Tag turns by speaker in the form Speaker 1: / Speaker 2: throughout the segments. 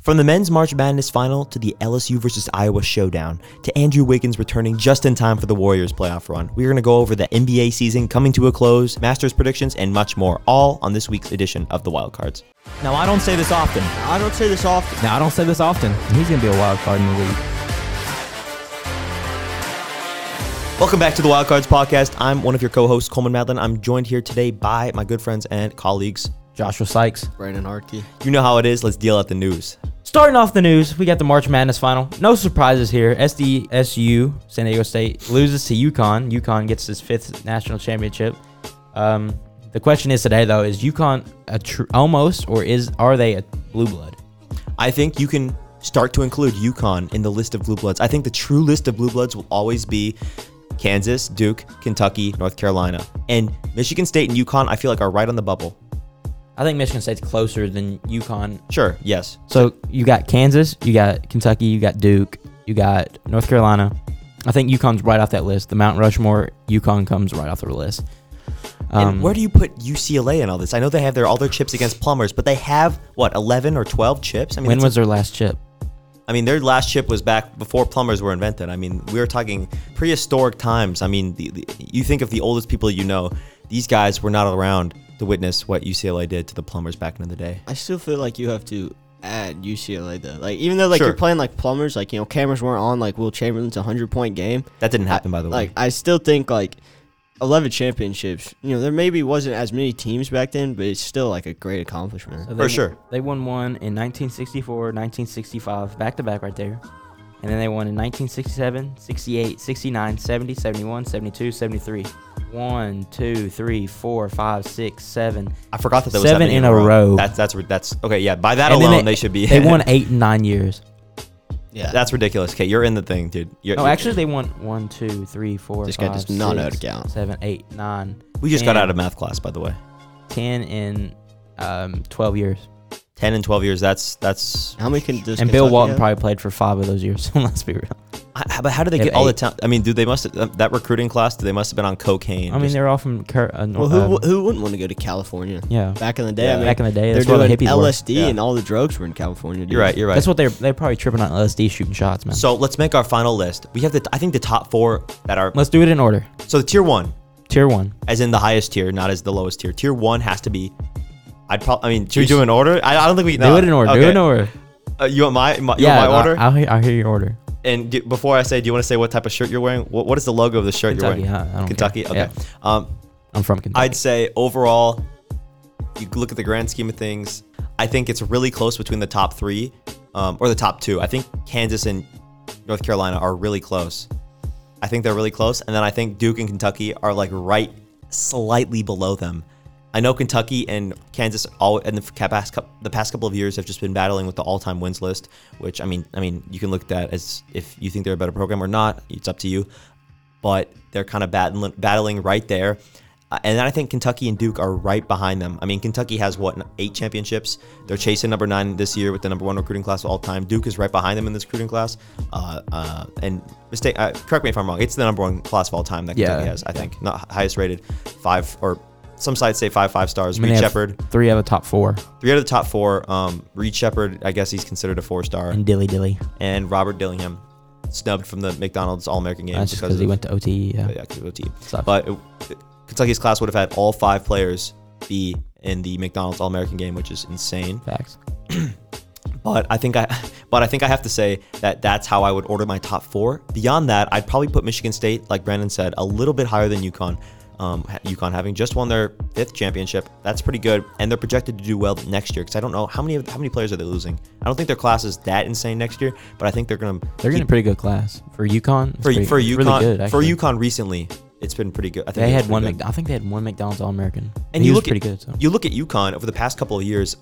Speaker 1: From the men's March Madness final to the LSU versus Iowa showdown to Andrew Wiggins returning just in time for the Warriors playoff run, we're going to go over the NBA season coming to a close, Masters predictions, and much more, all on this week's edition of the Wildcards. Now, I don't say this often.
Speaker 2: I don't say this often.
Speaker 3: Now, I don't say this often. He's going to be a wild card in the league.
Speaker 1: Welcome back to the Wildcards podcast. I'm one of your co hosts, Coleman Madlin. I'm joined here today by my good friends and colleagues.
Speaker 3: Joshua Sykes.
Speaker 2: Brandon Hartke.
Speaker 1: You know how it is. Let's deal out the news.
Speaker 3: Starting off the news, we got the March Madness final. No surprises here. SDSU, San Diego State, loses to UConn. UConn gets its fifth national championship. Um, the question is today, though, is UConn a tr- almost, or is are they a blue blood?
Speaker 1: I think you can start to include UConn in the list of blue bloods. I think the true list of blue bloods will always be Kansas, Duke, Kentucky, North Carolina, and Michigan State and UConn. I feel like are right on the bubble.
Speaker 3: I think Michigan State's closer than UConn.
Speaker 1: Sure, yes,
Speaker 3: So you got Kansas, you got Kentucky, you got Duke, you got North Carolina. I think UConn's right off that list. The Mount Rushmore, UConn comes right off the list. Um,
Speaker 1: and where do you put UCLA in all this? I know they have their all their chips against plumbers, but they have what eleven or twelve chips. I mean,
Speaker 3: when
Speaker 1: that's-
Speaker 3: was their last chip?
Speaker 1: I mean, their last chip was back before plumbers were invented. I mean, we were talking prehistoric times. I mean, the, the, you think of the oldest people you know; these guys were not around to witness what UCLA did to the plumbers back in the day.
Speaker 2: I still feel like you have to add UCLA though. Like even though like
Speaker 1: Sure.
Speaker 2: you're playing like plumbers, like you know cameras weren't on like Will Chamberlain's 100 point game.
Speaker 1: That didn't happen,
Speaker 2: I-
Speaker 1: by the way.
Speaker 2: Like I still think like 11 championships. You know there maybe wasn't as many teams back then, but it's still like a great accomplishment.
Speaker 3: So
Speaker 1: For
Speaker 3: they-
Speaker 1: sure.
Speaker 3: They won one in 1964, 1965, back to back right there. And then they won in 1967, 68, 69, 70, 71, 72, 73. One, two, three, four, five, six, seven.
Speaker 1: I forgot that there was
Speaker 3: Seven
Speaker 1: that many
Speaker 3: in a row.
Speaker 1: That's that's re- that's okay. Yeah, by that
Speaker 3: And then
Speaker 1: alone, they, should be.
Speaker 3: They won eight and nine years.
Speaker 2: Yeah,
Speaker 1: that's ridiculous. Okay, you're in the thing, dude. You're,
Speaker 3: No,
Speaker 1: you're-
Speaker 3: actually, they won one, two, three, four,
Speaker 2: This guy
Speaker 3: five,
Speaker 2: does not know how to
Speaker 3: six,
Speaker 2: count.
Speaker 3: seven, eight, nine,
Speaker 1: we just got
Speaker 3: and
Speaker 1: out of math class, by the way.
Speaker 3: 10 in um, 12 years.
Speaker 1: Ten and twelve years. That's that's.
Speaker 2: how many can does
Speaker 3: and Bill
Speaker 2: Kentucky
Speaker 3: Walton
Speaker 2: have?
Speaker 3: probably played for five of those years. Let's be real.
Speaker 1: I, how- but how did they
Speaker 3: They
Speaker 1: get
Speaker 3: have
Speaker 1: all the
Speaker 3: eight.
Speaker 1: time? I mean, dude, they must have, that recruiting class. They must have been on cocaine.
Speaker 3: I mean,
Speaker 1: Just-
Speaker 3: they're all from. Cur- uh, Nor-
Speaker 2: Well, who
Speaker 3: um,
Speaker 2: who wouldn't want to go to California?
Speaker 3: yeah.
Speaker 2: Back in the day,
Speaker 1: Yeah.
Speaker 2: I mean,
Speaker 3: Back in the day,
Speaker 2: they're
Speaker 3: that's where the
Speaker 2: doing
Speaker 3: hippies were.
Speaker 2: LSD
Speaker 1: Yeah.
Speaker 2: and all the drugs were in California. Dude.
Speaker 1: you're right. You're right.
Speaker 3: That's what they're they probably tripping on LSD shooting shots, man.
Speaker 1: So let's make our final list. We have the I think the top four that are
Speaker 3: Let's do it in order.
Speaker 1: so the tier one,
Speaker 3: Tier one.
Speaker 1: as in the highest tier, not as the lowest tier. Tier one has to be. I'd probably. I mean, should we do an order? I, I don't think we.
Speaker 3: do it in order. Do it in order.
Speaker 1: Uh, you want my, my you
Speaker 3: yeah,
Speaker 1: want my order?
Speaker 3: I, will hear, I'll hear your order.
Speaker 1: and do, before I say, do you want to say what type of shirt you're wearing? What, what is the logo of the shirt
Speaker 3: Kentucky.
Speaker 1: you're
Speaker 3: I, I
Speaker 1: wearing?
Speaker 3: don't care.
Speaker 1: Kentucky. Okay.
Speaker 3: Yeah,
Speaker 1: Um,
Speaker 3: I'm from Kentucky.
Speaker 1: I'd say overall, you look at the grand scheme of things. I think it's really close between the top three, um, or the top two. I think Kansas and North Carolina are really close. I think they're really close, and then I think Duke and Kentucky are like right, slightly below them. I know Kentucky and Kansas all in the ca- past cou- the past couple of years have just been battling with the all-time wins list, which I mean, I mean, you can look at that as if you think they're a better program or not. It's up to you but they're kind of battling, battling right there. Uh, And then I think Kentucky and Duke are right behind them. I mean, Kentucky has what n- eight championships. They're chasing number nine this year with the number one recruiting class of all time. Duke is right behind them in this recruiting class. Uh, uh, and mistake, uh, correct me if I'm wrong. It's the number one class of all time that Kentucky
Speaker 3: Yeah.
Speaker 1: has. I think not h- highest rated, five or some sites say five five stars.
Speaker 3: I mean,
Speaker 1: Reed
Speaker 3: they have
Speaker 1: Shepard,
Speaker 3: Three out of the top four.
Speaker 1: three out of the top four. Um, Reed Shepard, I guess he's considered a four star,
Speaker 3: And Dilly Dilly.
Speaker 1: and Robert Dillingham, snubbed from the McDonald's All American game
Speaker 3: That's just because he
Speaker 1: of-
Speaker 3: went to OTE. Yeah.
Speaker 1: but yeah, because of OT.
Speaker 3: Sucks.
Speaker 1: But it, Kentucky's class would have had all five players be in the McDonald's All-American game, which is insane.
Speaker 3: Facts.
Speaker 1: But I think I, but I think I have to say that that's how I would order my top four. Beyond that, I'd probably put Michigan State, like Brandon said, a little bit higher than UConn. Um, ha- UConn having just won their fifth championship, that's pretty good, and they're projected to do well next year. Because I don't know how many of- how many players are they losing. I don't think their class is that insane next year, but I think they're gonna
Speaker 3: They're getting a pretty good class for UConn. it's
Speaker 1: for
Speaker 3: pretty,
Speaker 1: for
Speaker 3: it's
Speaker 1: UConn
Speaker 3: really good,
Speaker 1: for
Speaker 3: actually.
Speaker 1: UConn recently. It's been pretty good. I think
Speaker 3: They
Speaker 1: it's pretty
Speaker 3: had one.
Speaker 1: good.
Speaker 3: Mc, I think they had one McDonald's All American.
Speaker 1: And
Speaker 3: he
Speaker 1: you
Speaker 3: was
Speaker 1: look
Speaker 3: pretty
Speaker 1: at
Speaker 3: good. So.
Speaker 1: you look at UConn over the past couple of years,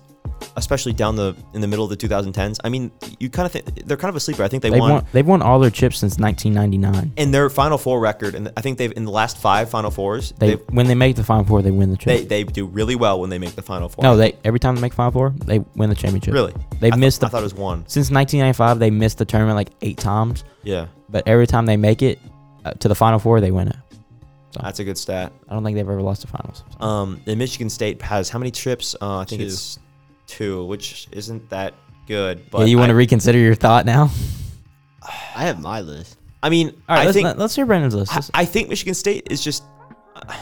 Speaker 1: especially down the in the middle of the 2010s. I mean, you kind of think they're kind of a sleeper. I think they,
Speaker 3: They've
Speaker 1: won,
Speaker 3: won. They've won all their chips since 1999.
Speaker 1: in their Final Four record, and I think they've in the last five Final Fours, they
Speaker 3: They when they make the Final Four, they win the
Speaker 1: they,
Speaker 3: chip.
Speaker 1: they do really well when they make the Final Four.
Speaker 3: No, they every time they make Final Four, they win the championship.
Speaker 1: really,
Speaker 3: They
Speaker 1: I thought-
Speaker 3: missed the
Speaker 1: I thought it was one.
Speaker 3: since 1995 they missed the tournament like eight times
Speaker 1: Yeah,
Speaker 3: but every time they make it uh, to the final four they win it
Speaker 1: that's a good stat.
Speaker 3: i don't think they've ever lost the finals so.
Speaker 1: Um, and Michigan State has how many trips? Uh, I think
Speaker 2: Two.
Speaker 1: it's two, which isn't that good. But
Speaker 3: Yeah, you want
Speaker 1: I,
Speaker 3: to reconsider your thought now?
Speaker 2: I have my list.
Speaker 1: I mean,
Speaker 3: All right,
Speaker 1: I
Speaker 3: let's,
Speaker 1: think
Speaker 3: not- let's hear Brandon's list.
Speaker 1: I, I think Michigan State is just uh,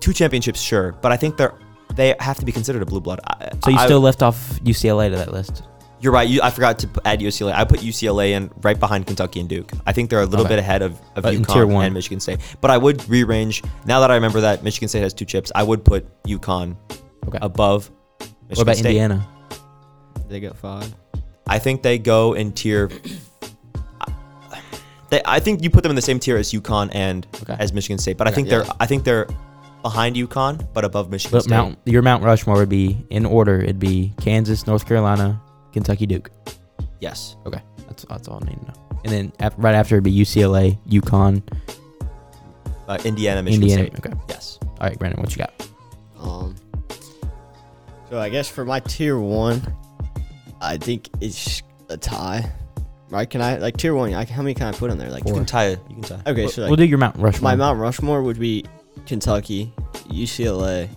Speaker 1: two championships, sure, but I think they're they have to be considered a blue blood. I,
Speaker 3: so you
Speaker 1: I-
Speaker 3: still left off UCLA to that list.
Speaker 1: you're right. You, I forgot to p- add UCLA. I put UCLA in right behind Kentucky and Duke. I think they're a little
Speaker 3: Okay.
Speaker 1: bit ahead of, of
Speaker 3: But in
Speaker 1: UConn
Speaker 3: tier one.
Speaker 1: and Michigan State. But I would rearrange now that I remember that Michigan State has two chips. I would put UConn
Speaker 3: Okay.
Speaker 1: above. Michigan
Speaker 3: what about
Speaker 1: State.
Speaker 3: Indiana?
Speaker 2: They got five.
Speaker 1: I think they go in tier. They, I think you put them in the same tier as UConn and
Speaker 3: Okay.
Speaker 1: as Michigan State, but I
Speaker 2: Okay.
Speaker 1: think
Speaker 2: Yeah.
Speaker 1: they're I think they're behind UConn but above Michigan
Speaker 3: But
Speaker 1: State.
Speaker 3: Mount your Mount Rushmore would be in order. It'd be Kansas, North Carolina, Kentucky, Duke.
Speaker 1: Yes,
Speaker 3: Okay, that's that's all I need to know. And then af- right after it'd be UCLA, UConn,
Speaker 1: uh, Indiana, Michigan
Speaker 3: Indiana.
Speaker 1: State.
Speaker 3: Okay.
Speaker 1: Yes,
Speaker 3: All right, Brandon, what you got?
Speaker 2: Um. So I guess for my tier one, I think it's a tie. Right? Can I like tier one? Like how many can I put on there? Like
Speaker 1: you
Speaker 3: Four.
Speaker 1: can tie. You can tie.
Speaker 2: okay, so like,
Speaker 3: we'll do your Mount Rushmore.
Speaker 2: my Mount Rushmore would be Kentucky, UCLA,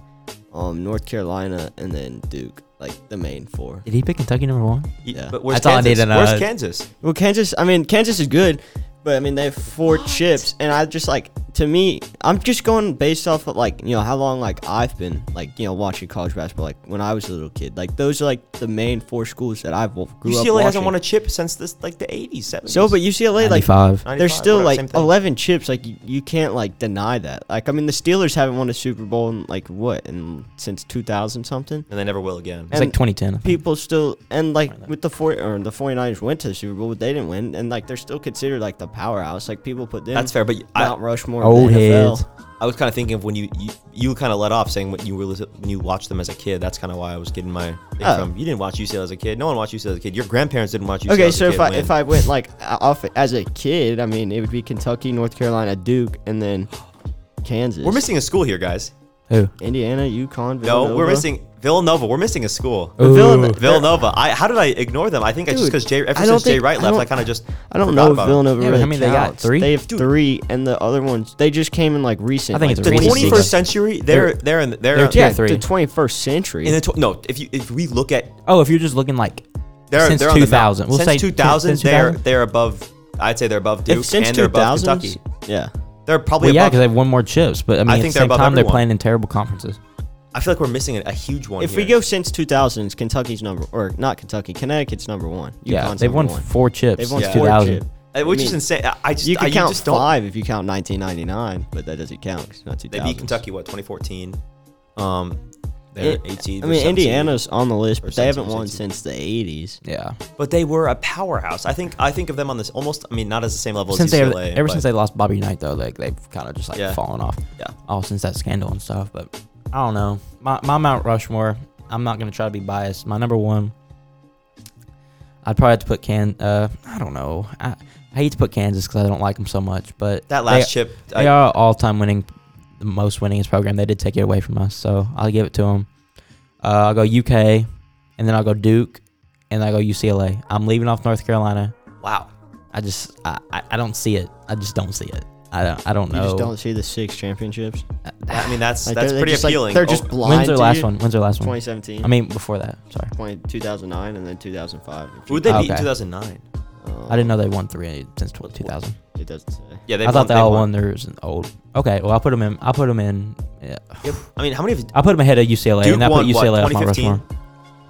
Speaker 2: um, North Carolina, and then Duke. Like the main four.
Speaker 3: Did he pick Kentucky number one?
Speaker 1: You-
Speaker 2: Yeah.
Speaker 1: But where's
Speaker 3: That's all I
Speaker 1: Kansas?
Speaker 3: need to know.
Speaker 2: uh,
Speaker 1: Where's Kansas?
Speaker 2: Well, Kansas. I mean, Kansas is good, but I mean they have four chips, and I just like to me, I'm just going based off of like you know how long like I've been like you know watching college basketball, like when I was a little kid. Like those are like the main four schools that I've w- grew up.
Speaker 1: UCLA hasn't
Speaker 2: watching.
Speaker 1: won a chip since this like the 80s, 70s.
Speaker 2: So, but UCLA like
Speaker 3: Ninety-five.
Speaker 2: they're
Speaker 1: 95,
Speaker 2: still
Speaker 1: whatever,
Speaker 2: like
Speaker 1: same thing.
Speaker 2: 11 chips. Like you, you can't like deny that. Like I mean, the Steelers haven't won a Super Bowl in like what in since 2000 something.
Speaker 1: and they never will again.
Speaker 3: It's
Speaker 2: and-
Speaker 3: like 2010. I think.
Speaker 2: people still and like
Speaker 3: Right there.
Speaker 2: with the four or the 49ers went to the Super Bowl, but they didn't win, and like they're still considered like the powerhouse. Like people put them
Speaker 1: That's fair, but I,
Speaker 2: Mount Rushmore.
Speaker 3: Old
Speaker 2: Old
Speaker 3: heads.
Speaker 2: Oh, heads.
Speaker 1: I was kind of thinking of when you you, you kind of let off saying what you were when you watched them as a kid. That's kind of why I was getting my thing
Speaker 2: Oh.
Speaker 1: from. You didn't watch UCLA as a kid. No one watched UCLA as a kid. Your grandparents didn't watch UCLA.
Speaker 2: Okay,
Speaker 1: as
Speaker 2: so
Speaker 1: a
Speaker 2: if
Speaker 1: kid
Speaker 2: I
Speaker 1: win.
Speaker 2: if I went like off as a kid, I mean it would be Kentucky, North Carolina, Duke, and then Kansas.
Speaker 1: we're missing a school here, guys.
Speaker 3: Who?
Speaker 2: Indiana, UConn.
Speaker 1: No,
Speaker 2: Villanova.
Speaker 1: we're missing Villanova. We're missing a school.
Speaker 2: But Villanova-
Speaker 3: Ooh.
Speaker 1: Villanova. I how did I ignore them? I think I just
Speaker 2: Dude,
Speaker 1: because Jay ever
Speaker 2: I
Speaker 1: since
Speaker 2: don't
Speaker 1: Jay
Speaker 2: think-
Speaker 1: Wright
Speaker 2: I
Speaker 1: left, I
Speaker 2: don't-
Speaker 1: kind of just
Speaker 2: I don't
Speaker 1: forgot
Speaker 2: know if
Speaker 1: about 'em.
Speaker 2: Villanova
Speaker 3: Yeah, but
Speaker 2: really
Speaker 3: how many they got?
Speaker 2: counts.
Speaker 3: Three?
Speaker 2: They have
Speaker 1: Dude.
Speaker 2: three, and the other ones they just came in like recent.
Speaker 3: I think
Speaker 2: like,
Speaker 3: it's
Speaker 1: The
Speaker 3: recent.
Speaker 2: 2016.
Speaker 1: 21st century, they're they're in they're,
Speaker 3: They're
Speaker 2: Yeah,
Speaker 3: Tier three.
Speaker 2: the 21st century.
Speaker 1: in the tw- no. If you if we look at
Speaker 3: Oh, if you're just looking like
Speaker 1: they're
Speaker 3: Since
Speaker 1: they're on the mount.
Speaker 3: 2000. We'll
Speaker 1: since
Speaker 3: say
Speaker 1: 2000,
Speaker 3: since
Speaker 1: they're
Speaker 3: 2000?
Speaker 1: they're above. I'd say they're above
Speaker 2: If
Speaker 1: Duke
Speaker 2: since
Speaker 1: and they're above
Speaker 2: 2000s
Speaker 1: Kentucky.
Speaker 2: Yeah.
Speaker 1: They're probably
Speaker 3: well, yeah,
Speaker 1: above.
Speaker 3: because they have one more chips, but I mean,
Speaker 1: I
Speaker 3: at
Speaker 1: think
Speaker 3: the
Speaker 1: they're
Speaker 3: same
Speaker 1: above
Speaker 3: time they're
Speaker 1: everyone.
Speaker 3: playing in terrible conferences.
Speaker 1: I feel like we're missing a, a huge one.
Speaker 2: If
Speaker 1: here.
Speaker 2: we go since 2000s, Kentucky's number or not Kentucky, Connecticut's number one.
Speaker 3: yeah,
Speaker 2: UConn's
Speaker 3: they've won
Speaker 2: number one.
Speaker 3: four chips
Speaker 2: They've won
Speaker 3: since
Speaker 2: four
Speaker 3: 2000.
Speaker 2: chip.
Speaker 1: Uh, which
Speaker 2: I
Speaker 1: is
Speaker 2: mean,
Speaker 1: insane. I- I just
Speaker 2: You
Speaker 1: I,
Speaker 2: can count
Speaker 1: just don't.
Speaker 2: five if you count 1999, but that doesn't count. 'cause It's not 2000.
Speaker 1: They beat Kentucky what 2014. Um, they're
Speaker 2: It-
Speaker 1: 18.
Speaker 2: I
Speaker 1: or
Speaker 2: mean,
Speaker 1: 17.
Speaker 2: Indiana's on the list,
Speaker 1: Or
Speaker 2: but they haven't
Speaker 1: 17,
Speaker 2: won
Speaker 1: 16.
Speaker 2: since the 80s.
Speaker 3: Yeah,
Speaker 1: But they were a powerhouse. I think I think of them on this almost. I mean, not as the same level
Speaker 3: since
Speaker 1: as
Speaker 3: they
Speaker 1: UCLA.
Speaker 3: ever
Speaker 1: but-
Speaker 3: since they lost Bobby Knight though, like they've kind of just like
Speaker 1: Yeah.
Speaker 3: fallen off.
Speaker 1: Yeah.
Speaker 3: Oh, since that scandal and stuff, but I don't know. My my Mount Rushmore. I'm not gonna try to be biased. My number one. I'd probably have to put Can. Uh, I don't know. I, I hate to put Kansas because I don't like them so much, but
Speaker 1: that
Speaker 3: they-
Speaker 1: last chip,
Speaker 3: they
Speaker 1: I,
Speaker 3: are all time winning, the most winningest program. They did take it away from us, so I'll give it to them. Uh, I'll go UK, and then I'll go Duke, and then I'll go UCLA. I'm leaving off North Carolina.
Speaker 1: wow.
Speaker 3: I just I, I, I don't see it. I just don't see it. I don't I don't
Speaker 2: You
Speaker 3: know.
Speaker 2: just don't see the six championships.
Speaker 1: I mean, that's
Speaker 2: Like,
Speaker 1: that's
Speaker 2: they're- they
Speaker 1: pretty
Speaker 2: just, like,
Speaker 1: appealing.
Speaker 2: they're
Speaker 1: Oh,
Speaker 2: just blind.
Speaker 3: When's their
Speaker 2: to
Speaker 3: last
Speaker 2: you.
Speaker 3: one? When's their last one?
Speaker 2: 2017.
Speaker 3: I mean before that. Sorry,
Speaker 2: 20, 2009 and then 2005. if you-
Speaker 1: Who'd they
Speaker 3: Oh,
Speaker 1: beat in
Speaker 3: okay.
Speaker 1: 2009?
Speaker 2: um,
Speaker 3: I didn't know they won three since tw- 2000.
Speaker 2: uh, It doesn't say.
Speaker 1: Yeah, they
Speaker 3: I thought they
Speaker 1: they
Speaker 3: all won theirs in old. Okay, well I'll put them in. I'll put them in. Yeah.
Speaker 1: Yep. I mean, how many? Of,
Speaker 3: I'll put them ahead of UCLA,
Speaker 1: Duke
Speaker 3: and I put
Speaker 1: won what?
Speaker 3: UCLA off my
Speaker 1: 2015.
Speaker 3: Rushmore.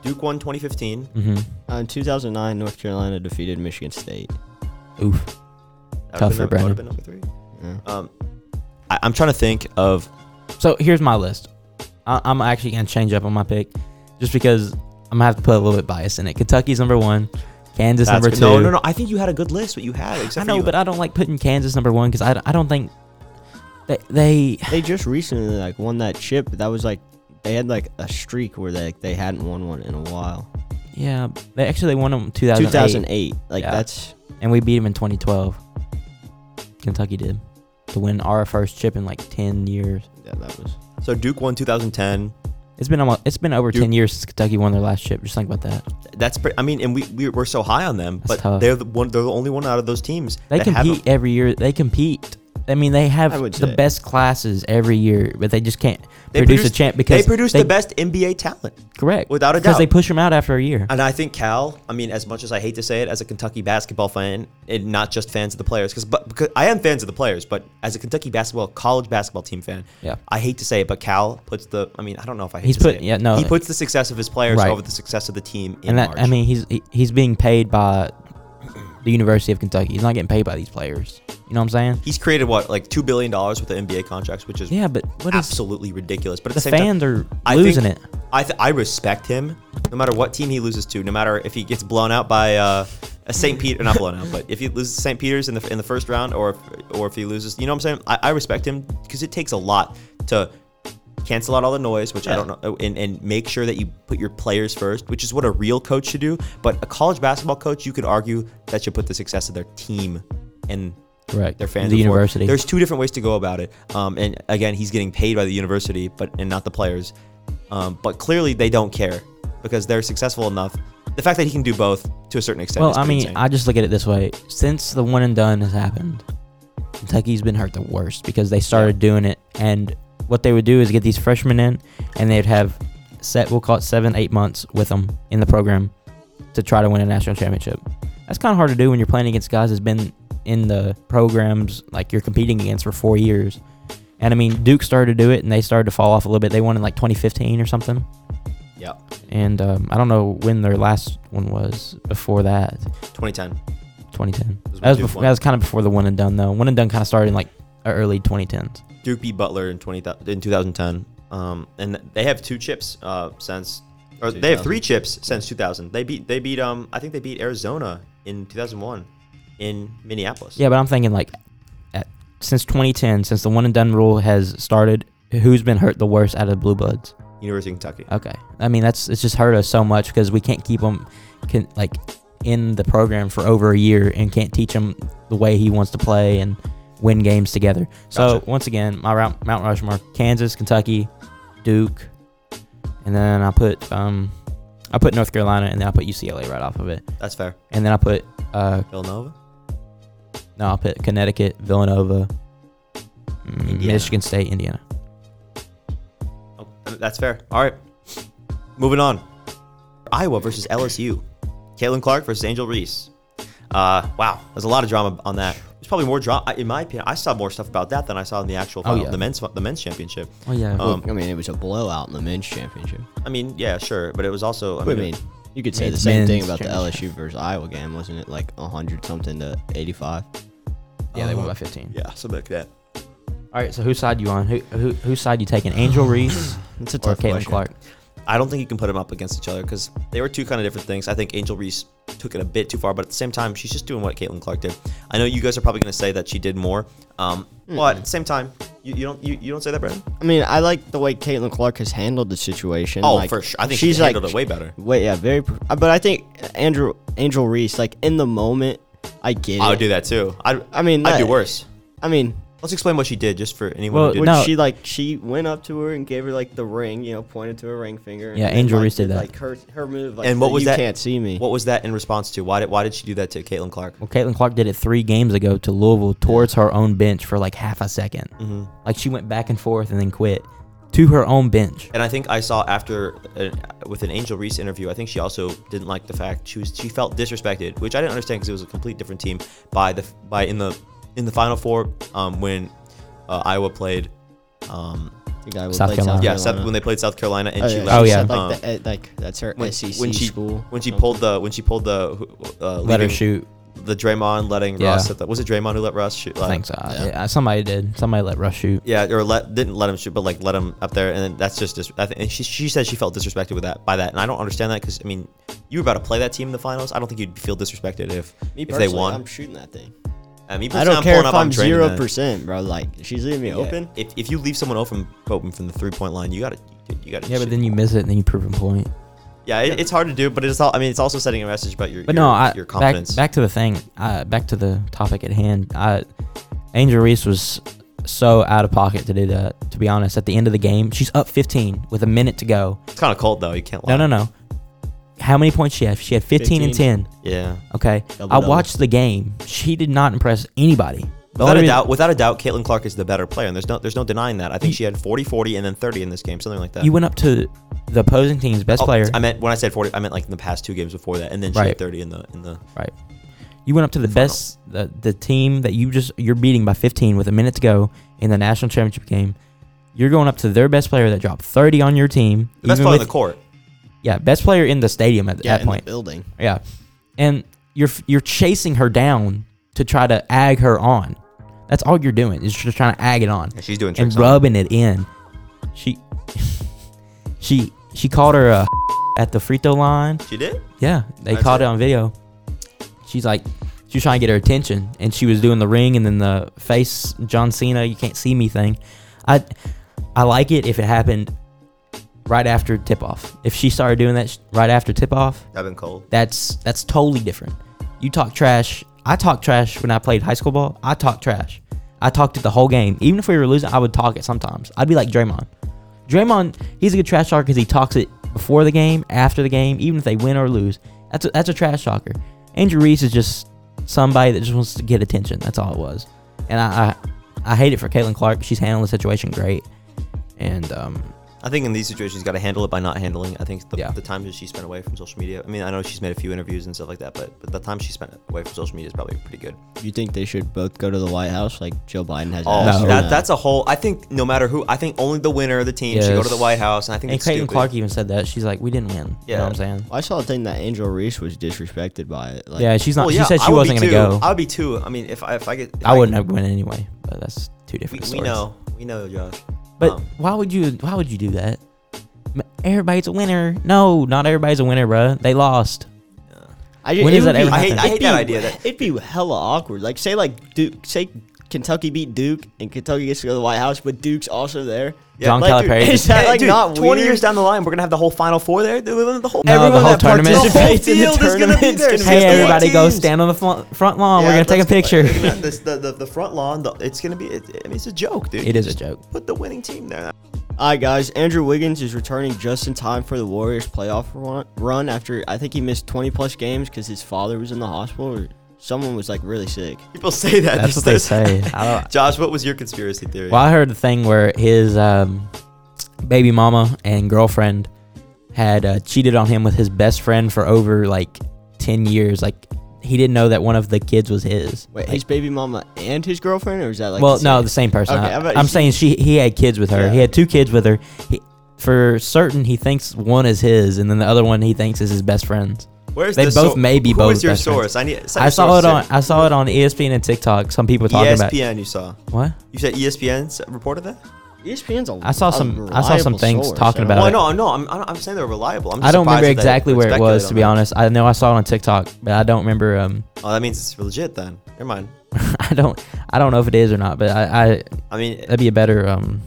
Speaker 1: Duke won 2015.
Speaker 3: Mm-hmm.
Speaker 2: Uh, in 2009, North Carolina defeated Michigan State.
Speaker 3: Oof.
Speaker 1: That
Speaker 3: Tough
Speaker 1: would've been- that would've
Speaker 3: for Brandon.
Speaker 1: been number three.
Speaker 2: Yeah.
Speaker 1: Um, I, I'm trying to think of
Speaker 3: So here's my list. I, I'm actually gonna change up on my pick, just because I'm gonna have to put a little bit bias in it. Kentucky's number one, Kansas
Speaker 1: That's
Speaker 3: number
Speaker 1: good.
Speaker 3: two.
Speaker 1: No, no, no. I think you had a good list. What you had, except
Speaker 3: I
Speaker 1: for
Speaker 3: know,
Speaker 1: you.
Speaker 3: but I don't like putting Kansas number one because I, don't- I don't think they they
Speaker 2: They just recently like won that chip. but That was like they had like a streak where they they hadn't won one in a while.
Speaker 3: yeah they actually they won them 2008,
Speaker 2: 2008. Like
Speaker 3: Yeah.
Speaker 2: that's
Speaker 3: and we beat them in 2012. Kentucky did to win our first chip in like 10 years.
Speaker 2: yeah, that was.
Speaker 1: so Duke won 2010.
Speaker 3: It's been almost it's been over
Speaker 1: Duke-
Speaker 3: 10 years since Kentucky won their last chip. Just think about that.
Speaker 1: That's pretty. I mean, and we, we we're so high on them, but
Speaker 3: tough.
Speaker 1: they're the one. They're the only one out of those teams.
Speaker 3: They
Speaker 1: that have a-
Speaker 3: compete every year. They compete I mean, they have
Speaker 2: I would
Speaker 3: the
Speaker 2: say.
Speaker 3: best classes every year, but they just can't
Speaker 1: They
Speaker 3: produce, a champ because
Speaker 1: they produce the best NBA talent.
Speaker 3: Correct,
Speaker 1: without a
Speaker 3: because they
Speaker 1: doubt.
Speaker 3: push them out after a year.
Speaker 1: And I think Cal, I mean, as much as I hate to say it, as a Kentucky basketball fan, and not just fans of the players, because but because I am fans of the players, but as a Kentucky basketball college basketball team fan,
Speaker 3: Yeah.
Speaker 1: I hate to say it, but Cal puts the, I mean, I don't know if I hate
Speaker 3: He's
Speaker 1: to
Speaker 3: put-
Speaker 1: say it,
Speaker 3: yeah, no.
Speaker 1: he puts the success of his players
Speaker 3: Right.
Speaker 1: over the success of the team. In
Speaker 3: and that
Speaker 1: March.
Speaker 3: I mean, he's he, he's being paid by the University of Kentucky. He's not getting paid by these players. You know what I'm saying?
Speaker 1: he's created what like two billion dollars with the NBA contracts, which is
Speaker 3: Yeah, but what is
Speaker 1: absolutely ridiculous. But at the,
Speaker 3: the
Speaker 1: same time,
Speaker 3: fans are
Speaker 1: I think-
Speaker 3: losing it?
Speaker 1: I th- I respect him, no matter what team he loses to, no matter if he gets blown out by uh, a St. Peter, not blown out, but if he loses to St. Peter's in the in the first round, or if, or if he loses, you know what I'm saying? I, I respect him because it takes a lot to cancel out all the noise, which I
Speaker 2: Yeah.
Speaker 1: don't know, oh, and, and make sure that you put your players first, which is what a real coach should do. But a college basketball coach, you could argue that should put the success of their team and
Speaker 3: Correct.
Speaker 1: their fans
Speaker 3: The
Speaker 1: before.
Speaker 3: university.
Speaker 1: There's two different ways to go about it. Um, and again, he's getting paid by the university, but and not the players. Um, but clearly, they don't care because they're successful enough. The fact that he can do both to a certain extent.
Speaker 3: Well,
Speaker 1: is
Speaker 3: I
Speaker 1: pretty
Speaker 3: mean,
Speaker 1: insane.
Speaker 3: I just look at it this way: since the one and done has happened, Kentucky's been hurt the worst because they started doing it, and what they would do is get these freshmen in, and they'd have set we'll call it seven, eight months with them in the program to try to win a national championship. That's kind of hard to do when you're playing against guys that's been in the programs like you're competing against for four years. And I mean, Duke started to do it, and they started to fall off a little bit. They won in like 2015 or something
Speaker 1: yeah,
Speaker 3: and um, I don't know when their last one was. Before that,
Speaker 1: 2010.
Speaker 3: 2010.
Speaker 1: was
Speaker 3: That was,
Speaker 1: Duke
Speaker 3: before,
Speaker 1: one.
Speaker 3: that was kind of before the one and done though. One and done kind of started in like early 2010s.
Speaker 1: Duke beat Butler in 20 thou- in 2010, um, and they have two chips uh, since, or they have three chips since 2000. They beat they beat um I think they beat Arizona in 2001 in Minneapolis.
Speaker 3: Yeah, but I'm thinking like at, since 2010, since the one and done rule has started, who's been hurt the worst out of the blue bloods?
Speaker 1: University of Kentucky.
Speaker 3: Okay, I mean that's it's just hurt us so much because we can't keep them can, like in the program for over a year and can't teach him the way he wants to play and win games together. So
Speaker 1: Gotcha.
Speaker 3: once again, my route, Mount Rushmore: Kansas, Kentucky, Duke, and then I put um I put North Carolina and then I put UCLA right off of it,
Speaker 1: That's fair.
Speaker 3: and then I put uh
Speaker 1: Villanova.
Speaker 3: no I put Connecticut, Villanova, mm,
Speaker 1: Indiana.
Speaker 3: Michigan State, Indiana.
Speaker 1: Oh, that's fair. All right. Moving on. Iowa versus LSU. Caitlin Clark versus Angel Reese. Uh, wow, there's a lot of drama on that. There's probably more drama, in my opinion. I saw more stuff about that than I saw in the
Speaker 2: Oh,
Speaker 1: actual final,
Speaker 3: yeah.
Speaker 1: the men's the men's championship.
Speaker 3: Oh yeah,
Speaker 1: Um,
Speaker 2: I mean, it was a blowout in the men's championship.
Speaker 1: I mean, yeah, sure, but it was also. I
Speaker 2: I
Speaker 1: mean,
Speaker 2: mean, you could say the
Speaker 3: Men's
Speaker 2: same thing about the
Speaker 3: championship.
Speaker 2: LSU versus Iowa game, wasn't it? Like hundred something to eighty-five.
Speaker 3: yeah, they won
Speaker 1: uh,
Speaker 3: by 15.
Speaker 1: yeah, something like that.
Speaker 3: All right, so whose side you on? Who who whose side you taking? Angel Reese
Speaker 2: It's a
Speaker 3: or
Speaker 2: tough
Speaker 3: Caitlin
Speaker 2: question.
Speaker 3: Clark?
Speaker 1: I don't think you can put them up against each other because they were two kind of different things. I think Angel Reese took it a bit too far, but at the same time, she's just doing what Caitlin Clark did. I know you guys are probably going to say that she did more, um,
Speaker 2: Hmm.
Speaker 1: but at the same time, you, you don't you, you don't say that, Brandon.
Speaker 2: I mean, I like the way Caitlin Clark has handled the situation.
Speaker 1: Oh,
Speaker 2: like,
Speaker 1: for sure. I think she handled it way better.
Speaker 2: Wait, yeah, very. pr- But I think Andrew Angel Reese, like in the moment, I get
Speaker 1: I
Speaker 2: it.
Speaker 1: would do that too. I'd,
Speaker 2: I mean,
Speaker 1: I'd do
Speaker 2: that-
Speaker 1: worse.
Speaker 2: I mean,
Speaker 1: Let's explain what she did, just for anyone
Speaker 3: Well,
Speaker 1: who
Speaker 2: when
Speaker 1: didn't.
Speaker 3: no.
Speaker 2: she like she went up to her and gave her like the ring, you know, pointed to her ring finger. and
Speaker 3: Yeah,
Speaker 2: then,
Speaker 3: Angel
Speaker 2: like,
Speaker 3: Reese did that.
Speaker 2: Like her her move. Like,
Speaker 1: And what
Speaker 2: the
Speaker 1: was
Speaker 2: you
Speaker 1: that-
Speaker 2: Can't see me.
Speaker 1: What was that in response to? Why did Why did she do that to Caitlin Clark?
Speaker 3: Well, Caitlin Clark did it three games ago to Louisville towards her own bench for like half a 2nd
Speaker 1: Mm-hmm.
Speaker 3: Like she went back and forth and then quit to her own bench.
Speaker 1: And I think I saw after uh, with an Angel Reese interview, I think she also didn't like the fact she was she felt disrespected, which I didn't understand because it was a complete different team by the by in the in the Final Four um, when uh, Iowa played. Um,
Speaker 2: The guy who
Speaker 3: South
Speaker 2: played
Speaker 3: Carolina.
Speaker 1: yeah,
Speaker 3: Carolina.
Speaker 1: Seth, when they played South Carolina, and
Speaker 2: Oh,
Speaker 1: she
Speaker 2: yeah,
Speaker 1: left.
Speaker 3: Oh,
Speaker 2: she
Speaker 3: yeah.
Speaker 2: said, like,
Speaker 1: Um,
Speaker 2: the- eh, like that's her
Speaker 1: when,
Speaker 2: SEC
Speaker 1: when she
Speaker 2: school.
Speaker 1: when she pulled the when she pulled the uh,
Speaker 3: Let her
Speaker 1: leaving-
Speaker 3: shoot.
Speaker 1: the Draymond letting
Speaker 3: Yeah.
Speaker 1: Russ at the, was it Draymond who let Russ shoot?
Speaker 3: I
Speaker 1: uh,
Speaker 3: think so. Yeah, somebody did. Somebody let Russ shoot.
Speaker 1: Yeah, or let didn't let him shoot, but like let him up there, and then that's just. Dis- I think and she she said she felt disrespected with that by that, and I don't understand that because I mean, you were about to play that team in the finals. I don't think you'd feel disrespected if
Speaker 2: Me
Speaker 1: if they
Speaker 2: personally,
Speaker 1: won.
Speaker 2: I'm shooting that thing.
Speaker 1: I mean,
Speaker 2: I
Speaker 1: personally,
Speaker 2: don't care
Speaker 1: pulling
Speaker 2: if
Speaker 1: up,
Speaker 2: I'm
Speaker 1: draining
Speaker 2: zero
Speaker 1: that.
Speaker 2: percent, bro. Like she's leaving me
Speaker 1: Yeah,
Speaker 2: open.
Speaker 1: If, if you leave someone open open from the three point line, you gotta you, you gotta.
Speaker 3: Yeah,
Speaker 1: shoot.
Speaker 3: but then you miss it and then you prove a point.
Speaker 1: yeah, it, it's hard to do, but it's all. I mean, it's also sending a message about your
Speaker 3: But
Speaker 1: your,
Speaker 3: no, I,
Speaker 1: your
Speaker 3: back,
Speaker 1: confidence.
Speaker 3: back to the thing. Uh, back to the topic at hand. I, Angel Reese was so out of pocket to do that. To be honest, at the end of the game, she's up 15 with a minute to go.
Speaker 1: it's kind of cold though. You can't.
Speaker 3: No,
Speaker 1: lie.
Speaker 3: no, no. How many points she have? She had 15, and 10.
Speaker 1: Yeah,
Speaker 3: Okay.
Speaker 2: Double,
Speaker 3: I
Speaker 2: double.
Speaker 3: watched the game. She did not impress anybody.
Speaker 1: Without
Speaker 3: I
Speaker 1: a
Speaker 3: mean-
Speaker 1: doubt, without a doubt, Caitlin Clark is the better player, and there's no there's no denying that. I think she had 40, 40, and then 30 in this game, something like that.
Speaker 3: You went up to the opposing team's best
Speaker 1: Oh,
Speaker 3: player.
Speaker 1: I meant when I said 40, I meant like in the past two games before that, and then she
Speaker 3: Right.
Speaker 1: had 30 in the in the.
Speaker 3: Right. You went up to the
Speaker 1: Final.
Speaker 3: best, the, the team that you just you're beating by 15 with a minute to go in the national championship game. You're going up to their best player that dropped 30 on your team.
Speaker 1: The best player
Speaker 3: even
Speaker 1: on
Speaker 3: with-
Speaker 1: the court.
Speaker 3: Yeah, best player in the stadium at
Speaker 2: Yeah,
Speaker 3: that
Speaker 2: in the
Speaker 3: point.
Speaker 2: building.
Speaker 3: Yeah, and you're f- you're chasing her down to try to ag her on. That's all you're doing is just trying to ag it on
Speaker 1: Yeah, she's doing
Speaker 3: and
Speaker 1: tricks. on it.
Speaker 3: rubbing it in. She she she called her uh, at the free throw line.
Speaker 1: She did.
Speaker 3: Yeah, they
Speaker 1: That's
Speaker 3: caught
Speaker 1: it.
Speaker 3: it on video. She's like, she was trying to get her attention, and she was doing the ring and then the face John Cena, you can't see me thing. I, I like it if it happened right after tip off. If she started doing that sh- right after tip off,
Speaker 1: I've been cold.
Speaker 3: that's that's totally different. You talk trash. I talk trash when I played high school ball. I talk trash. I talked it the whole game. Even if we were losing, I would talk it sometimes. I'd be like Draymond. Draymond, he's a good trash talker because he talks it before the game, after the game, even if they win or lose. That's a, that's a trash talker. Andrew Reese is just somebody that just wants to get attention. That's all it was. And I I, I hate it for Caitlin Clark. She's handling the situation great. And um,
Speaker 1: I think in these situations, you got to handle it by not handling. I think the,
Speaker 3: Yeah.
Speaker 1: the time that she spent away from social media. I mean, I know she's made a few interviews and stuff like that, but, but the time she spent away from social media is probably pretty good.
Speaker 2: You think they should both go to the White House like Joe Biden has?
Speaker 1: Oh,
Speaker 2: asked
Speaker 3: No.
Speaker 2: for
Speaker 1: that, that's a whole. I think no matter who, I think only the winner of the team should go to the
Speaker 3: Yes.
Speaker 1: White House, and I think
Speaker 3: and
Speaker 1: it's
Speaker 3: Caitlin
Speaker 1: stupid.
Speaker 3: Clark even said that. She's like, we didn't win. You know what I'm saying?
Speaker 2: I saw a thing that Angel Reese was disrespected by it. Like,
Speaker 3: yeah, she's not.
Speaker 1: Well,
Speaker 3: she
Speaker 1: yeah,
Speaker 3: said
Speaker 1: I
Speaker 3: she
Speaker 1: would
Speaker 3: wasn't
Speaker 1: be
Speaker 3: going to
Speaker 1: too.
Speaker 3: go.
Speaker 1: I would be too. I mean, if I if I get, if
Speaker 3: I wouldn't
Speaker 1: could-
Speaker 3: have went anyway, but that's two
Speaker 1: We,
Speaker 3: different
Speaker 1: we
Speaker 3: stories.
Speaker 1: know, we know, Josh.
Speaker 3: But
Speaker 1: Um,
Speaker 3: why would you? Why would you do that? M- Everybody's a winner. No, not everybody's a winner, bruh. They lost.
Speaker 2: I ju-
Speaker 3: When
Speaker 2: it
Speaker 3: does
Speaker 2: would
Speaker 3: that ever
Speaker 2: be-
Speaker 1: I hate,
Speaker 3: happen.
Speaker 1: I
Speaker 2: it'd
Speaker 1: hate that
Speaker 2: be-
Speaker 1: idea. That
Speaker 2: it'd be hella awkward. Like say like Duke, say Kentucky beat Duke and Kentucky gets to go to the White House, but Duke's also there.
Speaker 1: Yeah.
Speaker 3: John
Speaker 2: Like, dude,
Speaker 3: Calipari.
Speaker 2: is
Speaker 3: just-
Speaker 2: that
Speaker 1: Hey,
Speaker 2: like
Speaker 1: dude,
Speaker 2: not
Speaker 1: twenty
Speaker 2: weird?
Speaker 1: years down the line, we're gonna have the whole Final Four there. The, the whole
Speaker 3: No, the
Speaker 1: everyone
Speaker 3: whole
Speaker 1: that
Speaker 3: tournament.
Speaker 1: participates
Speaker 2: The
Speaker 1: in
Speaker 2: whole
Speaker 1: the
Speaker 2: field is gonna
Speaker 1: tournament
Speaker 2: be there.
Speaker 1: gonna
Speaker 3: hey,
Speaker 1: be
Speaker 3: everybody, go
Speaker 1: teams.
Speaker 3: stand on the fl- front lawn. We're
Speaker 1: Yeah,
Speaker 3: gonna take a
Speaker 1: let's-
Speaker 3: picture.
Speaker 1: like, yeah, this- the, the, the front lawn, the, it's gonna be. It, I mean, it's a joke, dude.
Speaker 3: It is a
Speaker 1: Just
Speaker 3: joke.
Speaker 1: Put the winning team there.
Speaker 2: All right, guys. Andrew Wiggins is returning just in time for the Warriors playoff run- run after I think he missed 20 plus games because his father was in the hospital or someone was like really sick.
Speaker 1: People say that.
Speaker 3: That's what they say. I don't-
Speaker 1: Josh, what was your conspiracy theory?
Speaker 3: Well, I heard the thing where his um, baby mama and girlfriend had uh, cheated on him with his best friend for over like ten years. Like he didn't know that one of the kids was his.
Speaker 2: Wait,
Speaker 3: Like,
Speaker 2: his baby mama and his girlfriend, or is that like?
Speaker 3: well,
Speaker 2: the
Speaker 3: no,
Speaker 2: same?
Speaker 3: the same person.
Speaker 2: Okay, I bet
Speaker 3: I, am
Speaker 2: she-
Speaker 3: saying she he had kids with her.
Speaker 2: Yeah.
Speaker 3: He had two kids with her. He, for certain, he thinks one is his, and then the other one he thinks is his best friend's.
Speaker 1: Where's
Speaker 3: they
Speaker 1: the
Speaker 3: both
Speaker 1: sor-
Speaker 3: may be
Speaker 1: who
Speaker 3: both
Speaker 1: was your
Speaker 3: best friends.
Speaker 1: source? I need.
Speaker 3: I saw it on I saw it on E ESPN and TikTok. Some people talking about
Speaker 1: ESPN. You saw.
Speaker 3: what?
Speaker 1: You said ESPN s- reported that.
Speaker 2: ESPN's a
Speaker 3: I saw
Speaker 2: a
Speaker 3: some- I saw some
Speaker 2: reliable
Speaker 3: things
Speaker 2: source,
Speaker 3: talking
Speaker 2: I don't-
Speaker 3: about
Speaker 1: Well,
Speaker 3: it.
Speaker 1: no, no. I'm, I don't- I'm saying they're reliable. I'm just
Speaker 3: Uh, I don't remember
Speaker 1: surprised that they
Speaker 3: exactly where it
Speaker 1: speculate
Speaker 3: was.
Speaker 1: on
Speaker 3: To be
Speaker 1: that.
Speaker 3: honest, I know I saw it on TikTok, but I don't remember. Um,
Speaker 1: Oh, that means it's legit then. Never mind.
Speaker 3: I don't I don't know if it is or not, but I, I
Speaker 1: I mean,
Speaker 3: that'd be a better um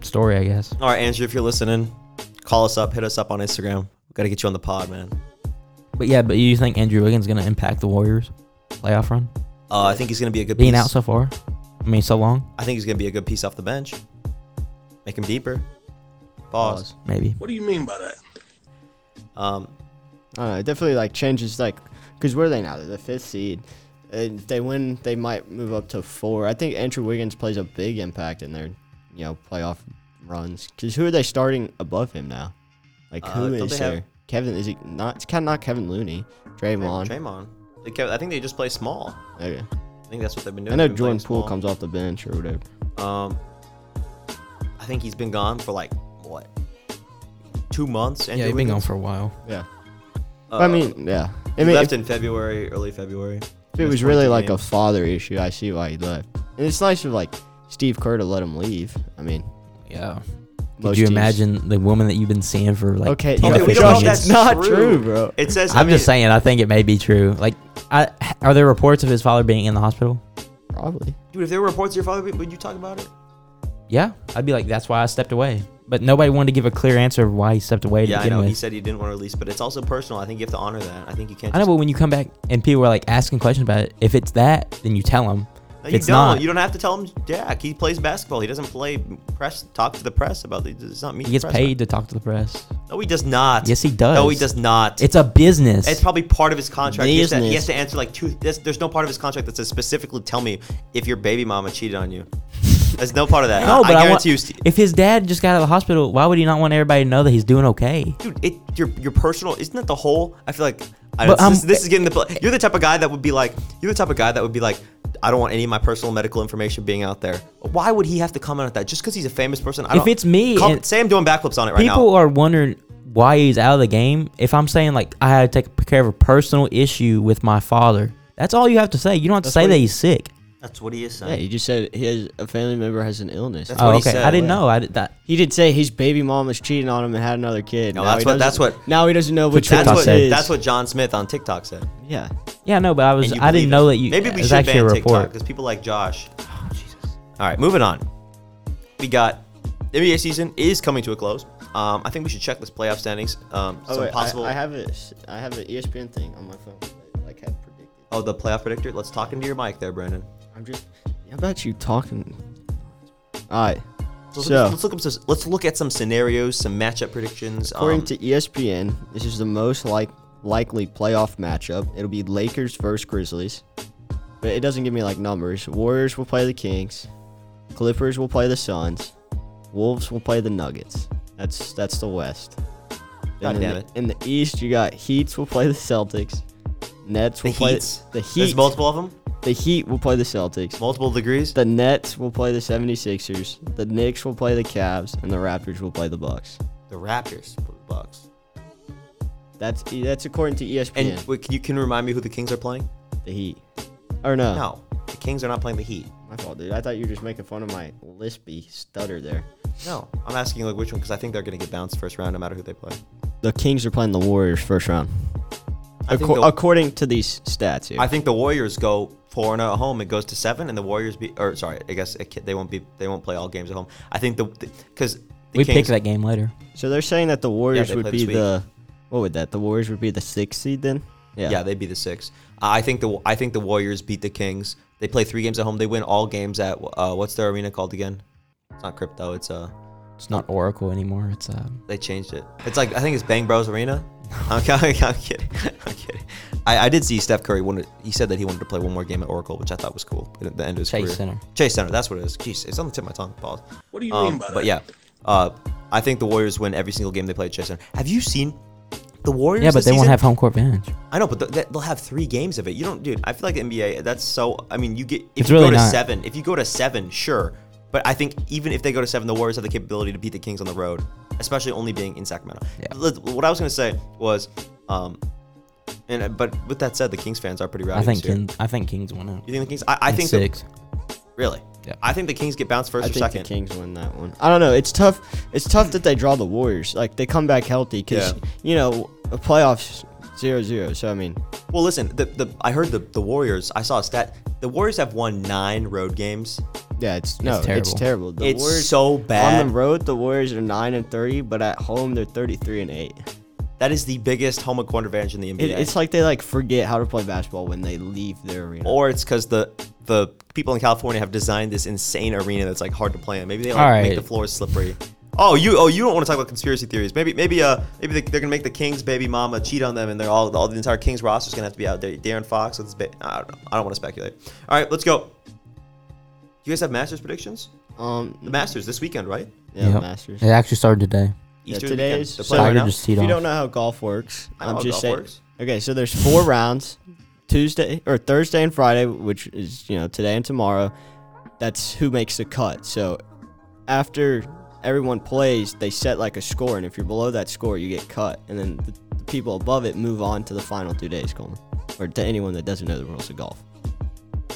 Speaker 3: story, I guess.
Speaker 1: all right, Andrew, if you're listening, call us up, hit us up on Instagram. We gotta get you on the pod, man.
Speaker 3: But yeah, but you think Andrew Wiggins gonna impact the Warriors playoff run?
Speaker 1: Uh, I think he's gonna be a good
Speaker 3: Being
Speaker 1: piece.
Speaker 3: out so far, I mean, so long,
Speaker 1: I think he's gonna be a good piece off the bench. Make him deeper. Pause.
Speaker 3: maybe.
Speaker 4: What do you mean by that?
Speaker 1: Um,
Speaker 2: I don't know. It definitely like changes like because where are they now? They're the fifth seed. And if they win, they might move up to four. I think Andrew Wiggins plays a big impact in their you know playoff runs because who are they starting above him now? Like
Speaker 1: Uh,
Speaker 2: who
Speaker 1: don't
Speaker 2: is
Speaker 1: they have-
Speaker 2: there? Kevin is it not? It's kind of not Kevin Looney. Draymond.
Speaker 1: Draymond. They kept- I think they just play small.
Speaker 2: Okay.
Speaker 1: I think that's what they've been doing.
Speaker 2: I know
Speaker 1: They've been playing
Speaker 2: Jordan Poole
Speaker 1: small.
Speaker 2: comes off the bench or whatever.
Speaker 1: Um, I think he's been gone for like what, two months?
Speaker 3: Yeah, he's been gone for a while.
Speaker 2: Yeah.
Speaker 1: Uh,
Speaker 2: I mean, yeah. I
Speaker 1: he
Speaker 2: mean, if-
Speaker 1: left in February, early February.
Speaker 2: If it was really like a father issue, I see why he left. And it's nice of like Steve Kerr to let him leave. I mean,
Speaker 3: Yeah. Could
Speaker 2: most
Speaker 3: you
Speaker 2: teams-
Speaker 3: imagine the woman that you've been seeing for like
Speaker 2: Okay,
Speaker 3: 10
Speaker 2: okay,
Speaker 3: to 15
Speaker 2: we don't know if
Speaker 3: years?
Speaker 2: that's not true, bro.
Speaker 1: It says.
Speaker 3: I'm
Speaker 1: I mean,
Speaker 3: just saying. I think it may be true. Like, I, are there reports of his father being in the hospital?
Speaker 2: Probably.
Speaker 1: dude. If there were reports of your father, would you talk about it?
Speaker 3: Yeah, I'd be like, that's why I stepped away. But nobody wanted to give a clear answer of why he stepped away to
Speaker 1: Yeah, I
Speaker 3: begin
Speaker 1: know. He
Speaker 3: with.
Speaker 1: said he didn't want to release, but it's also personal. I think you have to honor that. I think you can't.
Speaker 3: I know,
Speaker 1: Just,
Speaker 3: but when you come back and people are like asking questions about it, if it's that, then you tell them.
Speaker 1: No,
Speaker 3: If
Speaker 1: you
Speaker 3: it's
Speaker 1: don't.
Speaker 3: not,
Speaker 1: You don't have to tell him Jack. He plays basketball. He doesn't play press. Talk to the press about it. It's not me.
Speaker 3: he gets paid to talk to the press.
Speaker 1: No, he does not.
Speaker 3: Yes, he does.
Speaker 1: No, he does not.
Speaker 3: It's a business.
Speaker 1: It's probably part of his contract. He has, to, he
Speaker 2: Business.
Speaker 1: has to answer like two. There's, there's no part of his contract that says specifically tell me if your baby mama cheated on you. There's no part of that.
Speaker 3: no,
Speaker 1: I,
Speaker 3: but
Speaker 1: I
Speaker 3: I, want,
Speaker 1: guarantee you, Ste-
Speaker 3: if his dad just got out of the hospital, why would he not want everybody to know that he's doing okay?
Speaker 1: dude. It your your personal isn't that the whole? I feel like I
Speaker 3: But
Speaker 1: don't,
Speaker 3: um, eh,
Speaker 1: this,
Speaker 3: I'm-
Speaker 1: this is getting the. pla- You're the type of guy that would be like. You're the type of guy that would be like. I don't want any of my personal medical information being out there. Why would he have to comment on that? Just because he's a famous person? I
Speaker 3: If
Speaker 1: don't,
Speaker 3: it's me
Speaker 1: com-
Speaker 3: and-
Speaker 1: say I'm doing backflips on it right now.
Speaker 3: People are wondering why he's out of the game. If I'm saying like I had to take care of a personal issue with my father, that's all you have to say. You don't have to
Speaker 2: That's
Speaker 3: say
Speaker 2: what
Speaker 3: that
Speaker 2: he-
Speaker 3: he's sick.
Speaker 1: That's what he is
Speaker 2: Yeah,
Speaker 1: saying.
Speaker 2: you just said he has a family member has an illness.
Speaker 1: That's
Speaker 3: Oh,
Speaker 1: what he
Speaker 3: okay.
Speaker 1: said.
Speaker 3: I didn't
Speaker 2: Yeah.
Speaker 3: know. I did that.
Speaker 2: He did say his baby mom was cheating on him and had another kid.
Speaker 1: No,
Speaker 2: Now
Speaker 1: that's
Speaker 2: he
Speaker 1: what- that's
Speaker 2: doesn't-
Speaker 1: what-
Speaker 2: Now he doesn't know which
Speaker 1: That's
Speaker 3: TikTok
Speaker 2: one
Speaker 1: what,
Speaker 2: it is.
Speaker 3: said.
Speaker 1: that's what John Smith on TikTok said.
Speaker 2: Yeah.
Speaker 3: Yeah, no, but I was
Speaker 1: And you
Speaker 3: I
Speaker 1: believe
Speaker 3: didn't
Speaker 1: it.
Speaker 3: know that you.
Speaker 1: Maybe we
Speaker 3: it's
Speaker 1: should
Speaker 3: actually a
Speaker 1: ban TikTok
Speaker 3: report.
Speaker 1: because people like Josh. All right, moving on. We got the NBA season is coming to a close. Um, I think we should check this playoff standings. Um, some possible.
Speaker 2: Oh, I, have a, I have an E ESPN thing on my phone. Like had predicted.
Speaker 1: oh, the playoff predictor. Let's talk into your mic there, Brandon.
Speaker 2: I'm just. How about you talking? All right.
Speaker 1: So let's,
Speaker 2: So-
Speaker 1: let's look up some, let's look at some scenarios, some matchup predictions.
Speaker 2: According
Speaker 1: um,
Speaker 2: to E ESPN, this is the most like likely playoff matchup. It'll be Lakers versus Grizzlies, but it doesn't give me like numbers. Warriors will play the Kings, Clippers will play the Suns, Wolves will play the Nuggets. That's that's the West.
Speaker 1: God
Speaker 2: And in
Speaker 1: damn
Speaker 2: the-
Speaker 1: it.
Speaker 2: In the East, you got Heats will play the Celtics, Nets
Speaker 1: the
Speaker 2: will play
Speaker 1: Heats.
Speaker 2: the
Speaker 1: There's
Speaker 2: Heat.
Speaker 1: multiple of them.
Speaker 2: The Heat will play the Celtics.
Speaker 1: Multiple degrees.
Speaker 2: The Nets will play the 76ers. The Knicks will play the Cavs, and the Raptors will play the Bucks.
Speaker 1: The Raptors, Bucks.
Speaker 2: That's that's according to E ESPN.
Speaker 1: And wait, can you can you remind me who the Kings are playing?
Speaker 2: The Heat. Or no.
Speaker 1: No, the Kings are not playing the Heat.
Speaker 2: My fault, dude. I thought you were just making fun of my lispy stutter there.
Speaker 1: No, I'm asking like which one because I think they're gonna get bounced first round no matter who they play.
Speaker 2: The Kings are playing the Warriors first round.
Speaker 1: I think
Speaker 2: Acco-
Speaker 1: the-
Speaker 2: according to these stats here.
Speaker 1: I think the Warriors go four and a home. It goes to seven, and the Warriors be or sorry, I guess it, ca- they won't be they won't play all games at home. I think the because the,
Speaker 3: We pick
Speaker 1: Kings-
Speaker 3: that game later.
Speaker 2: so they're saying that the Warriors
Speaker 1: they
Speaker 2: would
Speaker 1: play
Speaker 2: be
Speaker 1: this week.
Speaker 2: the what would that? The Warriors would be the sixth seed then?
Speaker 1: yeah. they'd be the six. Uh, I think the I think the Warriors beat the Kings. They play three games at home. They win all games at uh, what's their arena called again? It's not crypto. It's uh
Speaker 3: It's not Oracle anymore. It's um.
Speaker 1: they changed it. It's like I think it's Bang Bros Arena. I'm, kidding. I'm kidding. I'm kidding. I, I did see Steph Curry wanted. He said that he wanted to play one more game at Oracle, which I thought was cool. At the end of his
Speaker 3: Chase
Speaker 1: career.
Speaker 3: Center.
Speaker 1: Chase Center. That's what it is. Jeez, it's on the tip of my tongue. Pause.
Speaker 4: What do you
Speaker 1: Um,
Speaker 4: mean by that?
Speaker 1: but yeah, uh, I think the Warriors win every single game they play at Chase Center. Have you seen the Warriors?
Speaker 3: Yeah, but
Speaker 1: this
Speaker 3: they won't
Speaker 1: season? Oh,
Speaker 3: have home court advantage.
Speaker 1: I know, but th- that- they'll have three games of it. You don't, dude. I feel like the NBA. That's so. I mean, you get if
Speaker 3: It's
Speaker 1: you
Speaker 3: really
Speaker 1: go to
Speaker 3: not.
Speaker 1: seven. If you go to seven, sure. But I think even if they go to seven, the Warriors have the capability to beat the Kings on the road, especially only being in Sacramento.
Speaker 3: Yeah.
Speaker 1: Let- What I was gonna say was, um, and uh, but with that said, the Kings fans are pretty rowdy.
Speaker 3: I think
Speaker 1: this year.
Speaker 3: Kings, I think Kings won out.
Speaker 1: You think the Kings? I, I
Speaker 3: In
Speaker 1: think the-
Speaker 3: six.
Speaker 1: really.
Speaker 3: Yeah.
Speaker 1: I think the Kings get bounced first
Speaker 2: I
Speaker 1: or
Speaker 2: think
Speaker 1: second.
Speaker 2: the Kings win that one. I don't know. It's tough. It's tough that they draw the Warriors. Like they come back healthy because
Speaker 1: Yeah.
Speaker 2: you know a playoffs zero zero. So I mean,
Speaker 1: Well, listen, the, the I heard the, the Warriors. I saw a stat. The Warriors have won nine road games.
Speaker 2: yeah, it's no, it's terrible.
Speaker 3: terrible.
Speaker 2: The
Speaker 1: it's
Speaker 2: Warriors
Speaker 1: so bad.
Speaker 2: on the road. The Warriors are nine and thirty, but at home they're thirty three and eight.
Speaker 1: that is the biggest home and court advantage in the NBA.
Speaker 2: It, It's like they like forget how to play basketball when they leave their arena.
Speaker 1: or it's because the the people in California have designed this insane arena that's like hard to play in. Maybe they like,
Speaker 3: All
Speaker 1: make
Speaker 3: right.
Speaker 1: the floors slippery. Oh, you oh you don't want to talk about conspiracy theories. Maybe maybe uh maybe they, they're gonna make the Kings baby mama cheat on them, and they're all all the entire Kings roster's gonna have to be out there. Darren Fox with his ba- I don't know. I don't want to speculate. All right, let's go. You guys have Masters predictions?
Speaker 2: um,
Speaker 1: The Masters this weekend, right?
Speaker 2: yeah,
Speaker 3: Yep.
Speaker 2: Masters.
Speaker 3: It actually started today.
Speaker 2: Yeah,
Speaker 1: Eastern
Speaker 2: today
Speaker 1: weekend.
Speaker 2: is-
Speaker 1: They're
Speaker 2: so-
Speaker 1: playing right
Speaker 3: Tiger
Speaker 1: now?
Speaker 3: just
Speaker 2: If
Speaker 3: teed
Speaker 2: you
Speaker 3: off.
Speaker 2: don't know how golf works,
Speaker 1: I know
Speaker 2: I'm
Speaker 1: how
Speaker 2: just
Speaker 1: golf
Speaker 2: saying.
Speaker 1: works.
Speaker 2: Okay, so there's four rounds, Tuesday or Thursday and Friday, which is you know today and tomorrow. That's who makes the cut. So after everyone plays, they set like a score, and if you're below that score, you get cut, and then the, the people above it move on to the final two days, Coleman, or to anyone that doesn't know the rules of golf.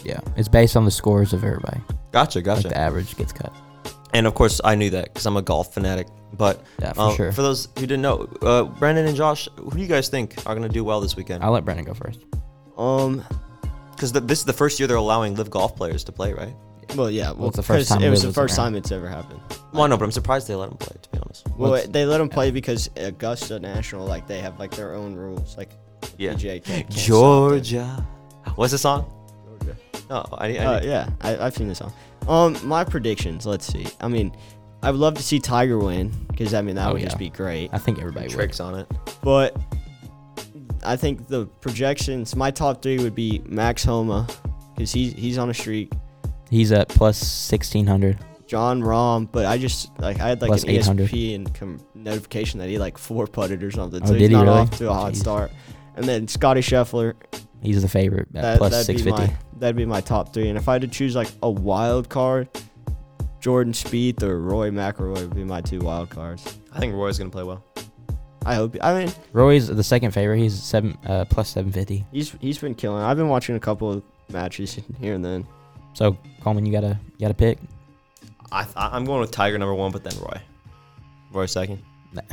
Speaker 3: Yeah, it's based on the scores of everybody.
Speaker 1: Gotcha,
Speaker 3: Like
Speaker 1: gotcha.
Speaker 3: the average gets cut.
Speaker 1: And of course, I knew that because I'm a golf fanatic. But
Speaker 3: Yeah, for
Speaker 1: uh,
Speaker 3: sure.
Speaker 1: for those who didn't know, uh, Brandon and Josh, who do you guys think are going to do well this weekend?
Speaker 3: I'll let Brandon go first.
Speaker 2: Um,
Speaker 1: Because this is the first year they're allowing live golf players to play, right?
Speaker 2: well, yeah, well,
Speaker 3: it's the first
Speaker 2: 'cause
Speaker 3: time
Speaker 2: it was
Speaker 3: it
Speaker 2: the
Speaker 3: was
Speaker 2: first
Speaker 3: around.
Speaker 2: time it's ever happened.
Speaker 1: Well, no, but I'm surprised they let them play. To be honest.
Speaker 2: Well,
Speaker 3: Let's-
Speaker 2: they let them play because Augusta National, like they have like their own rules, like
Speaker 1: Yeah.
Speaker 2: PGA can't- can't stop them.
Speaker 1: Georgia. What's the song?
Speaker 2: Georgia.
Speaker 1: No, I, I,
Speaker 2: Uh, yeah, I, I've seen this song. Um, my predictions. Let's see. I mean, I would love to see Tiger win because I mean that
Speaker 3: Oh,
Speaker 2: would
Speaker 3: yeah.
Speaker 2: just be great.
Speaker 3: I think everybody would.
Speaker 1: tricks on it.
Speaker 2: But I think the projections. My top three would be Max Homa because he's he's on a streak.
Speaker 3: He's at plus 1600.
Speaker 2: John Rom, but I just like I had like
Speaker 3: Plus
Speaker 2: an
Speaker 3: 800.
Speaker 2: ESP and com- notification that he like four putted or something.
Speaker 3: Oh,
Speaker 2: so
Speaker 3: did
Speaker 2: he's
Speaker 3: he
Speaker 2: not
Speaker 3: really?
Speaker 2: off to a hot
Speaker 3: Jeez.
Speaker 2: start. And then Scotty Scheffler,
Speaker 3: He's the favorite at
Speaker 2: that,
Speaker 3: plus
Speaker 2: that'd be
Speaker 3: 650.
Speaker 2: my that'd be my top three. And if I had to choose like a wild card, Jordan Spieth or Roy McIlroy would be my two wild cards.
Speaker 1: I think Roy's gonna play well.
Speaker 2: I hope. I mean,
Speaker 3: Roy's the second favorite. He's seven uh, plus 750.
Speaker 2: he's he's been killing. I've been watching a couple of matches here and then.
Speaker 3: So Coleman, you gotta you gotta pick
Speaker 1: I, I I'm going with Tiger number one, but then Roy. Roy second.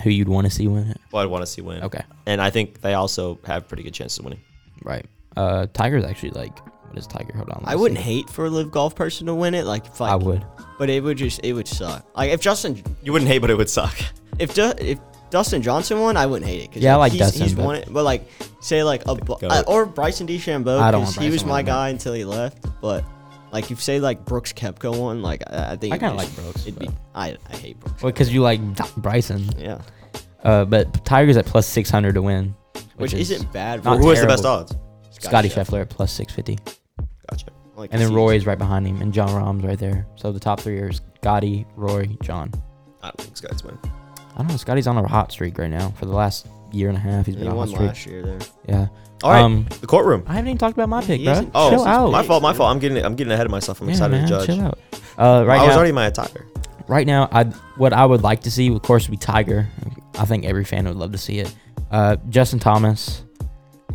Speaker 3: who you'd want to see win it.
Speaker 1: Well, I'd want to see win.
Speaker 3: Okay,
Speaker 1: And I think they also have pretty good chances of winning.
Speaker 3: right. Uh, Tiger's actually like what is Tiger? Hold on. let
Speaker 2: I
Speaker 3: me
Speaker 2: wouldn't
Speaker 3: see.
Speaker 2: hate for a live golf person to win it. Like, if, like
Speaker 3: I would.
Speaker 2: but it would just it would suck. Like if Justin
Speaker 1: You wouldn't hate, but it would suck.
Speaker 2: if du- if Dustin Johnson won, I wouldn't hate it. 'cause
Speaker 3: Yeah, I like
Speaker 2: he's,
Speaker 3: Dustin,
Speaker 2: He's
Speaker 3: but-
Speaker 2: won it, but like say like a bu-
Speaker 1: goat.
Speaker 2: uh, or Bryson DeChambeau.
Speaker 3: I don't want
Speaker 2: 'cause he was
Speaker 3: Bryson
Speaker 2: my
Speaker 3: winning
Speaker 2: guy until he left. But like if say like Brooks Kepka won, like I, I think
Speaker 3: I
Speaker 2: it'd
Speaker 3: kinda
Speaker 2: just-
Speaker 3: like Brooks,
Speaker 2: It'd be
Speaker 3: but-
Speaker 2: I, I hate Brooks.
Speaker 3: Well, because you like Bryson.
Speaker 2: Yeah,
Speaker 3: Uh, but Tiger's at plus 600 to win,
Speaker 2: which,
Speaker 3: is
Speaker 2: isn't bad.
Speaker 3: not
Speaker 1: Who has the best
Speaker 3: terrible.
Speaker 1: odds?
Speaker 3: Scotty Scheffler at plus 650,
Speaker 1: Gotcha.
Speaker 2: Like,
Speaker 3: and then
Speaker 2: he's-
Speaker 3: Roy's right behind him, and John Rahm's right there. So the top three are Scotty, Roy, John.
Speaker 1: I don't think Scott's win.
Speaker 3: I don't know. Scotty's on a hot streak right now. For the last year and a half, he's
Speaker 2: He
Speaker 3: been on a hot
Speaker 2: won
Speaker 3: streak.
Speaker 2: last year there.
Speaker 3: Yeah.
Speaker 1: All right,
Speaker 3: Um,
Speaker 1: the courtroom.
Speaker 3: I haven't even talked about my
Speaker 2: He
Speaker 3: pick, bro.
Speaker 2: isn't-
Speaker 1: Oh,
Speaker 3: chill out.
Speaker 1: my fault. My fault. I'm getting I'm getting ahead of myself. I'm
Speaker 3: yeah,
Speaker 1: excited
Speaker 3: man,
Speaker 1: to judge.
Speaker 3: chill out. Uh, right
Speaker 1: I
Speaker 3: now,
Speaker 1: was already my Tiger.
Speaker 3: right now, I what I would like to see, of course, would be Tiger. I think every fan would love to see it. Uh, Justin Thomas,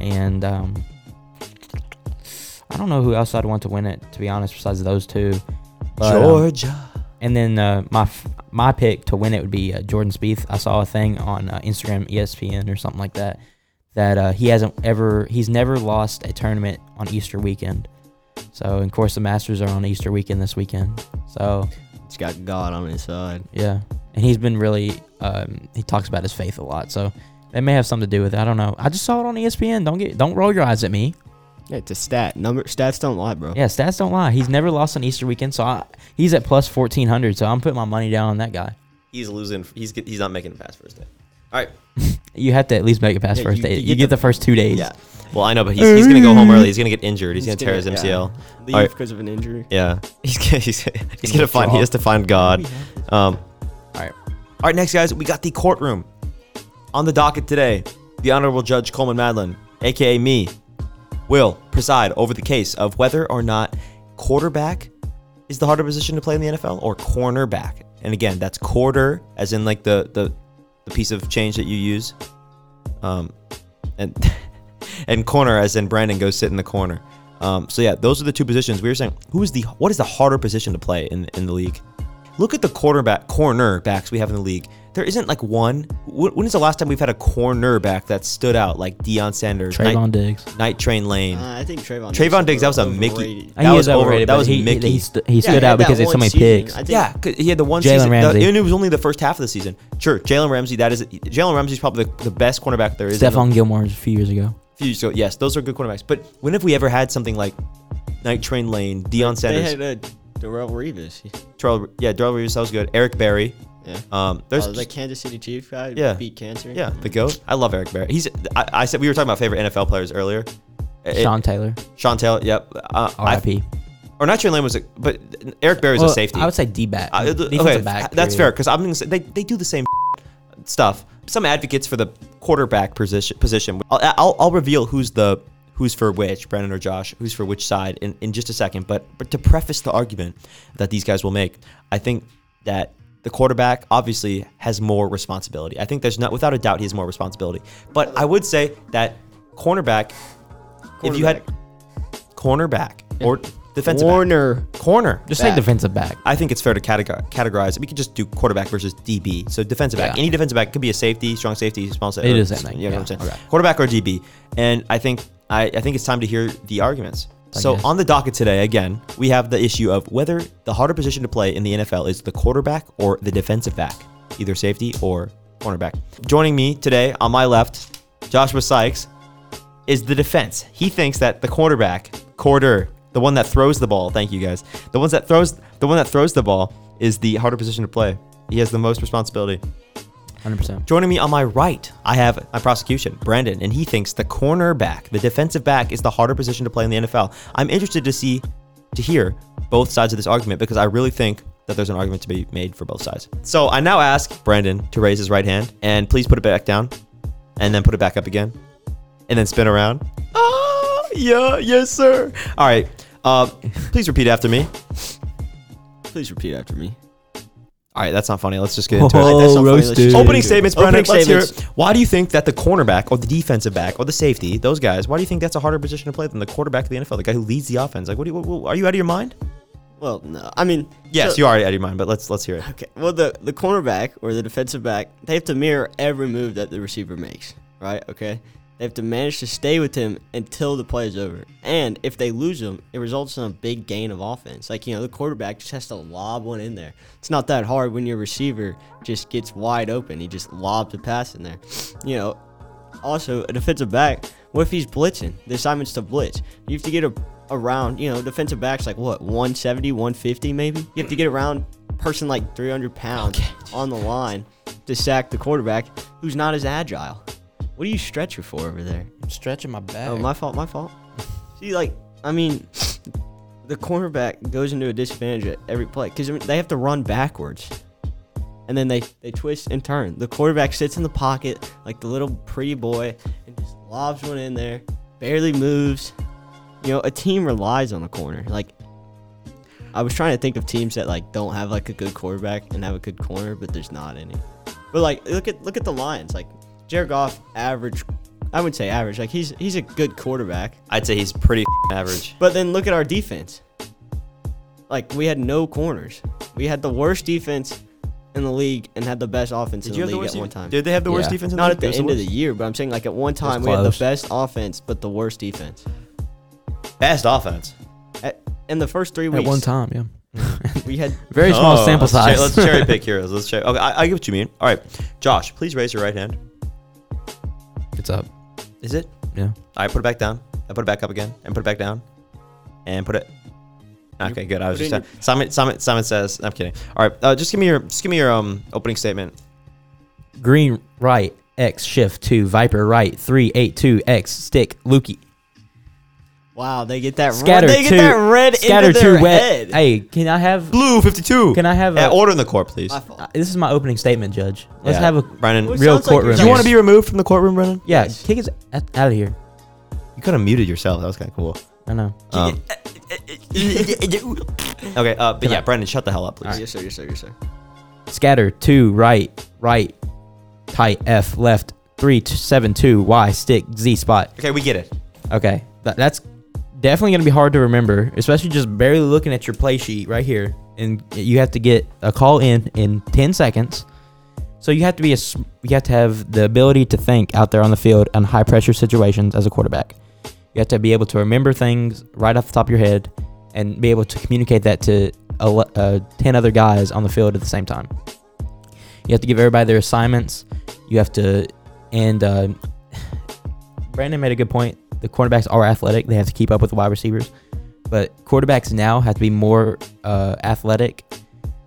Speaker 3: and um, I don't know who else I'd want to win it. To be honest, besides those two, But, um,
Speaker 1: Georgia.
Speaker 3: and then uh, my f- my pick to win it would be uh, Jordan Spieth. I saw a thing on uh, Instagram, ESPN, or something like that, that uh, he hasn't ever he's never lost a tournament on Easter weekend. So, and of course, the Masters are on Easter weekend this weekend. So,
Speaker 2: He's got God on his side.
Speaker 3: yeah, and he's been really um, he talks about his faith a lot. So, that may have something to do with it. I don't know. I just saw it on E ESPN. Don't get don't roll your eyes at me.
Speaker 2: Yeah, it's a stat. Number stats don't lie, bro.
Speaker 3: Yeah, stats don't lie. He's never lost on Easter weekend. So I, he's at plus fourteen hundred. So I'm putting my money down on that guy.
Speaker 1: He's losing. He's get- he's not making it past first day. All right.
Speaker 3: You have to at least make it past
Speaker 2: Yeah,
Speaker 3: first
Speaker 2: you-
Speaker 3: day.
Speaker 2: you
Speaker 3: You,
Speaker 2: get
Speaker 3: get the, first two days.
Speaker 2: Yeah.
Speaker 1: Well, I know, but he's, he's gonna go home early. He's gonna get injured. He's, gonna tear his
Speaker 2: yeah,
Speaker 1: MCL. All
Speaker 2: Leave
Speaker 1: right.
Speaker 2: because of an injury.
Speaker 1: Yeah. He's gonna, he's, he's gonna find. He
Speaker 3: Withdraw.
Speaker 1: has to find God. Um,
Speaker 3: All right.
Speaker 1: All right, next guys, we got the courtroom on the docket today. The Honorable Judge Coleman Madlin, aka me, will preside over the case of whether or not quarterback is the harder position to play in the NFL or cornerback. And again, that's quarter, as in like the the, the piece of change that you use, um, and and corner, as in Brandon goes sit in the corner. Um, so yeah, those are the two positions we were saying. Who is the what is the harder position to play in in the league? Look at the quarterback cornerbacks we have in the league. There isn't like one. When, when is the last time we've had a cornerback that stood out like Deion Sanders,
Speaker 3: Trayvon
Speaker 1: Night,
Speaker 3: Diggs.
Speaker 1: Night Train Lane?
Speaker 2: Uh, I think Trayvon.
Speaker 1: Trayvon Diggs,
Speaker 2: Diggs,
Speaker 1: that was a Mickey.
Speaker 2: overrated.
Speaker 1: That
Speaker 3: he
Speaker 1: was over. That
Speaker 3: but
Speaker 1: was
Speaker 3: he,
Speaker 1: Mickey.
Speaker 3: He, he, stu- he
Speaker 2: Yeah,
Speaker 3: stood
Speaker 2: he had
Speaker 3: out because
Speaker 2: that
Speaker 3: it's so
Speaker 2: one
Speaker 3: many
Speaker 2: season.
Speaker 3: picks.
Speaker 2: I think-
Speaker 1: Yeah, 'cause he had the one
Speaker 3: Jalen
Speaker 1: season,
Speaker 3: Ramsey.
Speaker 1: the, and it was only the first half of the season. Sure, Jalen Ramsey. That is Jalen Ramsey's probably the, the best cornerback there is. in the-
Speaker 3: Stephon Gilmore a few years ago.
Speaker 1: few years ago. Yes, those are good cornerbacks. But when have we ever had something like Night Train Lane, Deion
Speaker 2: They
Speaker 1: Sanders,
Speaker 2: had uh, Darrell Revis. He-
Speaker 1: Terrell, yeah, Darrell Reeves, that was good. Eric Berry.
Speaker 2: Yeah.
Speaker 1: Um, there's
Speaker 2: oh, the Kansas City Chief guy
Speaker 1: Yeah.
Speaker 2: beat cancer.
Speaker 1: yeah, the goat. I love Eric Berry. He's I, I said we were talking about favorite NFL players earlier. It-
Speaker 3: Sean Taylor,
Speaker 1: Sean Taylor. Yep. Uh, I-
Speaker 3: RIP.
Speaker 1: or Night Train Lane was a, but Eric Berry's
Speaker 3: Well,
Speaker 1: a safety.
Speaker 3: I would say D back.
Speaker 1: Uh,
Speaker 3: defensive
Speaker 1: okay,
Speaker 3: back.
Speaker 1: that's fair
Speaker 3: period.
Speaker 1: because I'm gonna say they, they do the same stuff. Some advocates for the quarterback position position. I'll, I'll, I'll reveal who's the who's for which Brandon or Josh, who's for which side in, in just a second. But but to preface the argument that these guys will make, I think that the quarterback obviously has more responsibility. I think there's not without a doubt he has more responsibility. But I would say that cornerback, if you had cornerback or defensive back,
Speaker 2: Warner.
Speaker 1: corner
Speaker 3: Just
Speaker 2: back.
Speaker 3: say defensive back.
Speaker 1: I think it's fair to categorize. categorize it. We could just do quarterback versus DB. So defensive back,
Speaker 3: Yeah.
Speaker 1: any defensive back could be a safety, strong safety, small safety.
Speaker 3: It is that thing,
Speaker 1: You know
Speaker 3: yeah.
Speaker 1: what I'm saying?
Speaker 3: Okay.
Speaker 1: Quarterback or DB. And I think I, I think it's time to hear the arguments.
Speaker 3: I
Speaker 1: So
Speaker 3: guess.
Speaker 1: on the docket today, again, we have the issue of whether the harder position to play in the NFL is the quarterback or the defensive back, either safety or cornerback. Joining me today on my left, Joshua Sykes, is the defense. He thinks that the quarterback, quarter, The one that throws the ball. Thank you guys. The ones that throws the one that throws the ball is the harder position to play. He has the most responsibility.
Speaker 3: 100%.
Speaker 1: Joining me on my right, I have my prosecution, Brandon, and he thinks the cornerback, the defensive back, is the harder position to play in the NFL. I'm interested to see, to hear both sides of this argument because I really think that there's an argument to be made for both sides. So I now ask Brandon to raise his right hand and please put it back down and then put it back up again and then spin around. Ah, yeah, yes, sir. All right. Uh, please repeat after me.
Speaker 2: Please repeat after me.
Speaker 1: All right, that's not funny. Let's just get into it.
Speaker 2: Alright, that's
Speaker 3: Oh,
Speaker 2: not funny. Let's
Speaker 3: roasted.
Speaker 2: just-
Speaker 1: Opening statements, Brennan.
Speaker 2: Opening
Speaker 1: let's hear
Speaker 2: statements.
Speaker 1: it. Why do you think that the cornerback or the defensive back or the safety, those guys, why do you think that's a harder position to play than the quarterback of the NFL, the guy who leads the offense? Like, what do you, what, what- are you out of your mind?
Speaker 2: Well, no, I mean,
Speaker 1: Yes,
Speaker 2: so-
Speaker 1: you are out of your mind, but let's let's hear it.
Speaker 2: Okay. Well, the the cornerback or the defensive back, they have to mirror every move that the receiver makes, right? Okay. They have to manage to stay with him until the play is over. And if they lose him, it results in a big gain of offense. Like, you know, the quarterback just has to lob one in there. It's not that hard when your receiver just gets wide open. He just lobs a pass in there. You know, also a defensive back, what if he's blitzing? The assignment's to blitz. You have to get a, around, you know, defensive backs like what, 170, 150 maybe? You have to get around person like 300 pounds on the line to sack the quarterback who's not as agile. What are you stretching for over there?
Speaker 3: I'm stretching my back.
Speaker 2: Oh, my fault, my fault. See, like, I mean, the cornerback goes into a disadvantage at every play because I mean, they have to run backwards. And then they, they twist and turn. The quarterback sits in the pocket like the little pretty boy and just lobs one in there, barely moves. You know, a team relies on a corner. Like, I was trying to think of teams that like don't have like a good quarterback and have a good corner, but there's not any. But like look at look at the Lions. Like Jared Goff, average. I wouldn't say average. Like he's he's a good quarterback.
Speaker 1: I'd say he's pretty average.
Speaker 2: But then look at our defense. Like we had no corners. We had the worst defense in the league and had the best offense in the league at one time.
Speaker 1: Did they have the worst
Speaker 3: Yeah.
Speaker 1: defense? In
Speaker 2: Not
Speaker 1: the
Speaker 2: at the
Speaker 1: league?
Speaker 2: end of the year, but I'm saying like at one time we had the
Speaker 3: close.
Speaker 2: best offense but the worst defense.
Speaker 1: best offense.
Speaker 2: At, in the first three
Speaker 3: At
Speaker 2: weeks,
Speaker 3: one time, yeah.
Speaker 2: we had
Speaker 3: Very small
Speaker 1: Oh,
Speaker 3: sample
Speaker 1: let's cher-
Speaker 3: size.
Speaker 1: let's cherry pick heroes. Let's cherry. Okay, I, I get what you mean. All right, Josh, please raise your right hand.
Speaker 3: it's up.
Speaker 1: Is it?
Speaker 3: Yeah.
Speaker 1: All right, put it back down. I put it back up again, and put it back down, and put it. Okay, good. I was
Speaker 2: put
Speaker 1: just
Speaker 2: in
Speaker 1: Simon. Simon. Simon says, "I'm kidding." All right, uh, just give me your just give me your um opening statement.
Speaker 3: Green right X shift two Viper right three eight two X stick Lukey
Speaker 2: wow. They get that
Speaker 3: scatter
Speaker 2: red, they
Speaker 3: two
Speaker 2: get that red
Speaker 3: scatter
Speaker 2: into
Speaker 3: two
Speaker 2: their
Speaker 3: wet.
Speaker 2: head.
Speaker 3: Hey, can I have?
Speaker 1: Blue fifty-two.
Speaker 3: Can I have
Speaker 1: Yeah,
Speaker 3: a-
Speaker 1: order in the court, please?
Speaker 2: My
Speaker 1: Do
Speaker 2: fault.
Speaker 3: Uh, This is my opening statement, Judge. Let's
Speaker 1: Yeah.
Speaker 3: have a
Speaker 1: Brennan,
Speaker 2: Well, it
Speaker 3: real
Speaker 2: sounds like
Speaker 3: courtroom.
Speaker 2: you're-
Speaker 1: you want
Speaker 2: Yes.
Speaker 1: to be removed from the courtroom, Brennan?
Speaker 3: Yeah,
Speaker 2: Yes.
Speaker 3: kick his ass out of here.
Speaker 1: You could have muted yourself. That was kind of cool.
Speaker 3: I know.
Speaker 1: Um, okay, uh, but
Speaker 3: Can I-
Speaker 1: yeah, Brendan, shut the hell up, please.
Speaker 2: Yes sir, yes sir, yes sir.
Speaker 3: Scatter two right right tight F left three t- seven two Y stick Z spot.
Speaker 1: Okay, we get it.
Speaker 3: Okay, Th- that's definitely gonna be hard to remember, especially just barely looking at your play sheet right here, and you have to get a call in in ten seconds. So you have to be a s- you have to have the ability to think out there on the field in high pressure situations as a quarterback. You have to be able to remember things right off the top of your head, and be able to communicate that to ele- uh, ten other guys on the field at the same time. You have to give everybody their assignments. You have to, and uh, Brandon made a good point. The cornerbacks are athletic; they have to keep up with the wide receivers. But quarterbacks now have to be more uh, athletic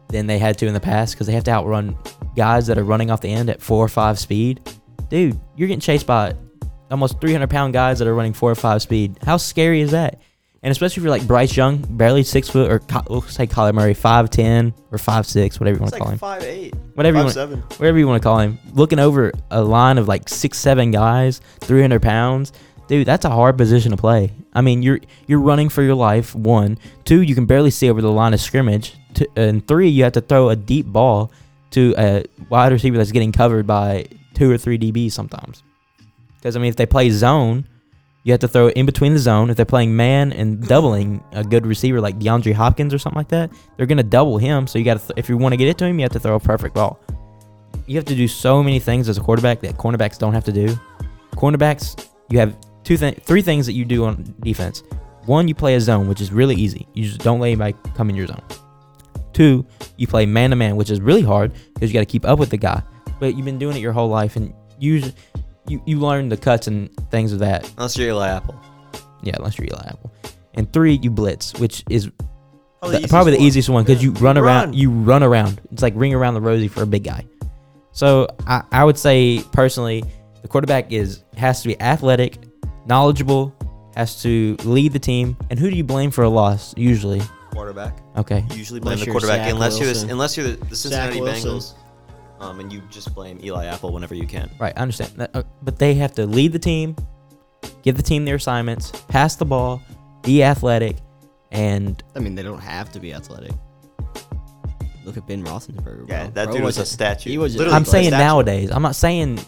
Speaker 3: than they had to in the past because they have to outrun guys that are running off the end at four or five speed. Dude, you're getting chased by almost 300 pound guys that are running four or five speed. How scary is that? And especially if you're like Bryce Young, barely six foot, or Ky- we'll say Kyler Murray, five ten or five six, whatever you want to call him
Speaker 1: five eight.
Speaker 3: whatever you want, whatever you want to call him, looking over a line of like six, seven guys, three hundred pounds, dude, that's a hard position to play. I mean, you're you're running for your life. One, two, you can barely see over the line of scrimmage, T- and three, you have to throw a deep ball to a wide receiver that's getting covered by two or three DBs sometimes. Because I mean, if they play zone. You have to throw it in between the zone. If they're playing man and doubling a good receiver like DeAndre Hopkins or something like that, they're gonna double him. So you got to, th- if you want to get it to him, you have to throw a perfect ball you have to do so many things as a quarterback that cornerbacks don't have to do. Cornerbacks, you have two thi- three things that you do on defense. One, you play a zone, which is really easy. You just don't let anybody come in your zone. Two, you play man to man, which is really hard because you got to keep up with the guy. But you've been doing it your whole life, and you you you learn the cuts and things of that.
Speaker 1: Unless you're Eli Apple.
Speaker 3: Yeah, unless you're Eli Apple. and three you blitz, which is the- probably the,
Speaker 1: easiest
Speaker 3: easiest one because you run around.
Speaker 1: Run.
Speaker 3: You run around. It's like ring around the rosy for a big guy. So I, I would say personally, the quarterback is has to be athletic, knowledgeable, has to lead the team. And who do you blame for a loss usually?
Speaker 1: quarterback.
Speaker 3: Okay,
Speaker 1: You usually blame
Speaker 2: Unless
Speaker 1: the
Speaker 2: you're
Speaker 1: quarterback
Speaker 2: Zach
Speaker 1: unless you're
Speaker 2: Wilson.
Speaker 1: the, unless you're the, the
Speaker 2: Zach
Speaker 1: Cincinnati
Speaker 2: Wilson.
Speaker 1: Bengals, um, and you just blame Eli Apple whenever you can.
Speaker 3: right. I understand, that, uh, but they have to lead the team, give the team their assignments, pass the ball, be athletic, and
Speaker 2: I mean, they don't have to be athletic. Look at Ben Roethlisberger. Bro.
Speaker 1: Yeah, that
Speaker 2: Bro
Speaker 1: dude was a
Speaker 2: wasn't-
Speaker 1: statue.
Speaker 2: He was.
Speaker 1: Literally
Speaker 3: I'm
Speaker 1: Like
Speaker 3: saying
Speaker 1: that-
Speaker 3: nowadays. I'm not saying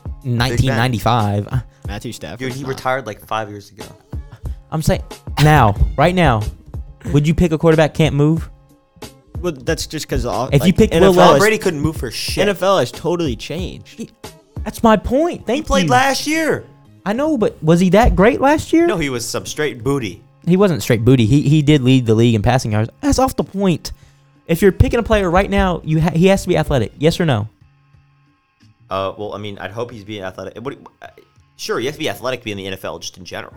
Speaker 3: 1995. I-
Speaker 2: Matthew Stafford.
Speaker 1: Dude, he retired like five years ago.
Speaker 3: I'm saying now, right now. Would you pick a quarterback can't move?
Speaker 2: Well, that's just because
Speaker 3: If you pick Will
Speaker 2: NFL,
Speaker 1: Tom
Speaker 3: it's-
Speaker 1: Brady couldn't move for shit.
Speaker 2: NFL has totally changed.
Speaker 3: That's my point. Thank
Speaker 1: he played
Speaker 3: you.
Speaker 1: last year.
Speaker 3: I know, but was he that great last year?
Speaker 1: No, he was some straight booty.
Speaker 3: he wasn't straight booty. He he did lead the league in passing yards. That's off the point. If you're picking a player right now, you ha- he has to be athletic. Yes or no?
Speaker 1: Uh, well, I mean, I'd hope he's being athletic. What, uh, sure, you have to be athletic to be in the NFL, just in general.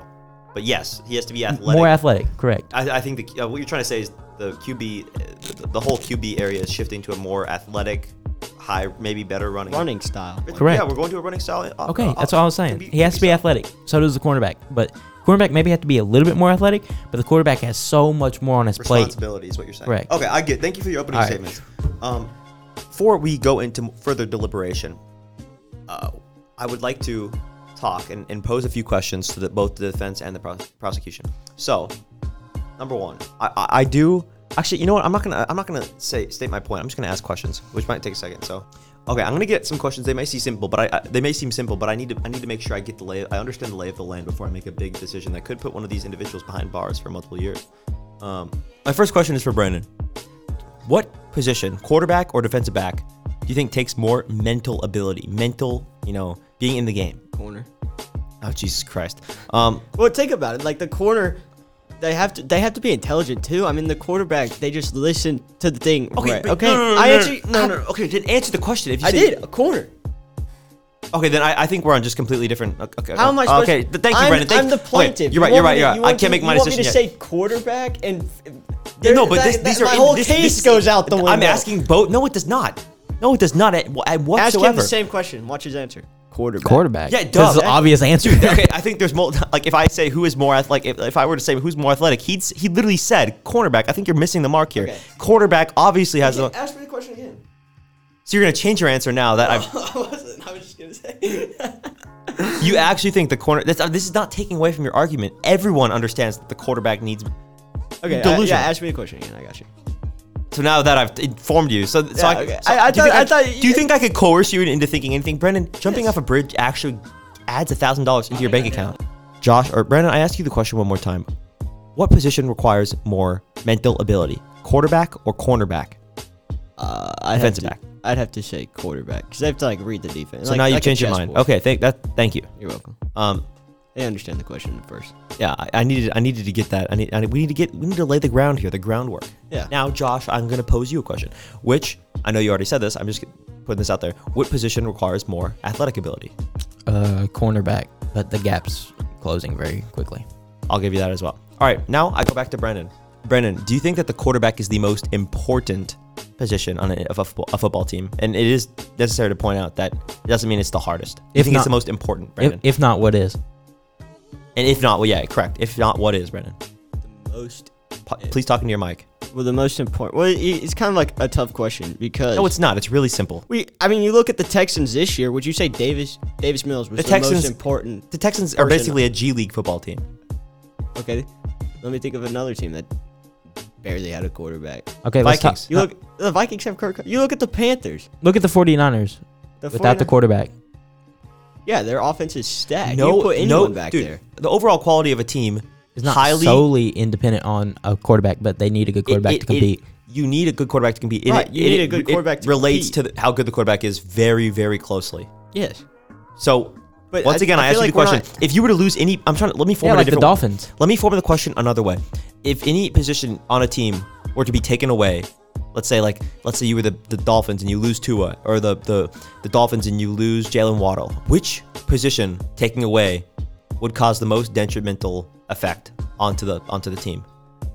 Speaker 1: But yes, he has to be athletic.
Speaker 3: More athletic, correct?
Speaker 1: I, I think the, uh, what you're trying to say is the QB, uh, the, the whole QB area is shifting to a more athletic, high, maybe better running.
Speaker 2: Running style.
Speaker 1: It's-
Speaker 3: Correct.
Speaker 1: Yeah, we're going to a running style. uh,
Speaker 3: Okay,
Speaker 1: uh,
Speaker 3: that's all I was saying.
Speaker 1: could be-
Speaker 3: He has
Speaker 1: could
Speaker 3: to be athletic. So does the cornerback. But cornerback maybe have to be a little bit more athletic. But the quarterback has so much more on his plate.
Speaker 1: responsibility is what you're saying.
Speaker 3: Correct.
Speaker 1: Okay, I get. Thank you for your opening
Speaker 3: All right.
Speaker 1: statements. Um, before we go into further deliberation, uh, I would like to talk and, and pose a few questions to the, both the defense and the pros- prosecution. So, number one, I, I, I do actually. You know what? I'm not gonna. I'm not gonna say state my point. I'm just gonna ask questions, which might take a second. So, okay, I'm gonna get some questions. They may seem simple, but I, I they may seem simple, but I need to. I need to make sure I get the lay. I understand the lay of the land before I make a big decision that could put one of these individuals behind bars for multiple years. Um, my first question is for Brandon. What position, quarterback or defensive back, do you think takes more mental ability, mental, you know, being in the game?
Speaker 2: Corner.
Speaker 1: Oh Jesus Christ! Um,
Speaker 2: Well, think about it. Like the corner, they have to they have to be intelligent too. I mean, the quarterback they just listen to the thing.
Speaker 1: okay,
Speaker 2: right.
Speaker 1: but-
Speaker 2: okay.
Speaker 1: No, no, no, no,
Speaker 2: I
Speaker 1: no,
Speaker 2: actually
Speaker 1: no, no, no. Okay, didn't answer the question. If you
Speaker 2: I
Speaker 1: say-
Speaker 2: did a corner.
Speaker 1: Okay, then I, I think we're on just completely different. Okay, okay, Uh,
Speaker 2: How am I supposed
Speaker 1: okay.
Speaker 2: to?
Speaker 1: th- Thank you,
Speaker 2: I'm,
Speaker 1: Brandon. Thank
Speaker 2: I'm the
Speaker 1: okay,
Speaker 2: plaintiff.
Speaker 1: you're right.
Speaker 2: You
Speaker 1: You're
Speaker 2: want
Speaker 1: right.
Speaker 2: me
Speaker 1: You're
Speaker 2: to-
Speaker 1: right.
Speaker 2: you
Speaker 1: I
Speaker 2: want
Speaker 1: can't
Speaker 2: me-
Speaker 1: make my
Speaker 2: you
Speaker 1: decision
Speaker 2: Want me to
Speaker 1: yet.
Speaker 2: say quarterback and.
Speaker 1: Yeah, no, but this, these
Speaker 2: my
Speaker 1: are
Speaker 2: whole
Speaker 1: this,
Speaker 2: case
Speaker 1: this-
Speaker 2: goes out the window.
Speaker 1: I'm asking both. No, it does not. No, it does not. At, at
Speaker 2: Ask
Speaker 1: whatsoever.
Speaker 2: him the same question. Watch his answer. Quarterback.
Speaker 3: Quarterback.
Speaker 1: Yeah, duh.
Speaker 3: This is the obvious answer.
Speaker 1: Dude, okay, I think there's more. Like, if I say who is more athletic, if, if I were to say who's more athletic, he'd s- he literally said cornerback. I think you're missing the mark here.
Speaker 2: Okay.
Speaker 1: Quarterback obviously has the.
Speaker 2: Ask me the question again.
Speaker 1: So you're gonna change your answer now that I've.
Speaker 2: I wasn't. I was just gonna say.
Speaker 1: You actually think the corner? That's, uh, this is not taking away from your argument. Everyone understands that the quarterback needs. uh,
Speaker 2: Okay. I, yeah.
Speaker 1: Delusion.
Speaker 2: Ask me the question again. I got you.
Speaker 1: So now that I've informed you, so, so
Speaker 2: Yeah,
Speaker 1: I,
Speaker 2: okay.
Speaker 1: so
Speaker 2: I- I
Speaker 1: do you think
Speaker 2: thought- I thought-
Speaker 1: do you think I could coerce you into thinking anything, Brendan? Jumping
Speaker 2: Yes.
Speaker 1: off a bridge actually adds a thousand dollars into your bank account. Josh or Brendan, I ask you the question one more time: What position requires more mental ability, quarterback or cornerback?
Speaker 2: Uh, I'd have
Speaker 1: Defensive
Speaker 2: to-
Speaker 1: back.
Speaker 2: I'd have to say quarterback because I have to like read the defense.
Speaker 1: So now you've changed your mind. Okay, thank that. Thank you.
Speaker 2: You're welcome.
Speaker 1: Um,
Speaker 2: They understand the question first.
Speaker 1: yeah, I, I needed I needed to get that. I need, I need we need to get we need to lay the ground here, the groundwork.
Speaker 2: Yeah.
Speaker 1: Now, Josh, I'm gonna pose you a question. Which I know you already said this. I'm just putting this out there. What position requires more athletic ability?
Speaker 3: Uh, cornerback, but the gap's closing very quickly.
Speaker 1: I'll give you that as well. All right, now I go back to Brendan. Brendan, do you think that the quarterback is the most important position on a, of a, football, a football team? And it is necessary to point out that it doesn't mean it's the hardest. I
Speaker 3: If
Speaker 1: think
Speaker 3: not-
Speaker 1: it's the most important,
Speaker 3: If,
Speaker 1: Brendan.
Speaker 3: if not, what is?
Speaker 1: and if not, well, yeah, correct. If not, what is Brendan?
Speaker 2: The most
Speaker 1: Po- please talk into your mic.
Speaker 2: well, the most important. Well, it- it's kind of like a tough question because
Speaker 1: No, it's not. It's really simple.
Speaker 2: we. I mean, you look at the Texans this year. Would you say Davis Davis Mills was
Speaker 1: The
Speaker 2: the,
Speaker 1: Texans-
Speaker 2: most important?
Speaker 1: The Texans are
Speaker 2: Person-
Speaker 1: basically a G League football team.
Speaker 2: Okay, let me think of another team that barely had a quarterback.
Speaker 3: Okay, let's talk-
Speaker 1: Vikings.
Speaker 2: You look. The Vikings have Kirk. You look at the Panthers.
Speaker 3: look at the 49ers
Speaker 2: The
Speaker 3: without the
Speaker 2: 49
Speaker 3: quarterback.
Speaker 2: Yeah, their offense is stacked.
Speaker 1: No,
Speaker 2: you put anyone
Speaker 1: no,
Speaker 2: back
Speaker 1: dude,
Speaker 2: there.
Speaker 1: The overall quality of a team
Speaker 3: It's not
Speaker 1: highly
Speaker 3: solely independent on a quarterback, but they need a good
Speaker 1: it-
Speaker 3: quarterback
Speaker 1: it-
Speaker 3: to compete.
Speaker 1: it- you need a good quarterback to compete. It-
Speaker 2: Right, you
Speaker 1: it-
Speaker 2: need a
Speaker 1: it-
Speaker 2: good
Speaker 1: it
Speaker 2: quarterback to
Speaker 1: relates
Speaker 2: compete.
Speaker 1: to the, how good the quarterback is very, very closely.
Speaker 2: Yes.
Speaker 1: So,
Speaker 2: But
Speaker 1: once
Speaker 2: I-
Speaker 1: again,
Speaker 2: I
Speaker 1: I,
Speaker 2: feel
Speaker 1: asked you
Speaker 2: like
Speaker 1: the
Speaker 2: we're
Speaker 1: question: If you were to lose any, I'm trying to let me form
Speaker 3: Yeah,
Speaker 1: it a
Speaker 3: like the
Speaker 1: different-
Speaker 3: Dolphins.
Speaker 1: Let me form the question another way: If any position on a team were to be taken away, let's say like let's say you were the, the Dolphins and you lose Tua, or the the, the Dolphins and you lose Jalen Waddle, which position taking away would cause the most detrimental effect onto the onto the team?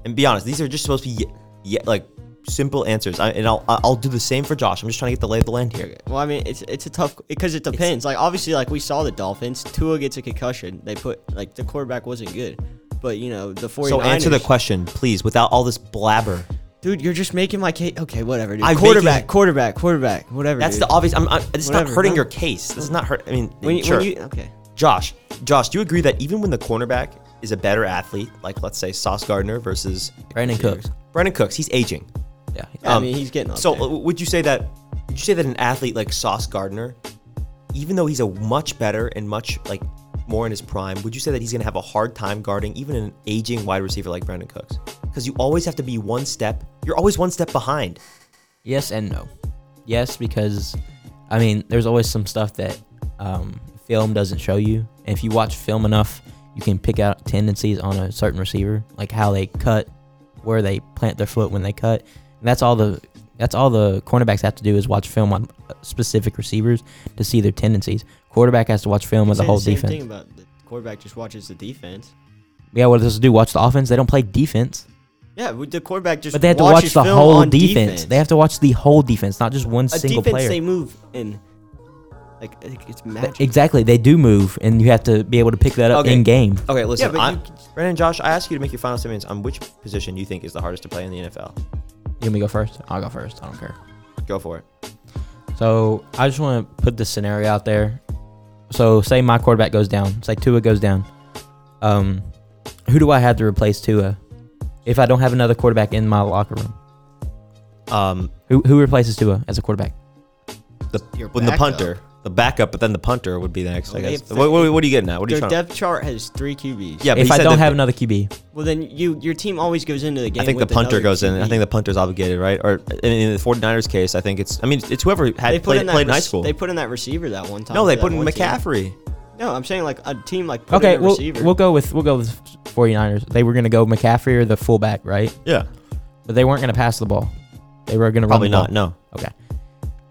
Speaker 1: and be honest, these are just supposed to be ye- ye- like simple answers. I, and I'll I'll do the same for Josh. I'm just trying to get the lay of the land here.
Speaker 2: Well, I mean, it's it's a tough because it depends. like obviously, like we saw the Dolphins, Tua gets a concussion. They put like the quarterback wasn't good, but you know the 49ers.
Speaker 1: So answer the question, please, without all this blabber.
Speaker 2: dude. You're just making my case. Okay, whatever. Dude.
Speaker 1: I'm
Speaker 2: quarterback,
Speaker 1: making-
Speaker 2: quarterback, quarterback, whatever.
Speaker 1: That's the
Speaker 2: dude.
Speaker 1: obvious. I'm, I'm, it's not
Speaker 2: Whatever,
Speaker 1: hurting
Speaker 2: no.
Speaker 1: your case. This is not hurt. I mean,
Speaker 2: When you,
Speaker 1: sure.
Speaker 2: when you, okay.
Speaker 1: Josh, Josh, do you agree that even when the cornerback is a better athlete, like let's say Sauce Gardner versus
Speaker 3: Brandon Cooks.
Speaker 1: Brandon Cooks, he's aging.
Speaker 3: Yeah.
Speaker 2: Yeah, I
Speaker 1: Um,
Speaker 2: mean, he's getting up
Speaker 1: So
Speaker 2: there.
Speaker 1: uh, would you say that? Would you say that an athlete like Sauce Gardner, even though he's a much better and much like more in his prime, would you say that he's gonna have a hard time guarding even an aging wide receiver like Brandon Cooks? Because you always have to be one step. You're always one step behind.
Speaker 3: Yes and no. Yes, because I mean, there's always some stuff that um, film doesn't show you. And if you watch film enough, you can pick out tendencies on a certain receiver, like how they cut, where they plant their foot when they cut. And that's all the that's all the cornerbacks have to do is watch film on uh, specific receivers to see their tendencies. Quarterback has to watch film of the
Speaker 2: Say
Speaker 3: whole
Speaker 2: same
Speaker 3: defense.
Speaker 2: Thing about the quarterback just watches the defense.
Speaker 3: Yeah, what does it do? Watch the offense. They don't play defense.
Speaker 2: Yeah, with the quarterback just.
Speaker 3: But they have to
Speaker 2: watches
Speaker 3: watch the
Speaker 2: film
Speaker 3: whole
Speaker 2: on
Speaker 3: defense. They have to watch the whole defense, not just one
Speaker 2: a
Speaker 3: single
Speaker 2: defense
Speaker 3: player.
Speaker 2: they move in. Like it- it's magic.
Speaker 3: Exactly, they do move, and you have to be able to pick that up
Speaker 1: Okay.
Speaker 3: in game.
Speaker 1: Okay, listen,
Speaker 2: but
Speaker 1: I,
Speaker 2: you
Speaker 1: Brandon and Josh, I ask you to make your final statements on which position you think is the hardest to play in the NFL.
Speaker 3: You want me to go first? I'll go first. I don't care.
Speaker 1: Go for it.
Speaker 3: So I just want to put this scenario out there. So say my quarterback goes down. Say Tua goes down. Um, who do I have to replace Tua if I don't have another quarterback in my locker room?
Speaker 1: Um,
Speaker 3: Who who replaces Tua as a quarterback?
Speaker 1: the
Speaker 2: Your
Speaker 1: when the
Speaker 2: backup.
Speaker 1: punter, the backup, but then the punter would be the next. I
Speaker 2: Well,
Speaker 1: guess.
Speaker 2: they-
Speaker 1: What, what, what are you getting at? What are you
Speaker 2: Their
Speaker 1: trying? to
Speaker 2: depth chart has three QBs.
Speaker 1: yeah, but
Speaker 3: if
Speaker 1: he
Speaker 3: I
Speaker 1: said
Speaker 3: don't
Speaker 1: that-
Speaker 3: have another QB,
Speaker 2: Well, then you your team always goes into the game.
Speaker 1: I think the
Speaker 2: with
Speaker 1: punter
Speaker 2: another
Speaker 1: goes in. I
Speaker 2: QB.
Speaker 1: think the punter's obligated, right? Or in, in the 49ers case, I think it's. I mean, it's whoever
Speaker 2: they
Speaker 1: had
Speaker 2: put
Speaker 1: played,
Speaker 2: in that
Speaker 1: played in high
Speaker 2: rec-
Speaker 1: school.
Speaker 2: They put in that receiver that one time.
Speaker 1: no,
Speaker 2: for
Speaker 1: they
Speaker 2: that
Speaker 1: put in
Speaker 2: one team.
Speaker 1: McCaffrey.
Speaker 2: No, I'm saying like a team like put
Speaker 3: okay,
Speaker 2: in a
Speaker 3: we'll,
Speaker 2: receiver.
Speaker 3: we'll go with we'll go with 49ers. They were gonna go McCaffrey or the fullback, right?
Speaker 1: Yeah,
Speaker 3: But they weren't gonna pass the ball. They were gonna
Speaker 1: probably
Speaker 3: run the ball.
Speaker 1: not. No,
Speaker 3: Okay.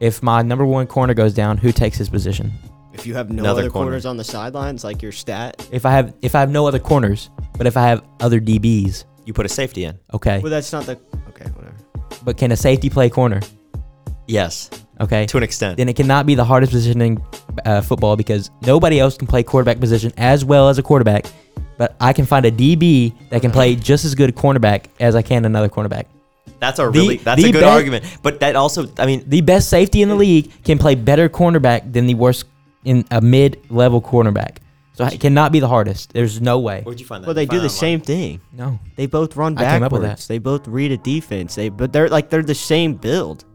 Speaker 3: If my number one corner goes down, who takes his position?
Speaker 2: if you have no
Speaker 1: Another
Speaker 2: other
Speaker 1: corner.
Speaker 2: corners on the sidelines, like your stat.
Speaker 3: If I have if I have no other corners, but if I have other DBs,
Speaker 1: you put a safety in.
Speaker 3: okay.
Speaker 2: Well, that's not the okay. Whatever.
Speaker 3: But can a safety play corner?
Speaker 1: Yes,
Speaker 3: Okay.
Speaker 1: to an extent.
Speaker 3: Then it cannot be the hardest position in uh, football because nobody else can play quarterback position as well as a quarterback. But I can find a DB that can play just as good cornerback as I can another cornerback.
Speaker 1: that's a
Speaker 3: the-
Speaker 1: really. that's a
Speaker 3: the
Speaker 1: good
Speaker 3: be-
Speaker 1: argument. But that also. I mean,
Speaker 3: The best safety in the league can play better cornerback than the worst in a mid-level cornerback. So it cannot be the hardest. There's no way.
Speaker 1: where'd you find that?
Speaker 2: Well, they
Speaker 1: Find
Speaker 2: do
Speaker 1: that
Speaker 2: the
Speaker 1: online.
Speaker 2: same thing.
Speaker 3: No.
Speaker 2: They both run
Speaker 3: I came up
Speaker 2: backwards.
Speaker 3: with that.
Speaker 2: They both read a defense. They but they're like they're the same build.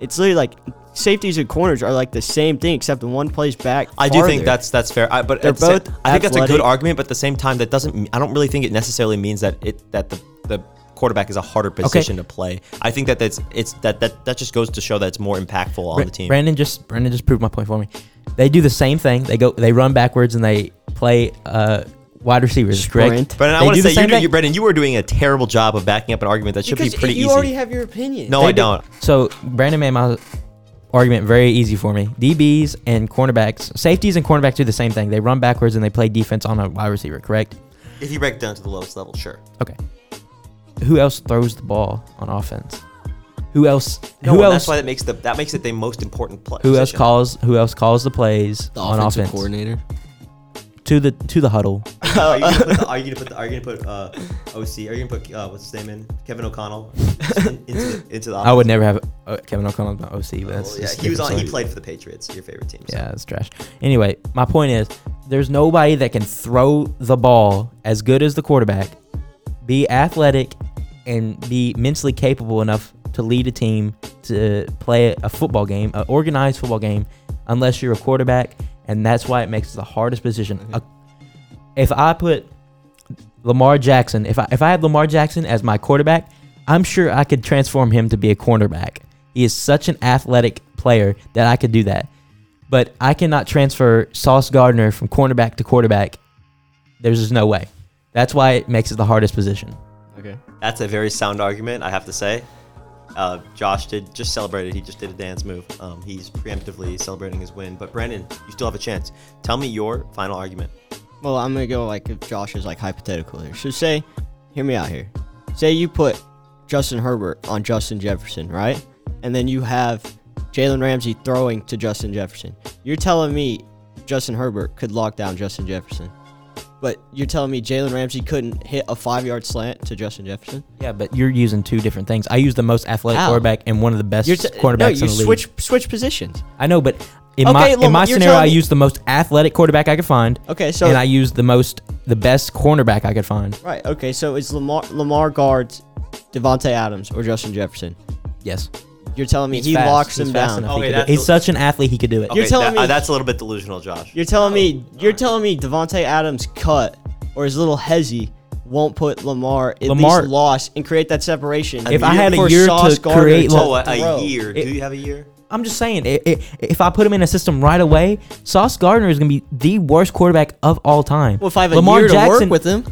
Speaker 2: It's literally like safeties and corners are like the same thing except the one plays back.
Speaker 1: I do think
Speaker 2: farther.
Speaker 1: that's that's fair. I, but
Speaker 2: They're
Speaker 1: at the same-
Speaker 2: both
Speaker 1: I think that's a good
Speaker 2: athletic.
Speaker 1: argument, but at the same time, that doesn't. I don't really think it necessarily means that it that the the quarterback is a harder position to play. I think that that's it's that that that just goes to show that it's more impactful on
Speaker 3: Bra-
Speaker 1: the team.
Speaker 3: Brandon just Brandon just proved my point for me. They do the same thing. They go they run backwards and they play uh wide receivers. correct?
Speaker 2: Sprint.
Speaker 1: Brandon, I
Speaker 3: They
Speaker 1: want to
Speaker 3: do the
Speaker 1: say you,
Speaker 3: same
Speaker 1: do,
Speaker 3: thing.
Speaker 1: you, Brandon, you are doing a terrible job of backing up an argument that should
Speaker 2: because
Speaker 1: be pretty
Speaker 2: you
Speaker 1: easy.
Speaker 2: already have your opinion.
Speaker 1: no,
Speaker 3: They
Speaker 1: I
Speaker 3: do-
Speaker 1: don't.
Speaker 3: So Brandon made my argument very easy for me. DBs and cornerbacks, safeties and cornerbacks do the same thing. They run backwards and they play defense on a wide receiver. Correct.
Speaker 1: If you break it down to the lowest level, sure.
Speaker 3: Okay. Who else throws the ball on offense? Who else?
Speaker 1: No,
Speaker 3: who
Speaker 1: and
Speaker 3: else?
Speaker 1: That's why that makes the that makes it the most important play.
Speaker 3: Who else calls? Who else calls the plays on offense
Speaker 2: coordinator.
Speaker 3: to the to the huddle?
Speaker 1: are, you gonna put the, are you gonna put the, are you gonna put uh, OC? Are you gonna put uh, what's his name in? Kevin O'Connell in- into the, into the
Speaker 3: I would never have uh, Kevin O'Connell as my OC. But that's
Speaker 1: Well, Oh, yeah,
Speaker 3: just a
Speaker 1: he was
Speaker 3: different
Speaker 1: on. He
Speaker 3: story.
Speaker 1: played for the Patriots, your favorite team. so.
Speaker 3: Yeah, it's trash. Anyway, my point is, there's nobody that can throw the ball as good as the quarterback, be athletic, and be mentally capable enough to lead a team to play a football game, an organized football game, unless you're a quarterback, and that's why it makes it the hardest position. A- if I put Lamar Jackson, if I if I had Lamar Jackson as my quarterback, I'm sure I could transform him to be a cornerback. He is such an athletic player that I could do that but I cannot transfer Sauce Gardner from cornerback to quarterback. There's just no way. That's why it makes it the hardest position.
Speaker 2: Okay.
Speaker 1: That's a very sound argument, I have to say. Uh, Josh did just celebrated. He just did a dance move. Um, he's preemptively celebrating his win. But Brandon, you still have a chance. Tell me your final argument.
Speaker 2: Well, I'm gonna go like if Josh is like hypothetical here. So say, hear me out here. say you put Justin Herbert on Justin Jefferson, right? And then you have Jalen Ramsey throwing to Justin Jefferson. You're telling me Justin Herbert could lock down Justin Jefferson, but you're telling me Jalen Ramsey couldn't hit a five yard slant to Justin Jefferson?
Speaker 3: Yeah, but you're using two different things. I use the most athletic
Speaker 2: How?
Speaker 3: quarterback and one of the best
Speaker 2: You're t-
Speaker 3: quarterbacks
Speaker 2: no,
Speaker 3: in the
Speaker 2: you
Speaker 3: league.
Speaker 2: switch switch positions.
Speaker 3: I know, but in
Speaker 2: Okay,
Speaker 3: my in
Speaker 2: Lamar,
Speaker 3: my
Speaker 2: you're
Speaker 3: scenario,
Speaker 2: telling
Speaker 3: I
Speaker 2: me-
Speaker 3: used the most athletic quarterback I could find.
Speaker 2: Okay, so
Speaker 3: and I used the most the best cornerback I could find.
Speaker 2: right, okay, so it's Lamar Lamar guards Devonte Adams or Justin Jefferson.
Speaker 3: Yes,
Speaker 2: You're telling me
Speaker 3: He's
Speaker 2: he
Speaker 3: fast.
Speaker 2: locks
Speaker 3: He's
Speaker 2: him
Speaker 3: fast
Speaker 2: down.
Speaker 3: enough. He
Speaker 1: Okay,
Speaker 3: could do it.
Speaker 1: that's
Speaker 3: He's
Speaker 1: the-
Speaker 3: such an athlete. He could do it.
Speaker 1: Okay,
Speaker 2: You're telling
Speaker 1: that-
Speaker 2: me-
Speaker 1: uh, that's a little bit delusional, Josh.
Speaker 2: You're telling
Speaker 1: Oh,
Speaker 2: me you're telling me Devonte Adams cut or his little hezzy won't put Lamar at
Speaker 3: Lamar-
Speaker 2: least loss and create that separation.
Speaker 3: If I
Speaker 2: You-
Speaker 3: had a
Speaker 2: for
Speaker 3: year
Speaker 2: Sauce
Speaker 3: to
Speaker 2: Gardner
Speaker 3: create
Speaker 2: to
Speaker 3: Lam-
Speaker 1: Oh, a, a
Speaker 2: throw.
Speaker 1: year.
Speaker 3: It-
Speaker 1: Do you have a year?
Speaker 3: I'm just saying, i i if I put him in a system right away, Sauce Gardner is going to be the worst quarterback of all time.
Speaker 2: Well, if I have a
Speaker 3: Lamar
Speaker 2: year
Speaker 3: Jackson,
Speaker 2: to work with him,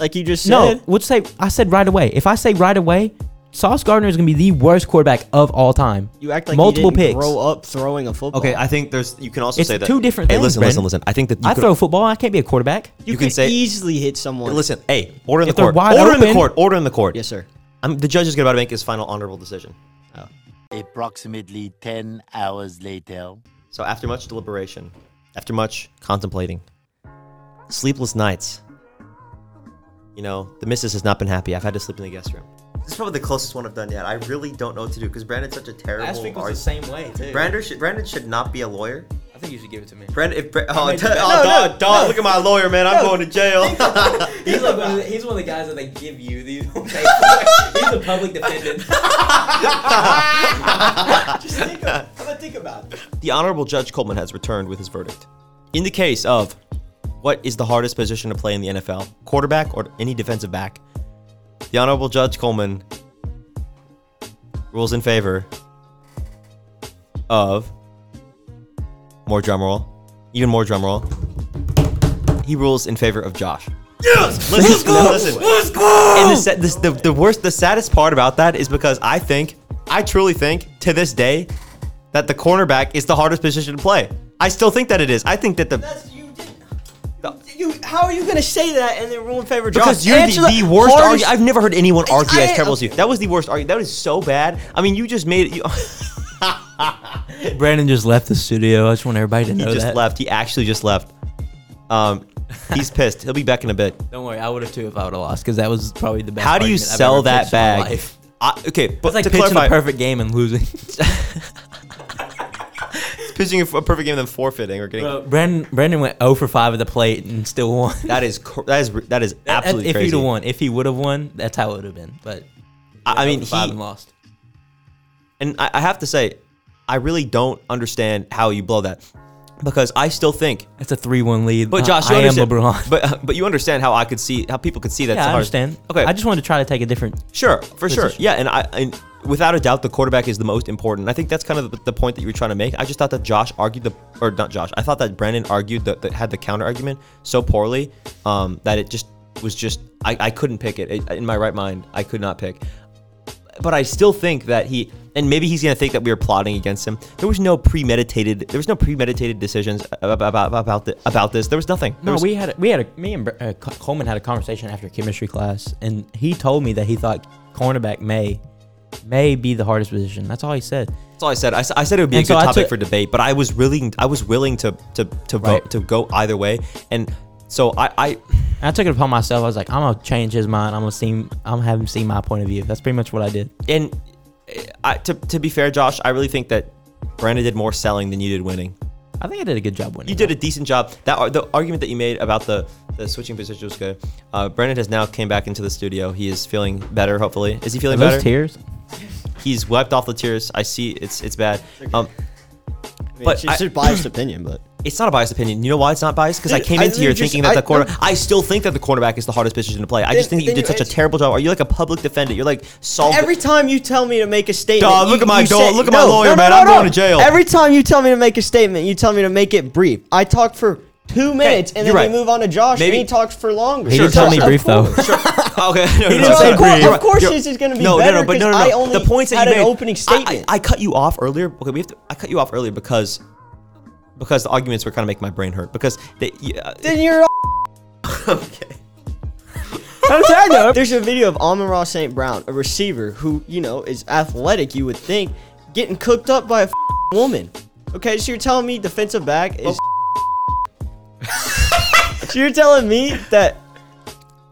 Speaker 2: like you just said,
Speaker 3: no, would say I said right away. If I say right away, Sauce Gardner is going to be the worst quarterback of all time.
Speaker 2: you act like
Speaker 3: multiple
Speaker 2: multiple you didn't
Speaker 3: picks.
Speaker 2: grow up throwing a football.
Speaker 1: Okay, I think there's. You can also
Speaker 3: It's
Speaker 1: say that
Speaker 3: two different
Speaker 1: Hey,
Speaker 3: things,
Speaker 1: listen, listen,
Speaker 3: Brandon.
Speaker 1: listen. I think that you
Speaker 3: I
Speaker 1: could-
Speaker 3: throw football. I can't be a quarterback.
Speaker 2: you,
Speaker 1: you
Speaker 2: could
Speaker 1: can say-
Speaker 2: easily hit someone.
Speaker 1: Listen, hey, order in
Speaker 3: If
Speaker 1: the
Speaker 3: they're
Speaker 1: court.
Speaker 3: wide
Speaker 1: Order in the
Speaker 3: open-
Speaker 1: court. Order in the court.
Speaker 2: yes, sir.
Speaker 1: I'm, the judge is about to make his final honorable decision.
Speaker 2: Oh.
Speaker 4: Approximately 10 hours later.
Speaker 1: So after much deliberation, after much contemplating, sleepless nights. You know, the missus has not been happy. I've had to sleep in the guest room. This is probably the closest one I've done yet. I really don't know what to do because Brandon's such a terrible. arg-
Speaker 3: same way too.
Speaker 1: Brandon should Brandon should not be a lawyer.
Speaker 3: I think you should give it to me.
Speaker 1: Brandon, if Bra- oh,
Speaker 3: made
Speaker 1: t-
Speaker 3: the-
Speaker 1: oh,
Speaker 3: No,
Speaker 1: dog,
Speaker 3: no,
Speaker 1: dog,
Speaker 3: no.
Speaker 1: look at my lawyer, man. I'm
Speaker 3: No.
Speaker 1: going to jail.
Speaker 3: He's like one of the, he's one of the guys that they give you. These he's a public defendant.
Speaker 2: Just think of, I'm gonna think about it.
Speaker 1: the Honorable Judge Coleman has returned with his verdict. In the case of what is the hardest position to play in the NFL, quarterback or any defensive back, the Honorable Judge Coleman rules in favor of more drumroll, even more drumroll. He rules in favor of Josh. Yes, listen, listen. And the, sa- this, the, the worst, the saddest part about that is because I think, I truly think, to this day, that the cornerback is the hardest position to play. I still think that it is. I think that the
Speaker 2: That's you. Did, you, how are you gonna say that and then rule in favor of
Speaker 1: because
Speaker 2: Josh?
Speaker 1: you're
Speaker 2: Answer
Speaker 1: the, the worst
Speaker 2: hardest-
Speaker 1: argument. I've never heard anyone argue as
Speaker 2: I-
Speaker 1: terrible as you. That was the worst argument. That was so bad. I mean, you just made it. You,
Speaker 3: Brandon just left the studio. I just want everybody to
Speaker 1: he
Speaker 3: know
Speaker 1: just
Speaker 3: that.
Speaker 1: left. He actually just left. Um, he's pissed. He'll be back in a bit.
Speaker 3: Don't worry, I would have too if I would have lost because that was probably the best.
Speaker 1: How do you
Speaker 3: argument I've
Speaker 1: sell
Speaker 3: ever
Speaker 1: that
Speaker 3: pitched in my
Speaker 1: bag?
Speaker 3: life.
Speaker 1: I, okay, but
Speaker 3: It's like
Speaker 1: to
Speaker 3: pitching
Speaker 1: clarify,
Speaker 3: a perfect game and losing.
Speaker 1: pitching a perfect game and then forfeiting or getting.
Speaker 3: Brandon Brandon went 0 for 5 at the plate and still won.
Speaker 1: That is cr- that is that is absolutely
Speaker 3: if
Speaker 1: crazy.
Speaker 3: he'd have won, if he would have won, that's how it would have been. But
Speaker 1: I, I mean,
Speaker 3: 0 for 5
Speaker 1: he,
Speaker 3: and lost.
Speaker 1: and I, I have to say, I really don't understand how you blow that because I still think.
Speaker 3: That's a 3-1 lead.
Speaker 1: But Josh,
Speaker 3: Uh, I,
Speaker 1: you
Speaker 3: I am
Speaker 1: understand.
Speaker 3: LeBron.
Speaker 1: But but you understand how I could see how people could see that's
Speaker 3: yeah, I
Speaker 1: hard.
Speaker 3: understand.
Speaker 1: Okay,
Speaker 3: I just wanted to try to take a different.
Speaker 1: sure for sure.
Speaker 3: Decision.
Speaker 1: Yeah, and I and without a doubt the quarterback is the most important. I think that's kind of the, the point that you were trying to make. I just thought that Josh argued the or not Josh. I thought that Brandon argued that, that had the counter argument so poorly um, that it just was just I, I couldn't pick it. it in my right mind. I could not pick but I still think that he and maybe he's gonna think that we were plotting against him. There was no premeditated. There was no premeditated decisions about about about, the, about this. There was nothing. There
Speaker 3: No,
Speaker 1: was,
Speaker 3: we had a, we had a, me and Br- uh, Co- Coleman had a conversation after chemistry class, and he told me that he thought cornerback may may be the hardest position. That's all he said.
Speaker 1: that's all I said. I, s- I said it would be a
Speaker 3: And
Speaker 1: good
Speaker 3: so I
Speaker 1: topic
Speaker 3: took-
Speaker 1: for debate, but I was really I was willing to to to vote
Speaker 3: Right.
Speaker 1: to go either way, and so I I
Speaker 3: And I took it upon myself. I was like, I'm gonna change his mind. I'm gonna see. I'm gonna have him see my point of view. That's pretty much what I did.
Speaker 1: and eh, I to to be fair, Josh, I really think that Brandon did more selling than you did winning.
Speaker 3: I think I did a good job winning.
Speaker 1: You did a decent job. That ar- the argument that you made about the the switching position was good. Uh, Brandon has now came back into the studio. He is feeling better. Hopefully, is he
Speaker 3: Are
Speaker 1: feeling
Speaker 3: those
Speaker 1: better?
Speaker 3: tears.
Speaker 1: he's wiped off the tears. I see it's it's bad. Um,
Speaker 2: I mean,
Speaker 1: but
Speaker 2: it's just
Speaker 1: I-
Speaker 2: a biased opinion, but
Speaker 1: it's not a biased opinion. You know why it's not biased? Because I
Speaker 2: Dude,
Speaker 1: came
Speaker 2: I
Speaker 1: into here
Speaker 2: literally just-
Speaker 1: thinking that
Speaker 2: I-
Speaker 1: the quarter. I still think that the cornerback is the hardest position to play. I just
Speaker 2: Then-
Speaker 1: think that you did
Speaker 2: then you
Speaker 1: such a
Speaker 2: answer-
Speaker 1: terrible job. Are you like a public defender? You're like solved.
Speaker 2: Every time you tell me to make a statement,
Speaker 1: Dog, look
Speaker 2: you-
Speaker 1: at my
Speaker 2: you
Speaker 1: dog- look at my lawyer, man. I'm going to jail.
Speaker 2: Every time you tell me to make a statement, you tell me to make it brief. I talk for two minutes, and
Speaker 1: you're
Speaker 2: then
Speaker 1: right.
Speaker 2: we move on to Josh,
Speaker 1: Maybe-
Speaker 2: and he talks for longer.
Speaker 3: He
Speaker 1: Sure,
Speaker 3: did tell
Speaker 1: sure,
Speaker 3: me
Speaker 1: sure.
Speaker 3: brief though.
Speaker 1: okay, no, no,
Speaker 3: didn't
Speaker 1: no,
Speaker 3: say
Speaker 1: no,
Speaker 3: brief.
Speaker 1: you're
Speaker 3: Of
Speaker 1: right,
Speaker 2: course
Speaker 1: you're-
Speaker 2: this is gonna be
Speaker 1: no, No,
Speaker 2: better
Speaker 1: no, but no,
Speaker 2: 'cause
Speaker 1: no,
Speaker 2: I
Speaker 1: no.
Speaker 2: only
Speaker 1: the points that
Speaker 2: had
Speaker 1: you
Speaker 2: an
Speaker 1: made-
Speaker 2: opening
Speaker 1: I- I-
Speaker 2: statement.
Speaker 1: I, cut you off earlier. Okay, we have to. I cut you off earlier because because the arguments uh, were kind of making my brain hurt because they. Yeah,
Speaker 2: Then you're.
Speaker 1: okay.
Speaker 3: I'm tired though.
Speaker 2: There's a video of Amon Ross St. Brown, a receiver who, you know, is athletic, you would think, getting cooked up by a woman. Okay, so you're telling me defensive back is.
Speaker 1: Oh.
Speaker 2: so you're telling me that.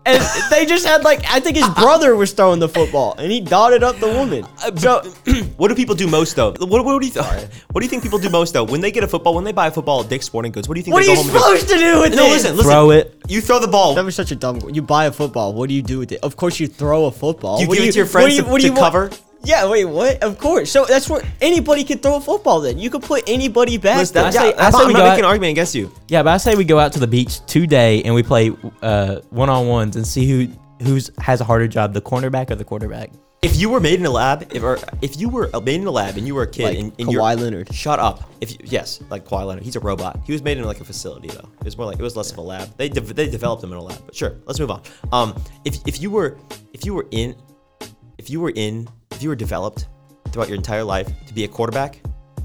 Speaker 2: And they just had, like, I think his brother was throwing the football, and he dotted up the woman. So,
Speaker 1: What do people do most though? What, what do you What do you think people do most though? When they get a football, when they buy a football at Dick's Sporting Goods, what do you think
Speaker 2: what
Speaker 1: they
Speaker 2: are you
Speaker 1: go home and do?
Speaker 2: supposed to do with
Speaker 1: No,
Speaker 2: this?
Speaker 1: listen, listen.
Speaker 3: Throw it.
Speaker 1: You throw the ball.
Speaker 2: That was such a dumb. You buy a football. What do you do with it? Of course, you throw a football.
Speaker 1: You
Speaker 2: what
Speaker 1: give
Speaker 2: do
Speaker 1: it to your
Speaker 2: what
Speaker 1: friends
Speaker 2: do
Speaker 1: to-
Speaker 2: what do
Speaker 1: to
Speaker 2: want-
Speaker 1: cover?
Speaker 2: Yeah. Wait. What? Of course. So that's where anybody could throw a football. Then you could put anybody back.
Speaker 1: Listen,
Speaker 2: there.
Speaker 1: I
Speaker 3: say-
Speaker 1: say,
Speaker 3: I
Speaker 1: I'm,
Speaker 3: say
Speaker 1: not- I'm
Speaker 3: we
Speaker 1: not
Speaker 3: got-
Speaker 1: making an argument against you.
Speaker 3: Yeah, but I say we go out to the beach today and we play uh, one on ones and see who who's has a harder job, the cornerback or the quarterback.
Speaker 1: If you were made in a lab, if or if you were uh, made in a lab and you were a kid
Speaker 2: Like
Speaker 1: and, and
Speaker 2: Kawhi
Speaker 1: you're,
Speaker 2: Leonard.
Speaker 1: Shut up. If you, yes, like Kawhi Leonard, he's a robot. He was made in like a facility though. It was more like it was less of a lab. They de- they developed him in a lab. But sure, let's move on. Um, if if you were if you were in if you were in if you were developed throughout your entire life to be a quarterback,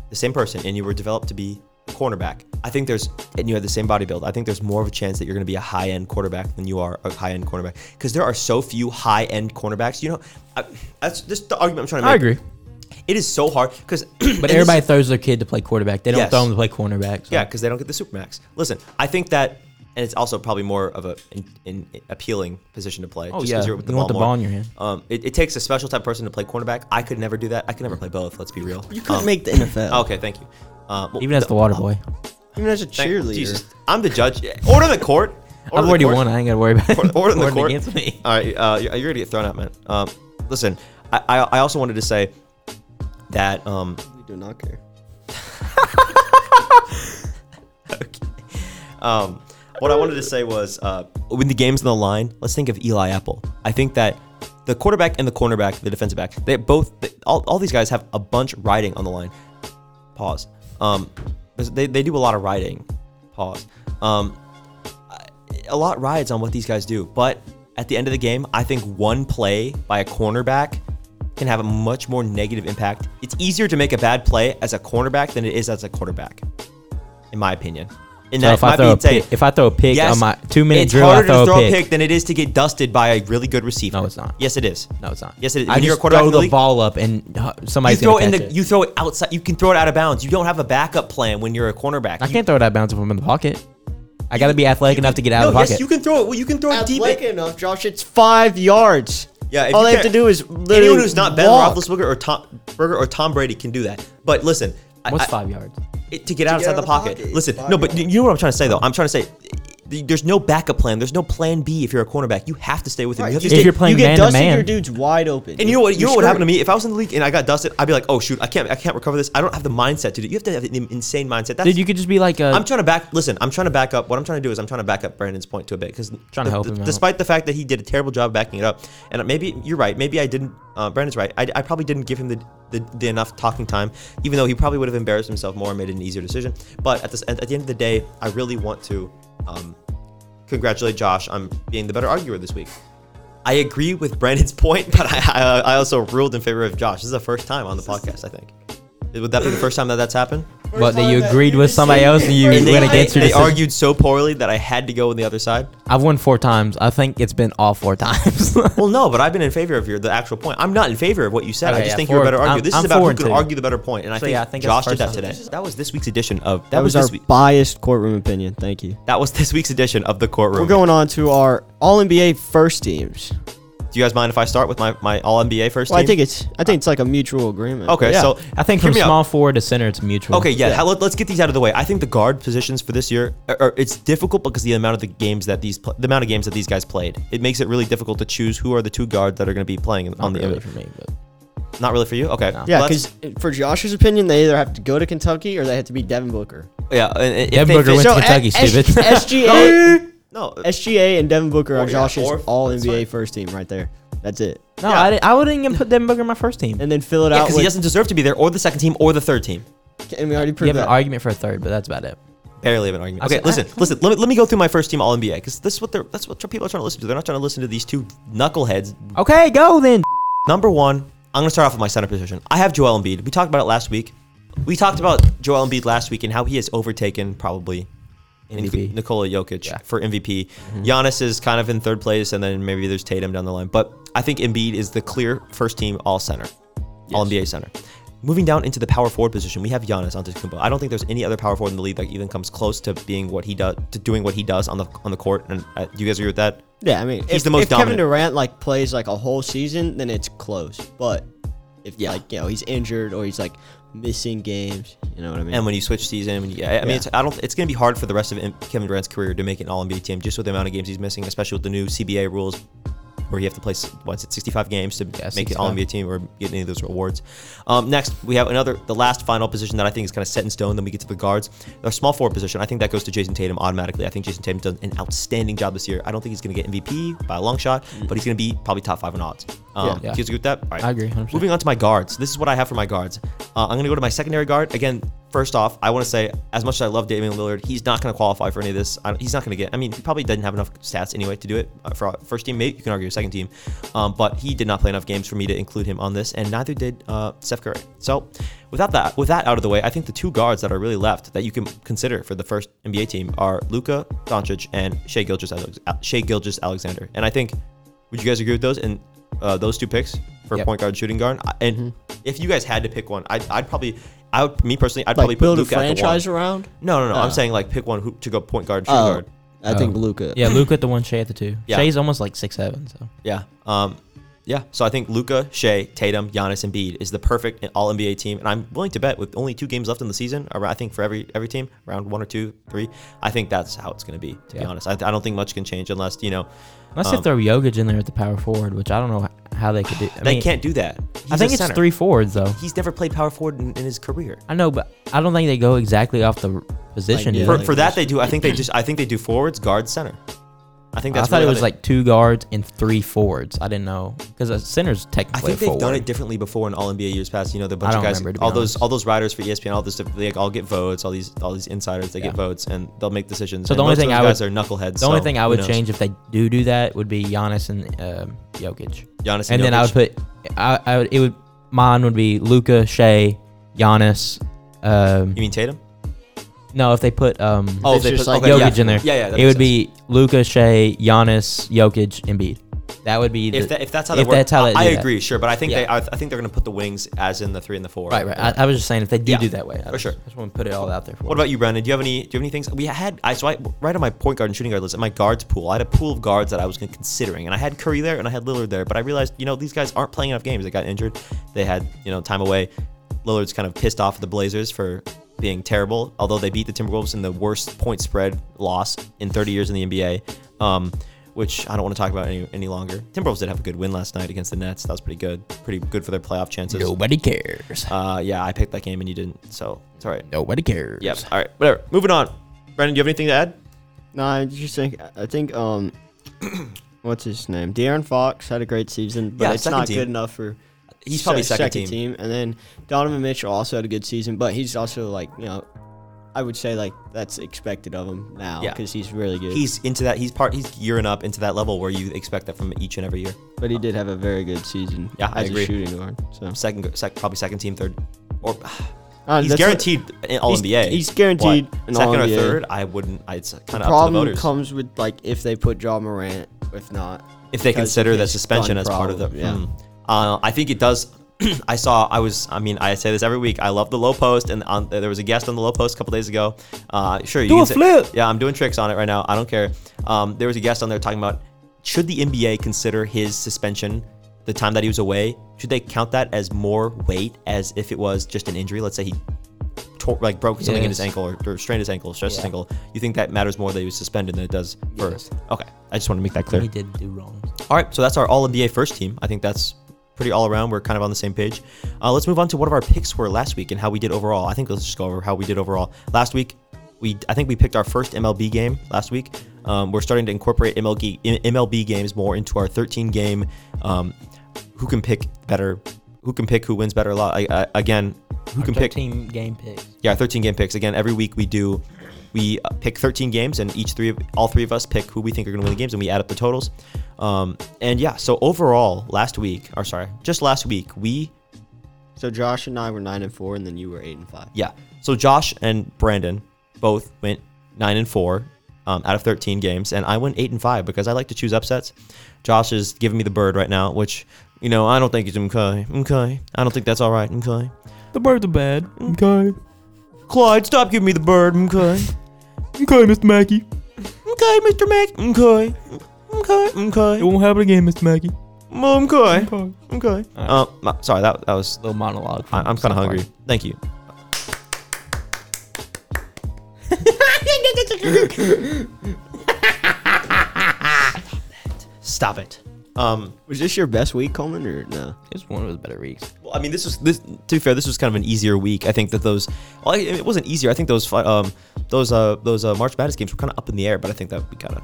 Speaker 1: the same person, and you were developed to be a cornerback, I think there's and you had the same body build. I think there's more of a chance that you're going to be a high end quarterback than you are a high end cornerback because there are so few high end cornerbacks. You know, I, that's just the argument I'm trying to make.
Speaker 3: I agree.
Speaker 1: It is so hard because
Speaker 3: But everybody throws their kid to play quarterback. They don't
Speaker 1: Yes.
Speaker 3: throw them to play cornerback. so-
Speaker 1: Yeah, because they don't get the supermax. Listen, I think that, and it's also probably more of a in, in appealing position to play.
Speaker 3: Oh,
Speaker 1: 'cause
Speaker 3: yeah.
Speaker 1: you're with
Speaker 3: You want the
Speaker 1: more.
Speaker 3: ball in your hand.
Speaker 1: Um, it, it takes a special type of person to play cornerback. I could never do that. I could never play both. Let's be real.
Speaker 2: You couldn't
Speaker 1: Um,
Speaker 2: make the NFL.
Speaker 1: Okay, thank you. Uh, well,
Speaker 3: Even as the water boy.
Speaker 2: Even as a
Speaker 1: thank-
Speaker 2: cheerleader.
Speaker 1: Jesus, I'm the judge. Order the court. Order
Speaker 3: I've
Speaker 1: the
Speaker 3: already
Speaker 1: court.
Speaker 3: won. I ain't got to worry about it.
Speaker 1: Or, or in the
Speaker 3: Warning
Speaker 1: court.
Speaker 3: against me.
Speaker 1: All right, uh, you're, you're gonna get thrown out, man. Um, listen, I, I I also wanted to say that um,
Speaker 2: We do not care.
Speaker 1: Um, what I wanted to say was uh, when the game's on the line, let's think of Eli Apple. I think that the quarterback and the cornerback, the defensive back, they both, they, all, all these guys have a bunch riding on the line. Pause. Um, because they, they do a lot of riding. Pause. Um, I- a lot rides on what these guys do, but at the end of the game, I think one play by a cornerback can have a much more negative impact. It's easier to make a bad play as a cornerback than it is as a quarterback, in my opinion. And
Speaker 3: So if I
Speaker 1: might be
Speaker 3: throw a
Speaker 1: insane.
Speaker 3: pick, if I throw a pick
Speaker 1: Yes,
Speaker 3: on my two minute
Speaker 1: it's
Speaker 3: drill, I
Speaker 1: harder
Speaker 3: throw,
Speaker 1: to throw
Speaker 3: a pick.
Speaker 1: than it is to get dusted by a really good receiver.
Speaker 3: No, it's not.
Speaker 1: Yes, it is.
Speaker 3: No, it's not.
Speaker 1: Yes, it is.
Speaker 3: I
Speaker 1: When
Speaker 3: just
Speaker 1: you're a quarterback
Speaker 3: throw
Speaker 1: in the
Speaker 3: the,
Speaker 1: league-
Speaker 3: ball up and uh,
Speaker 1: You
Speaker 3: somebody's
Speaker 1: throw it
Speaker 3: gonna
Speaker 1: in
Speaker 3: catch
Speaker 1: the,
Speaker 3: it.
Speaker 1: you throw it outside. You can throw it out of bounds. You don't have a backup plan when you're a cornerback.
Speaker 3: I
Speaker 1: You-
Speaker 3: can't throw it out of bounds if I'm in the pocket. I got to be athletic enough to get out
Speaker 1: no,
Speaker 3: of the pocket.
Speaker 1: yes, you can throw it. Well, you can throw it deep.
Speaker 2: Athletic enough, Josh. It's five yards.
Speaker 1: Yeah, if
Speaker 2: All
Speaker 1: you
Speaker 2: they have to
Speaker 1: can't-
Speaker 2: do is
Speaker 1: Anyone
Speaker 2: literally
Speaker 1: who's not Ben
Speaker 2: walk.
Speaker 1: Roethlisberger or Tom Berger or Tom Brady can do that. But listen, I-
Speaker 3: What's
Speaker 1: I-
Speaker 3: five yards?
Speaker 1: it- to get outside
Speaker 2: out
Speaker 1: the,
Speaker 2: of the
Speaker 1: pocket.
Speaker 2: pocket,
Speaker 1: Listen,
Speaker 2: five
Speaker 1: no, but you know what I'm trying to say though. I'm trying to say. There's no backup plan. There's no plan B if you're a cornerback. You have to stay with him.
Speaker 2: Right,
Speaker 1: You have to
Speaker 3: If
Speaker 1: stay-
Speaker 3: you're playing
Speaker 2: you get
Speaker 3: man to
Speaker 2: dusted,
Speaker 3: man.
Speaker 2: your dude's wide open.
Speaker 1: And you know what? You know what would happen to me if I was in the league and I got dusted? I'd be like, oh shoot, I can't, I can't recover this. I don't have the mindset to do. it." You have to have an insane mindset. That's,
Speaker 3: Dude, you could just be like a.
Speaker 1: I'm trying to back. Listen, I'm trying to back up. What I'm trying to do is I'm trying to back up Brandon's point to a bit because
Speaker 3: Trying to help him out.
Speaker 1: Despite the fact that he did a terrible job backing it up, and maybe you're right. Maybe I didn't. Uh, Brandon's right. I, I probably didn't give him the, the the enough talking time, even though he probably would have embarrassed himself more and made an easier decision. But at this at, at the end of the day, I really want to um, congratulate Josh on being the better arguer this week. I agree with Brandon's point, but I, I, I also ruled in favor of Josh. This is the first time on the podcast, I think. Would that be the first time that that's happened?
Speaker 3: But that you agreed with somebody else and you
Speaker 1: And they,
Speaker 3: went against
Speaker 1: they,
Speaker 3: your
Speaker 1: they
Speaker 3: decision.
Speaker 1: argued so poorly that I had to go on the other side.
Speaker 3: I've won four times. I think it's been all four times.
Speaker 1: Well, no, but I've been in favor of your the actual point. I'm not in favor of what you said. I
Speaker 3: Okay,
Speaker 1: just
Speaker 3: yeah,
Speaker 1: think you're a
Speaker 3: four-
Speaker 1: better arguer.
Speaker 3: I'm-
Speaker 1: This is
Speaker 3: I'm
Speaker 1: about
Speaker 3: four
Speaker 1: who
Speaker 3: and
Speaker 1: can
Speaker 3: two.
Speaker 1: argue the better point, and I,
Speaker 3: So,
Speaker 1: think,
Speaker 3: yeah, I think that's
Speaker 1: Josh
Speaker 3: the
Speaker 1: did that
Speaker 3: first
Speaker 1: today.
Speaker 3: time.
Speaker 1: That was this week's edition of that,
Speaker 2: That
Speaker 1: was,
Speaker 2: was our
Speaker 1: this week,
Speaker 2: biased courtroom opinion. Thank you.
Speaker 1: that was this week's edition of the courtroom.
Speaker 2: We're going on to our All NBA first teams.
Speaker 1: Do you guys mind if I start with my, my All NBA first?
Speaker 2: Well, I
Speaker 1: team?
Speaker 2: think it's I think it's like a mutual agreement.
Speaker 1: okay.
Speaker 2: Yeah.
Speaker 1: So
Speaker 3: I think
Speaker 1: hear
Speaker 3: from
Speaker 1: me out.
Speaker 3: small forward to center, it's mutual.
Speaker 1: Okay, yeah.
Speaker 2: Yeah.
Speaker 1: how- let, us get these out of the way. I think the guard positions for this year are, are- it's difficult because the amount of the games that these pl- the amount of games that these guys played. It makes it really difficult to choose who are the two guards that are going to be playing on
Speaker 3: on
Speaker 1: the
Speaker 3: for me. But
Speaker 1: Not really for you. Okay.
Speaker 2: Yeah,
Speaker 1: Let's-
Speaker 2: because for Josh's opinion, they either have to go to Kentucky or they have to be Devin Booker.
Speaker 1: yeah. and- and if
Speaker 3: Devin
Speaker 1: they
Speaker 3: Booker
Speaker 1: fit-
Speaker 3: went to
Speaker 2: So,
Speaker 3: Kentucky,
Speaker 2: S- S-
Speaker 3: stupid.
Speaker 2: SGA,
Speaker 1: no.
Speaker 2: SGA, and Devin Booker
Speaker 1: Or,
Speaker 2: are
Speaker 1: yeah,
Speaker 2: Josh's
Speaker 1: or-
Speaker 2: all
Speaker 1: that's
Speaker 2: NBA
Speaker 1: fine.
Speaker 2: first team right there. That's it.
Speaker 3: no,
Speaker 1: Yeah.
Speaker 3: I, didn't, I wouldn't even put Devin Booker in my first team.
Speaker 2: And then fill it
Speaker 1: Yeah,
Speaker 2: out
Speaker 1: because
Speaker 2: with.
Speaker 1: he doesn't deserve to be there, or the second team, or the third team.
Speaker 2: and we already
Speaker 3: You
Speaker 2: proved
Speaker 3: have an
Speaker 2: that.
Speaker 3: argument for a third, but that's about it.
Speaker 1: Barely have an argument.
Speaker 3: I
Speaker 1: Okay,
Speaker 3: said-
Speaker 1: listen,
Speaker 3: I-
Speaker 1: listen. Let me, let me go through my first team All NBA because this is what they're that's what people are trying to listen to. They're not trying to listen to these two knuckleheads
Speaker 3: Okay, go then.
Speaker 1: Number one, I'm gonna start off with my center position. I have Joel Embiid. We talked about it last week. We talked about Joel Embiid last week and how he has overtaken probably Nic-
Speaker 3: MVP.
Speaker 1: Nikola Jokic
Speaker 3: Yeah.
Speaker 1: for MVP. Giannis is kind of in third place, and then maybe there's Tatum down the line. But I think Embiid is the clear first team All Center, All NBA Center. Moving down into the power forward position, we have Giannis Antetokounmpo. I don't think there's any other power forward in the league that even comes close to being what he does, to doing what he does on the on the court. And uh, do you guys agree with that?
Speaker 2: Yeah, I mean,
Speaker 1: He's
Speaker 2: if,
Speaker 1: the most
Speaker 2: if Kevin
Speaker 1: dominant.
Speaker 2: Durant like plays like a whole season, then it's close. But if
Speaker 1: Yeah.
Speaker 2: like you know he's injured or he's like missing games, you know what I mean?
Speaker 1: And when you switch season, when you, I I mean,
Speaker 2: Yeah.
Speaker 1: it's, I don't. It's going to be hard for the rest of M- Kevin Durant's career to make an All NBA team, just with the amount of games he's missing, especially with the new CBA rules, where you have to play s- what's it, 65 games to
Speaker 3: Yeah,
Speaker 1: make an All
Speaker 3: 65.
Speaker 1: NBA team or get any of those awards. Um, next, we have another, the last final position that I think is kind of set in stone. Then we get to the guards, our small forward position. I think that goes to Jason Tatum automatically. I think Jason Tatum done an outstanding job this year. I don't think he's going to get MVP by a long shot, but he's going to be probably top five in odds. Um,
Speaker 3: Yeah.
Speaker 1: Do you guys agree with that? All right.
Speaker 3: I agree, 100%.
Speaker 1: Moving on to my guards. This is what I have for my guards. Uh, I'm going to go to my secondary guard. Again, first off, I want to say, as much as I love Damian Lillard, he's not going to qualify for any of this. I, he's not going to get, I mean, he probably doesn't have enough stats anyway to do it. Uh, for our first team, maybe you can argue second team. Um, but he did not play enough games for me to include him on this, and neither did uh, Steph Curry. So, without that, with that out of the way, I think the two guards that are really left that you can consider for the first NBA team are Luka Doncic and Shea Gilgis, Shea Gilgis Alexander. And I think, would you guys agree with those? And uh, those two picks for
Speaker 3: Yep. Mm-hmm.
Speaker 1: point guard, shooting guard. I- And if you guys had to pick one, I'd, I'd probably, I would, me personally, I'd probably
Speaker 2: like build
Speaker 1: put
Speaker 2: a
Speaker 1: Luka at the one.
Speaker 2: franchise around.
Speaker 1: No, no, no. I'm
Speaker 2: Oh.
Speaker 1: saying like pick one who, to go point guard, shooting
Speaker 2: Oh,
Speaker 1: guard.
Speaker 2: I think Luca.
Speaker 3: Yeah, Luke at the one, Shay at the two.
Speaker 1: Yeah.
Speaker 3: Shay's almost like six seven. So
Speaker 1: Yeah. Um, yeah. So I think Luca, Shea, Tatum, Giannis, and Bede is the perfect All NBA team, and I'm willing to bet with only two games left in the season. ar- I think for every every team, around one or two, three. I think that's how it's going to be. To be
Speaker 3: Yeah.
Speaker 1: honest, I, I don't think much can change unless you know
Speaker 3: unless
Speaker 1: Um,
Speaker 3: they throw Jokic in there at the power forward, which I don't know how they could do. I
Speaker 1: they
Speaker 3: mean,
Speaker 1: can't do that.
Speaker 3: I
Speaker 1: He's
Speaker 3: think
Speaker 1: a
Speaker 3: it's
Speaker 1: center.
Speaker 3: three forwards though.
Speaker 1: He's never played power forward in, in his career.
Speaker 3: I know, but I don't think they go exactly off the r- position.
Speaker 2: yeah,
Speaker 3: do
Speaker 1: for,
Speaker 3: they?
Speaker 2: like
Speaker 1: for that
Speaker 2: this.
Speaker 1: they do. I think they just. I think they do forwards, guard, center. I think
Speaker 3: I
Speaker 1: that's.
Speaker 3: thought
Speaker 1: really
Speaker 3: it
Speaker 1: how
Speaker 3: was
Speaker 1: they-
Speaker 3: like two guards and three forwards. I didn't know because a center's
Speaker 1: I
Speaker 3: technically
Speaker 1: think
Speaker 3: a
Speaker 1: they've
Speaker 3: forward.
Speaker 1: done it differently before in All NBA years past. You know, the bunch
Speaker 3: I
Speaker 1: of
Speaker 3: don't
Speaker 1: guys,
Speaker 3: remember, to be
Speaker 1: all those,
Speaker 3: honest.
Speaker 1: all those writers for E ESPN, all this stuff, they like, all get votes. All these, all these insiders, they
Speaker 3: Yeah.
Speaker 1: get votes, and they'll make decisions.
Speaker 3: So
Speaker 1: And
Speaker 3: the only
Speaker 1: most of
Speaker 3: thing
Speaker 1: those
Speaker 3: I would-
Speaker 1: guys are knuckleheads.
Speaker 3: The only
Speaker 1: so
Speaker 3: thing I
Speaker 1: who
Speaker 3: would
Speaker 1: knows?
Speaker 3: change if they do do that would be Giannis and um, Jokic.
Speaker 1: Giannis
Speaker 3: and then I
Speaker 1: Jokic.
Speaker 3: would put, I, I would, it would, mine would be Luca, Shea, Giannis. Um,
Speaker 1: You mean Tatum?
Speaker 3: no, if they put um,
Speaker 1: Oh,
Speaker 2: It's
Speaker 1: they
Speaker 2: just
Speaker 1: put
Speaker 2: like
Speaker 1: okay,
Speaker 3: Jokic
Speaker 1: yeah.
Speaker 3: in there,
Speaker 1: Yeah, yeah. that
Speaker 3: it
Speaker 1: makes
Speaker 3: would be Luca, Shea, Giannis, Jokic, Embiid. That would be
Speaker 1: sense.
Speaker 3: the,
Speaker 1: if, that, if that's how they
Speaker 3: if
Speaker 1: work.
Speaker 3: that's how they
Speaker 1: I, I
Speaker 3: do that.
Speaker 1: agree, sure, but I think
Speaker 3: Yeah.
Speaker 1: they, I, I think they're going to put the wings as in the three and the four.
Speaker 3: right, right. I, I was just saying if they do
Speaker 1: Yeah,
Speaker 3: do that way, I
Speaker 1: for
Speaker 3: just-
Speaker 1: sure.
Speaker 3: I just want to put it all out there. For
Speaker 1: What about you, Brandon? Do you have any? Do you have any things? We had I so I right on my point guard and shooting guard list at my guards pool. I had a pool of guards that I was con- considering, and I had Curry there and I had Lillard there. But I realized you know these guys aren't playing enough games. They got injured. They had you know time away. Lillard's kind of pissed off at the Blazers for being terrible, although they beat the Timberwolves in the worst point spread loss in 30 years in the NBA. Um, which I don't want to talk about any any longer. Timberwolves did have a good win last night against the Nets. That was pretty good. Pretty good for their playoff chances.
Speaker 3: Nobody cares.
Speaker 1: Uh, yeah, I picked that game and you didn't, so it's all right.
Speaker 3: Nobody cares.
Speaker 1: Yep. All right. Whatever. Moving on. Brandon, do you have anything to add?
Speaker 2: No, I just think I think um, what's his name? De'Aaron Fox had a great season, but
Speaker 1: Yeah,
Speaker 2: it's
Speaker 1: second
Speaker 2: not
Speaker 1: team.
Speaker 2: good enough for.
Speaker 1: He's probably
Speaker 2: se-
Speaker 1: second team.
Speaker 2: And then Donovan Mitchell also had a good season, but he's also like you know, I would say like that's expected of him now
Speaker 1: Yeah.
Speaker 2: because he's really good.
Speaker 1: He's into that. He's part. He's gearing up into that level where you expect that from each and every year.
Speaker 2: but he did have a very good season.
Speaker 1: Yeah, I
Speaker 2: as
Speaker 1: agree.
Speaker 2: A shooting guard, so
Speaker 1: Second, sec, probably second team, third, or
Speaker 2: Uh,
Speaker 1: he's
Speaker 2: that's-
Speaker 1: guaranteed an All NBA.
Speaker 2: he's guaranteed
Speaker 1: What?
Speaker 2: an
Speaker 1: second or
Speaker 2: All-NBA.
Speaker 1: third. I wouldn't. I, it's kind of
Speaker 2: The
Speaker 1: up to the
Speaker 2: problem
Speaker 1: voters
Speaker 2: comes with like if they put John Morant, if not,
Speaker 1: if they
Speaker 2: because of
Speaker 1: consider that
Speaker 2: his
Speaker 1: suspension
Speaker 2: gun
Speaker 1: as part of the.
Speaker 2: problem, Yeah.
Speaker 1: Hmm. Uh, I think it does. I saw. I was. I mean, I say this every week. I love the low post, and on, there was a guest on the low post a couple days ago. Uh, sure, you
Speaker 3: Do
Speaker 1: can
Speaker 3: a
Speaker 1: say-
Speaker 3: flip.
Speaker 1: Yeah, I'm doing tricks on it right now. I don't care. Um, there was a guest on there talking about should the NBA consider his suspension, the time that he was away, should they count that as more weight as if it was just an injury? Let's say he tore, like broke something in his
Speaker 3: Yes.
Speaker 1: ankle or, or strained his ankle, stressed his
Speaker 3: Yeah.
Speaker 1: ankle. You think that matters more that he was suspended than it does for?
Speaker 3: Yes.
Speaker 1: Okay, I just want to make that clear.
Speaker 3: He did do wrong.
Speaker 1: All right, so that's our All NBA first team. I think that's pretty all around. We're kind of on the same page. Uh, let's move on to what of our picks were last week and how we did overall. I think let's just go over how we did overall. Last week, we I think we picked our first MLB game last week. Um, we're starting to incorporate MLB MLB games more into our 13 game. Um, who can pick better? Who can pick who wins better? Lot I, I, again. Who can pick?
Speaker 3: team game picks?
Speaker 1: Yeah, 13 game picks. Again, every week we do we uh, pick 13 games and each three of all three of us pick who we think are going to win the games and we add up the totals. Um, and yeah, so overall last week, or sorry, just last week, we
Speaker 2: So Josh and I were nine and four, and then you were eight and five.
Speaker 1: yeah. So Josh and Brandon both went nine and four um, out of 13 games, and I went eight and five because I like to choose upsets. Josh is giving me the bird right now, which you know I don't think is okay. Okay, I don't think that's all right. Okay,
Speaker 3: The bird, the bad. Okay.
Speaker 1: Clyde, stop giving me the bird. Okay,
Speaker 3: Okay, Mr. Mackey.
Speaker 1: okay, Mr. Mac. Okay, okay, okay,
Speaker 3: won't happen again, Mr. Mackey.
Speaker 1: okay, okay. Um, sorry, that that was.
Speaker 3: Little monologue.
Speaker 1: I, I'm kind of hungry. Thank you. Stop it. Um.
Speaker 2: Was this your best week, Coleman, or no?
Speaker 3: It's one of his better weeks.
Speaker 1: Well, I mean, this was this. To be fair, this was kind of an easier week. I think that those. Well, I- it wasn't easier. I think those. fi- Um, those. Uh, those uh, March Madness games were kind of up in the air, but I think that we kind of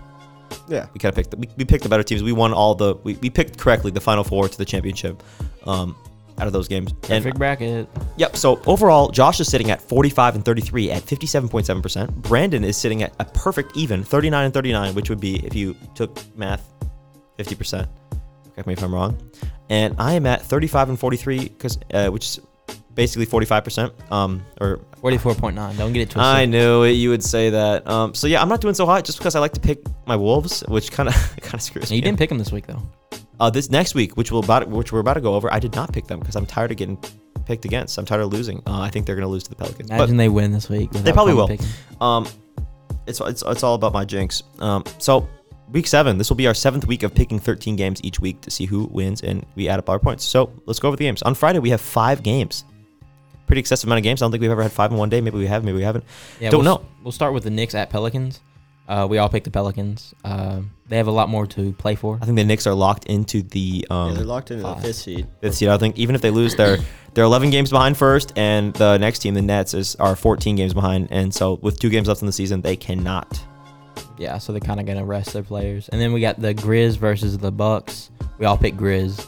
Speaker 2: Yeah.
Speaker 1: we kind of picked. The, we, we picked the better teams. We won all the. We, we picked correctly the Final Four to the championship. Um, out of those games, and
Speaker 3: Perfect bracket.
Speaker 1: Yep. So overall, Josh is sitting at 45 and 33 at 57.7%. Brandon is sitting at a perfect even 39 and 39, which would be, if you took math, 50%. Correct me if I'm wrong. And I am at 35 and 43, because uh, which is basically 45%. Um, or
Speaker 3: 44.9. Don't get it twisted.
Speaker 1: I knew it, you would say that. Um, so yeah, I'm not doing so hot just because I like to pick my wolves, which kind of kind of screws
Speaker 3: You
Speaker 1: me.
Speaker 3: didn't pick him this week, though.
Speaker 1: Uh, this next week, which we'll about which we're about to go over, I did not pick them because I'm tired of getting picked against. I'm tired of losing. Uh, I think they're going to lose to the Pelicans. But-
Speaker 3: Imagine they win this week.
Speaker 1: they probably will. Um, it's, it's it's all about my jinx. Um, so week seven, this will be our seventh week of picking 13 games each week to see who wins, and we add up our points. So let's go over the games. On Friday, we have five games. Pretty excessive amount of games. I don't think we've ever had five in one day. Maybe we have. Maybe we haven't.
Speaker 3: Yeah,
Speaker 1: Don't
Speaker 3: we'll,
Speaker 1: know.
Speaker 3: We'll start with the Knicks at Pelicans. Uh, we all picked the Pelicans. Uh, they have a lot more to play for.
Speaker 1: I think the Knicks are locked into the
Speaker 2: yeah, they're
Speaker 1: um,
Speaker 2: locked into the
Speaker 3: five.
Speaker 2: fifth seed.
Speaker 1: fifth seed. I think even if they lose, they're they're 11 games behind first, and the next team, the Nets, is are 14 games behind. And so with two games left in the season, they cannot.
Speaker 3: Yeah, so they're kind of gonna rest their players. And then we got the Grizz versus the Bucks. We all picked Grizz.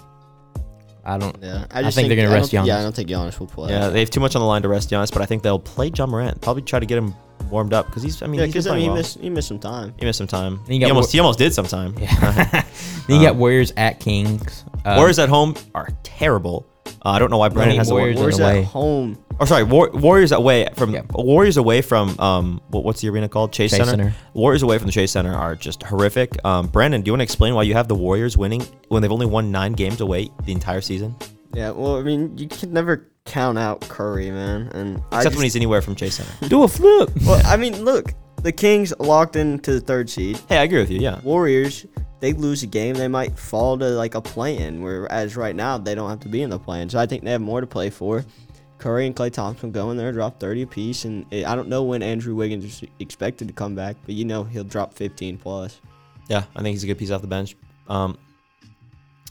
Speaker 3: I don't.
Speaker 2: Yeah,
Speaker 3: I think they're gonna
Speaker 2: I
Speaker 3: rest
Speaker 2: don't-
Speaker 3: Giannis.
Speaker 2: Yeah, I don't think Giannis will play.
Speaker 1: Yeah, they have too much on the line to rest Giannis, but I think they'll play John Morant. Probably try to get him warmed up because he's. I mean,
Speaker 2: yeah,
Speaker 1: he's been
Speaker 2: because I
Speaker 1: playing
Speaker 2: mean, he
Speaker 1: well.
Speaker 2: missed he missed some time.
Speaker 1: He missed some time.
Speaker 3: he
Speaker 1: He,
Speaker 3: got
Speaker 1: almost
Speaker 3: wa-
Speaker 1: he almost did some time.
Speaker 3: Yeah. then you got
Speaker 1: Um,
Speaker 3: Warriors at Kings. Uh,
Speaker 1: Warriors at home are terrible. Uh, I don't know why Brandon
Speaker 3: need
Speaker 1: has the
Speaker 3: Warriors
Speaker 1: Warriors.
Speaker 2: Where's
Speaker 3: in a way.
Speaker 2: at home?
Speaker 1: Or oh, sorry, War- Warriors away from
Speaker 3: Yeah.
Speaker 1: Warriors away from um what, what's the arena called? Chase,
Speaker 3: Chase
Speaker 1: Center.
Speaker 3: Center.
Speaker 1: Warriors away from the Chase Center are just horrific. Um, Brandon, do you want to explain why you have the Warriors winning when they've only won nine games away the entire season,
Speaker 2: Yeah, well, I mean, you can never count out Curry, man. And I
Speaker 1: except
Speaker 2: just-
Speaker 1: when he's anywhere from Chase Center?
Speaker 3: do a flip.
Speaker 2: well, I mean, look, the Kings locked into the third seed.
Speaker 1: hey, I agree with you. Yeah,
Speaker 2: Warriors, they lose a game, they might fall to like a play-in. Whereas right now, they don't have to be in the play-in. So I think they have more to play for. Curry and Clay Thompson go in there, drop 30 apiece, and it, I don't know when Andrew Wiggins is expected to come back, but you know he'll drop 15 plus.
Speaker 1: yeah, I think he's a good piece off the bench. Um,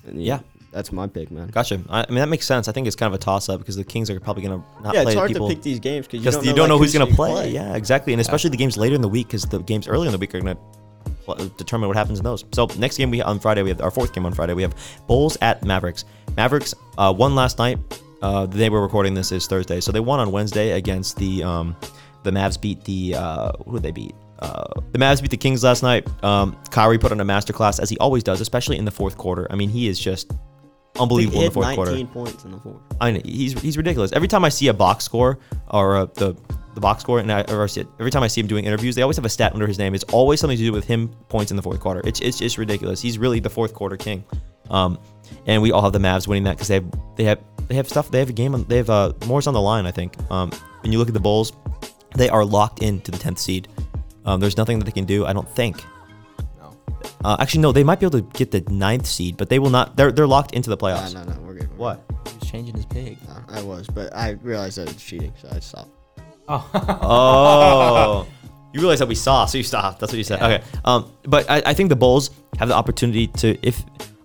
Speaker 2: And
Speaker 1: Yeah.
Speaker 2: that's my pick, man.
Speaker 1: Gotcha. I, I mean, that makes sense. I think it's kind of a toss up because the Kings are probably going to not
Speaker 2: yeah,
Speaker 1: play
Speaker 2: it's
Speaker 1: the
Speaker 2: hard
Speaker 1: people
Speaker 2: to pick these games because you
Speaker 1: because
Speaker 2: don't
Speaker 1: you
Speaker 2: know,
Speaker 1: don't
Speaker 2: like,
Speaker 1: know who's going to play.
Speaker 2: gonna
Speaker 1: Yeah, exactly. And especially the games later in the week because the games early in the week are going to determine what happens in those. So next game we on Friday we have our fourth game on Friday we have Bulls at Mavericks. Mavericks uh, won last night. Uh, the day we're recording this is Thursday, so they won on Wednesday against the um, the Mavs. Beat the uh, who did they beat? Uh, the Mavs beat the Kings last night. Um, Kyrie put on a masterclass as he always does, especially in the fourth quarter. I mean, he is just
Speaker 2: He
Speaker 1: unbelievable in the
Speaker 2: hit
Speaker 1: fourth quarter.
Speaker 2: 19 points in the fourth.
Speaker 1: I know, he's he's ridiculous. Every time I see a box score or uh, the the box score, and I, or I see it, every time I see him doing interviews, they always have a stat under his name. It's always something to do with him points in the fourth quarter. It's it's just ridiculous. He's really the fourth quarter king. Um, and we all have the Mavs winning that because they have they have they have stuff. They have a game. On, they have uh, more's on the line. I think. Um, when you look at the Bulls, they are locked into the tenth seed. Um, there's nothing that they can do. I don't think. Uh, actually, no. They might be able to get the ninth seed, but they will not. They're they're locked into the
Speaker 2: Nah,
Speaker 1: playoffs.
Speaker 2: no, no, we're good. we're
Speaker 1: What?
Speaker 3: He's changing his pick.
Speaker 2: good. Nah, I was, but I realized that it's cheating, so I stopped.
Speaker 3: Oh.
Speaker 1: Oh, you realize that we saw, so you stopped. That's what you said. Okay. Um, but I, I think the Bulls have the opportunity to. If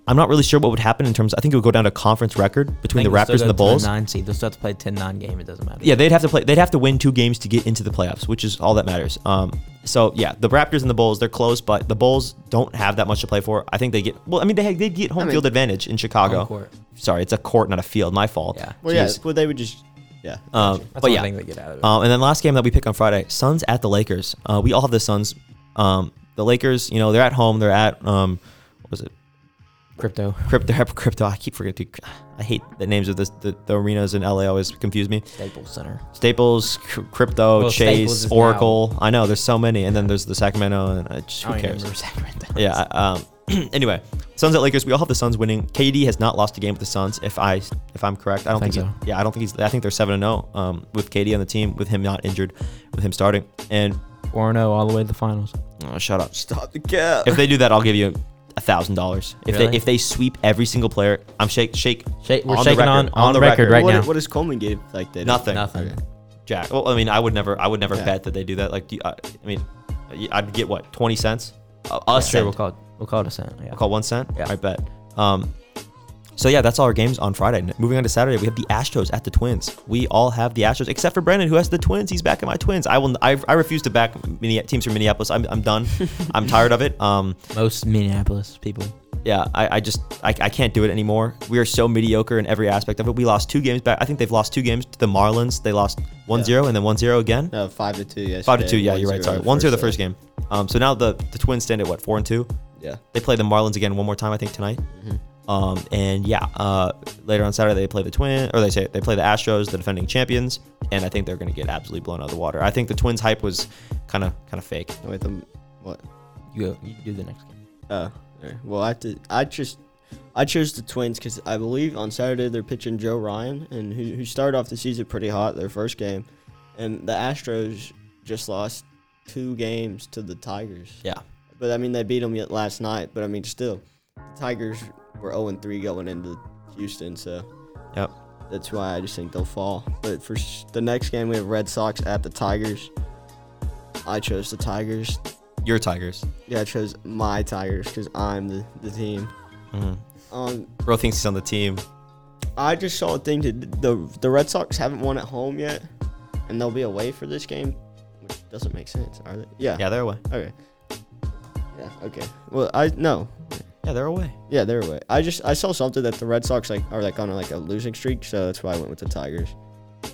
Speaker 1: I'm not really sure what would happen in terms, I think it would go down to conference record between the Raptors and the Bulls.
Speaker 3: Nine seed. They'll still have to play 10-9 game. It doesn't matter.
Speaker 1: Yeah, they'd have to play. They'd have to win two games to get into the playoffs, which is all that matters. Um, so yeah, the Raptors and the Bulls, they're close, but the Bulls don't have that much to play for. I think they get. Well, I mean, they they get home
Speaker 2: I mean-
Speaker 1: field advantage in Chicago.
Speaker 3: Home court.
Speaker 1: Sorry, it's a court, not a field. My fault.
Speaker 3: Yeah.
Speaker 2: Well, yeah,
Speaker 1: Jeez.
Speaker 2: well, they would just, yeah.
Speaker 1: Um,
Speaker 2: gotcha.
Speaker 3: That's
Speaker 1: but
Speaker 3: one
Speaker 1: yeah,
Speaker 3: thing they get out of it.
Speaker 1: Um, and then last game that we pick on Friday, Suns at the Lakers. Uh, we all have the Suns. Um, the Lakers, you know, they're at home. They're at um, what was it?
Speaker 3: Crypto.
Speaker 1: Crypto, crypto. I keep forgetting. to- I hate the names of this, the the arenas in LA. Always confuse me.
Speaker 3: Staples Center.
Speaker 1: Staples, cr- crypto,
Speaker 3: Well, Staples
Speaker 1: Chase,
Speaker 3: is now-
Speaker 1: Oracle. I know there's so many, and then there's the Sacramento, and I just, who
Speaker 3: I don't even
Speaker 1: cares?
Speaker 3: remember Sacramento.
Speaker 1: Yeah. I- Um, anyway, Suns at Lakers. We all have the Suns winning. KD has not lost a game with the Suns. If I if I'm correct, I don't
Speaker 3: Think
Speaker 1: think. he- yeah, I don't think he's. I think they're seven and zero. Um, with KD on the team, with him not injured, with him starting, and
Speaker 3: 4 0 all the way to the finals.
Speaker 1: oh, shut up.
Speaker 2: Stop the cap.
Speaker 1: If they do that, I'll give you a thousand dollars. If they
Speaker 3: Really?
Speaker 1: if they sweep every single player, I'm shake shake
Speaker 3: Shake, we're
Speaker 1: On the
Speaker 3: shaking
Speaker 1: record,
Speaker 3: on,
Speaker 1: on
Speaker 3: on, the
Speaker 1: the
Speaker 3: record,
Speaker 1: record.
Speaker 3: right
Speaker 2: what,
Speaker 3: now.
Speaker 2: What does Coleman give? Like that?
Speaker 1: nothing.
Speaker 3: Nothing.
Speaker 1: Jack. Well, I mean, I would never. I would never
Speaker 2: Yeah.
Speaker 1: bet that they do that. Like, do you, I, I mean, I'd get what twenty cents. Uh, a
Speaker 3: Yeah,
Speaker 1: cent.
Speaker 3: sure, we'll call it, we'll call it a cent. Yeah.
Speaker 1: I'll call one cent.
Speaker 3: Yeah.
Speaker 1: I bet. Um, so yeah, that's all our games on Friday. N- Moving on to Saturday, we have the Astros at the Twins. We all have the Astros except for Brandon, who has the Twins. He's back in my Twins. I will. n- I, I refuse to back mini, teams from Minneapolis. I'm, I'm done. I'm tired of it. Um,
Speaker 3: Most Minneapolis people.
Speaker 1: yeah, I, I just I, I can't do it anymore. We are so mediocre in every aspect of it. We lost two games back. I think they've lost two games to the Marlins. They lost 1-0 and then 1-0 again.
Speaker 2: No, five to two. Yes.
Speaker 1: Five to two. Yeah, you're right. Sorry, one zero the first game. Um, so now the the Twins stand at what four and two.
Speaker 2: Yeah.
Speaker 1: They play the Marlins again one more time, I think tonight. Um, and yeah, uh, later on Saturday they play the Twin, or they say they play the Astros, the defending champions, and I think they're going to get absolutely blown out of the water. I think the Twins hype was kind of kind of fake.
Speaker 2: Wait, the what?
Speaker 3: You go, you do the next game.
Speaker 2: Oh, alright. well, I have to, I just I chose the Twins because I believe on Saturday they're pitching Joe Ryan, and who, who started off the season pretty hot their first game, and the Astros just lost two games to the Tigers.
Speaker 1: Yeah,
Speaker 2: But I mean they beat them yet last night. But I mean still, the Tigers were 0 3 going into Houston, so
Speaker 1: yep.
Speaker 2: that's why I just think they'll fall. But for s- the next game we have Red Sox at the Tigers. I chose the Tigers.
Speaker 1: Your Tigers.
Speaker 2: Yeah, I chose my Tigers because I'm the, the team. Um,
Speaker 1: Bro thinks he's on the team.
Speaker 2: I just saw a thing that the the Red Sox haven't won at home yet, and they'll be away for this game, which doesn't make sense, are they? Yeah.
Speaker 1: Yeah, they're away.
Speaker 2: Okay. Yeah. Okay. Well, I no.
Speaker 1: Yeah, they're away.
Speaker 2: Yeah, they're away. I just I saw something that the Red Sox like are like on a, like a losing streak, so that's why I went with the Tigers.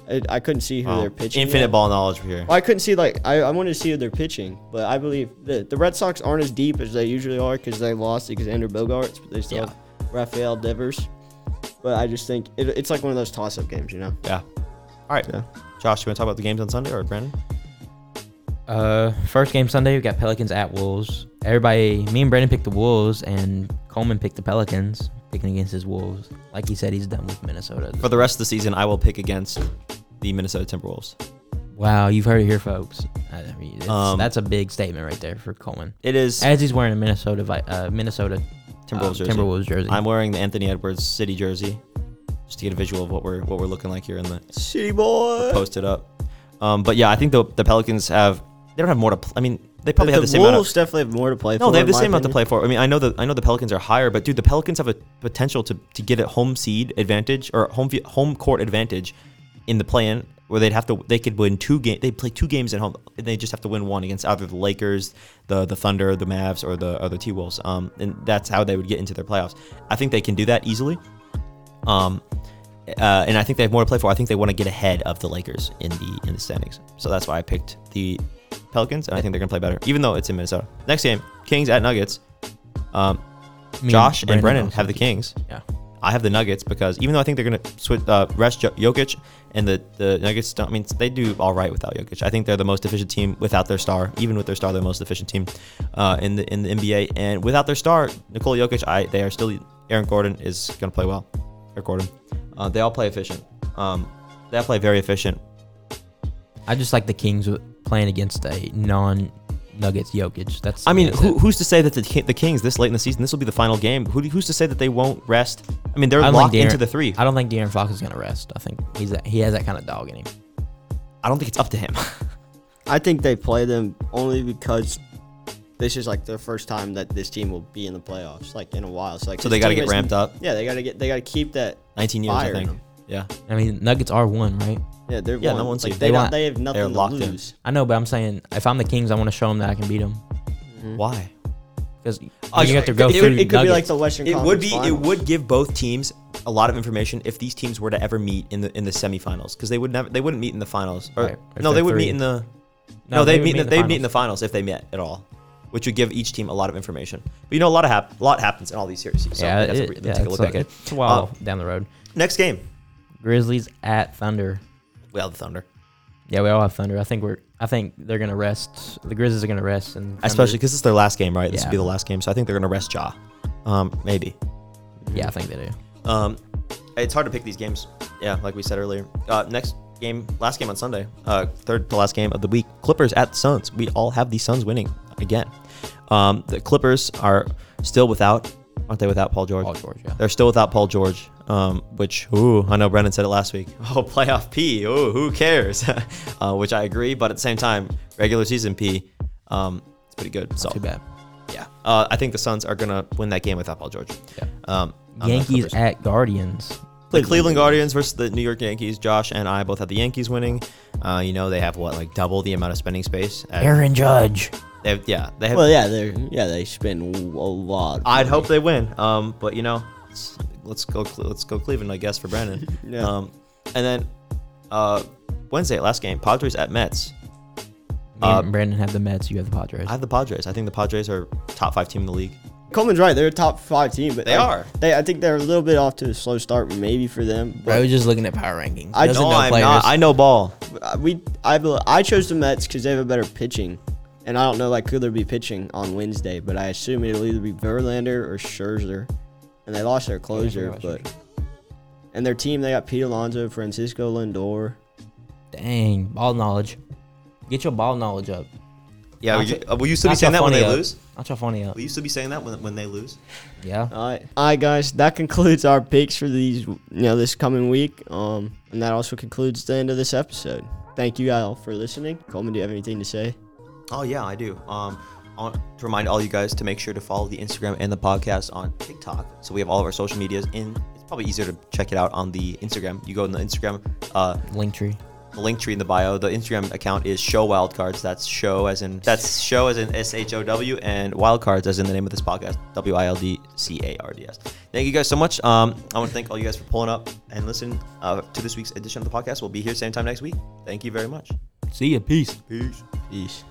Speaker 2: I, I couldn't see who
Speaker 1: Wow.
Speaker 2: they're pitching.
Speaker 1: Um, Infinite
Speaker 2: yet.
Speaker 1: ball knowledge here.
Speaker 2: Well, I couldn't see like I, I wanted to see who they're pitching, but I believe the the Red Sox aren't as deep as they usually are because they lost Alexander Bogarts, but they still
Speaker 1: Yeah.
Speaker 2: have Rafael Devers. But I just think it, it's like one of those toss up games, you know.
Speaker 1: Yeah. All right,
Speaker 2: Yeah.
Speaker 1: Josh, you want to talk about the games on Sunday or Brandon?
Speaker 3: Uh, first game Sunday, we got Pelicans at Wolves. Everybody, me and Brandon picked the Wolves, and Coleman picked the Pelicans, picking against his Wolves. Like he said, he's done with Minnesota.
Speaker 1: For the rest of the season, I will pick against the Minnesota Timberwolves.
Speaker 3: wow, you've heard it here, folks. I mean, it's-
Speaker 1: Um,
Speaker 3: that's a big statement right there for Coleman.
Speaker 1: It is
Speaker 3: As he's wearing a Minnesota, vi- uh, Minnesota
Speaker 1: Timberwolves
Speaker 3: uh,
Speaker 1: jersey.
Speaker 3: Timberwolves jersey.
Speaker 1: I'm wearing the Anthony Edwards City jersey, just to get a visual of what we're what we're looking like here in the
Speaker 2: City boy.
Speaker 1: posted up. Um, but yeah, I think the the Pelicans have they don't have more to. Pl- I mean, they probably have the same amount.
Speaker 2: Wolves
Speaker 1: Of,
Speaker 2: definitely have more to play.
Speaker 1: no,
Speaker 2: for,
Speaker 1: they have the
Speaker 2: in my
Speaker 1: same amount to
Speaker 2: opinion.
Speaker 1: play for. I mean, I know that I know the Pelicans are higher, but dude, the Pelicans have a potential to to get a home seed advantage or home fi- home court advantage in the play-in where they'd have to they could win two games they play two games at home and they just have to win one against either the Lakers, the the Thunder, the Mavs or the or the T-Wolves. Um and that's how they would get into their playoffs. I think they can do that easily. Um uh, and I think they have more to play for. I think they want to get ahead of the Lakers in the in the standings. So that's why I picked the Pelicans and I think they're going to play better even though it's in Minnesota. Next game, Kings at Nuggets. Um
Speaker 3: Me and
Speaker 1: Josh and Brennan
Speaker 3: also
Speaker 1: have the
Speaker 3: picked-
Speaker 1: Kings.
Speaker 3: Yeah.
Speaker 1: I have the Nuggets because even though I think they're going to switch uh, rest Jo- Jokic and the the Nuggets don't. I mean, they do all right without Jokic. I think they're the most efficient team without their star. Even with their star, they're the most efficient team uh, in the in the NBA. And without their star, Nikola Jokic, I they are still Aaron Gordon is going to play well. Aaron Gordon, uh, they all play efficient. Um, they all play very efficient.
Speaker 3: I just like the Kings with- playing against a non Nuggets Jokic. That's
Speaker 1: I mean,
Speaker 3: that's
Speaker 1: who,
Speaker 3: it.
Speaker 1: who's to say that the, Ki- the Kings this late in the season, this will be the final game? Who, who's to say that they won't rest? I mean, they're
Speaker 3: I don't
Speaker 1: locked
Speaker 3: think De'Aaron-
Speaker 1: into the three.
Speaker 3: I don't think De'Aaron Fox is gonna rest. I think he's that, he has that kind of dog in him.
Speaker 1: I don't think it's up to him.
Speaker 2: I think they play them only because this is like the first time that this team will be in the playoffs, like in a while. So like,
Speaker 1: So
Speaker 2: this
Speaker 1: they gotta
Speaker 2: team
Speaker 1: get
Speaker 2: is-
Speaker 1: ramped up.
Speaker 2: Yeah, they gotta get they gotta keep that.
Speaker 1: 19 years,
Speaker 2: Fire
Speaker 1: I think.
Speaker 2: them.
Speaker 1: Yeah.
Speaker 3: I mean, Nuggets are one, right?
Speaker 2: Yeah, they're
Speaker 1: Yeah,
Speaker 2: one.
Speaker 1: no one's
Speaker 2: like
Speaker 1: even-
Speaker 2: they
Speaker 3: they
Speaker 2: don't-
Speaker 3: want-
Speaker 2: they have
Speaker 1: they're
Speaker 2: nothing to
Speaker 1: locked in.
Speaker 2: lose.
Speaker 3: I know, but I'm saying if I'm the Kings, I want to show them that I can beat them
Speaker 1: Why?
Speaker 3: because you
Speaker 1: Oh,
Speaker 3: have to
Speaker 1: it-
Speaker 3: go
Speaker 1: it-
Speaker 2: It,
Speaker 3: through.
Speaker 2: would- it could be like
Speaker 3: Nuggets.
Speaker 2: the Western.
Speaker 1: It would
Speaker 2: Conference
Speaker 1: be. It
Speaker 2: Finals.
Speaker 1: would give both teams a lot of information if these teams were to ever meet in the in the semifinals because they would never they wouldn't meet in the finals. Or,
Speaker 3: Right, if
Speaker 1: No,
Speaker 3: they're
Speaker 1: they would
Speaker 3: three.
Speaker 1: meet in the.
Speaker 3: No,
Speaker 1: No,
Speaker 3: they
Speaker 1: they'd
Speaker 3: would
Speaker 1: meet.
Speaker 3: meet
Speaker 1: In
Speaker 3: in
Speaker 1: the,
Speaker 3: the
Speaker 1: they'd meet in the finals if they met at all. which would give each team a lot of information. But you know, a lot of hap- a lot happens in all these series. So
Speaker 3: yeah,
Speaker 1: we have to
Speaker 3: it-
Speaker 1: re-
Speaker 3: yeah,
Speaker 1: take a
Speaker 3: it's
Speaker 1: look
Speaker 3: like
Speaker 1: back
Speaker 3: a-
Speaker 1: at it.
Speaker 3: it's a while
Speaker 1: Um,
Speaker 3: down the road.
Speaker 1: next game,
Speaker 3: Grizzlies at Thunder.
Speaker 1: we have the Thunder,
Speaker 3: Yeah, we all have Thunder. I think we're. I think they're gonna rest. The Grizzlies are gonna rest, and Thunder-
Speaker 1: especially because it's their last game, right? This
Speaker 3: Yeah.
Speaker 1: will be the last game, so I think they're gonna rest Jaw, um, maybe.
Speaker 3: yeah, I think they do.
Speaker 1: Um, it's hard to pick these games. Yeah, like we said earlier. Uh, next game, last game on Sunday, uh, third to last game of the week. Clippers at Suns. We all have the Suns winning again. Um, the Clippers are still without, aren't they? Without Paul George.
Speaker 3: Paul George, yeah.
Speaker 1: They're still without Paul George. Um, which ooh, I know Brendan said it last week. Oh, playoff P. Oh, who cares? uh, which I agree, but at the same time, regular season P. Um, it's pretty good. so
Speaker 3: Too bad.
Speaker 1: yeah, uh, I think the Suns are gonna win that game without Paul George.
Speaker 3: Yeah.
Speaker 1: Um, I'm not
Speaker 3: Yankees
Speaker 1: Clippers.
Speaker 3: at Guardians.
Speaker 1: The Cleveland Guardians versus the New York Yankees. Josh and I both have the Yankees winning. Uh, you know they have what like double the amount of spending space. at-
Speaker 3: Aaron Judge.
Speaker 1: they have- yeah, they have.
Speaker 2: Well, yeah, they yeah they spend a lot.
Speaker 1: I'd hope they win. Um, but you know, it's- let's go. Cle- Let's go Cleveland, I guess, for Brandon.
Speaker 2: Yeah.
Speaker 1: Um, and then uh, Wednesday, last game, Padres at Mets.
Speaker 3: Me
Speaker 1: Uh,
Speaker 3: and Brandon have the Mets. You have the Padres.
Speaker 1: I have the Padres. I think the Padres are top five team in the league.
Speaker 2: Coleman's right. They're a top five team, but
Speaker 1: They
Speaker 2: like,
Speaker 1: are.
Speaker 2: They I think they're a little bit off to a slow start, maybe for them.
Speaker 5: Bro, I
Speaker 2: But
Speaker 5: was just looking at power rankings.
Speaker 2: I-
Speaker 5: Doesn't
Speaker 1: No,
Speaker 5: know
Speaker 1: I'm
Speaker 5: players.
Speaker 1: not. I know ball.
Speaker 2: Uh, we I bel- I chose the Mets because they have a better pitching, and I don't know like who they'll be pitching on Wednesday, but I assume it'll either be Verlander or Scherzer, and they lost their closer,
Speaker 3: about
Speaker 2: but and their team they got Pete Alonso, Francisco Lindor.
Speaker 5: Dang, ball knowledge. Get your ball knowledge up.
Speaker 1: Yeah. Will
Speaker 5: Not
Speaker 1: you,
Speaker 5: your-
Speaker 1: uh, will you still be
Speaker 5: not
Speaker 1: saying
Speaker 5: your
Speaker 1: that when
Speaker 5: funny
Speaker 1: they
Speaker 5: up.
Speaker 1: lose?
Speaker 5: Not your funny up.
Speaker 1: Will you still be saying that when, when they lose?
Speaker 5: Yeah.
Speaker 1: Oh.
Speaker 2: All right. All right, guys. That concludes our picks for these, you know, this coming week. Um, and that also concludes the end of this episode. Thank you all for listening. Coleman, do you have anything to say?
Speaker 1: Oh yeah, I do. Um, I want to remind all you guys to make sure to follow the Instagram and the podcast on TikTok. So we have all of our social medias in. It's probably easier to check it out on the Instagram. You go on the Instagram, uh,
Speaker 5: Linktree.
Speaker 1: the link tree in the bio. The Instagram account is Show Wildcards. That's show as in that's show as in S H O W and Wildcards as in the name of this podcast. W I L D C A R D S. Thank you guys so much. Um, I want to thank all you guys for pulling up and listening uh, to this week's edition of the podcast. We'll be here same time next week. Thank you very much.
Speaker 3: See you. Peace.
Speaker 1: Peace.
Speaker 2: Peace.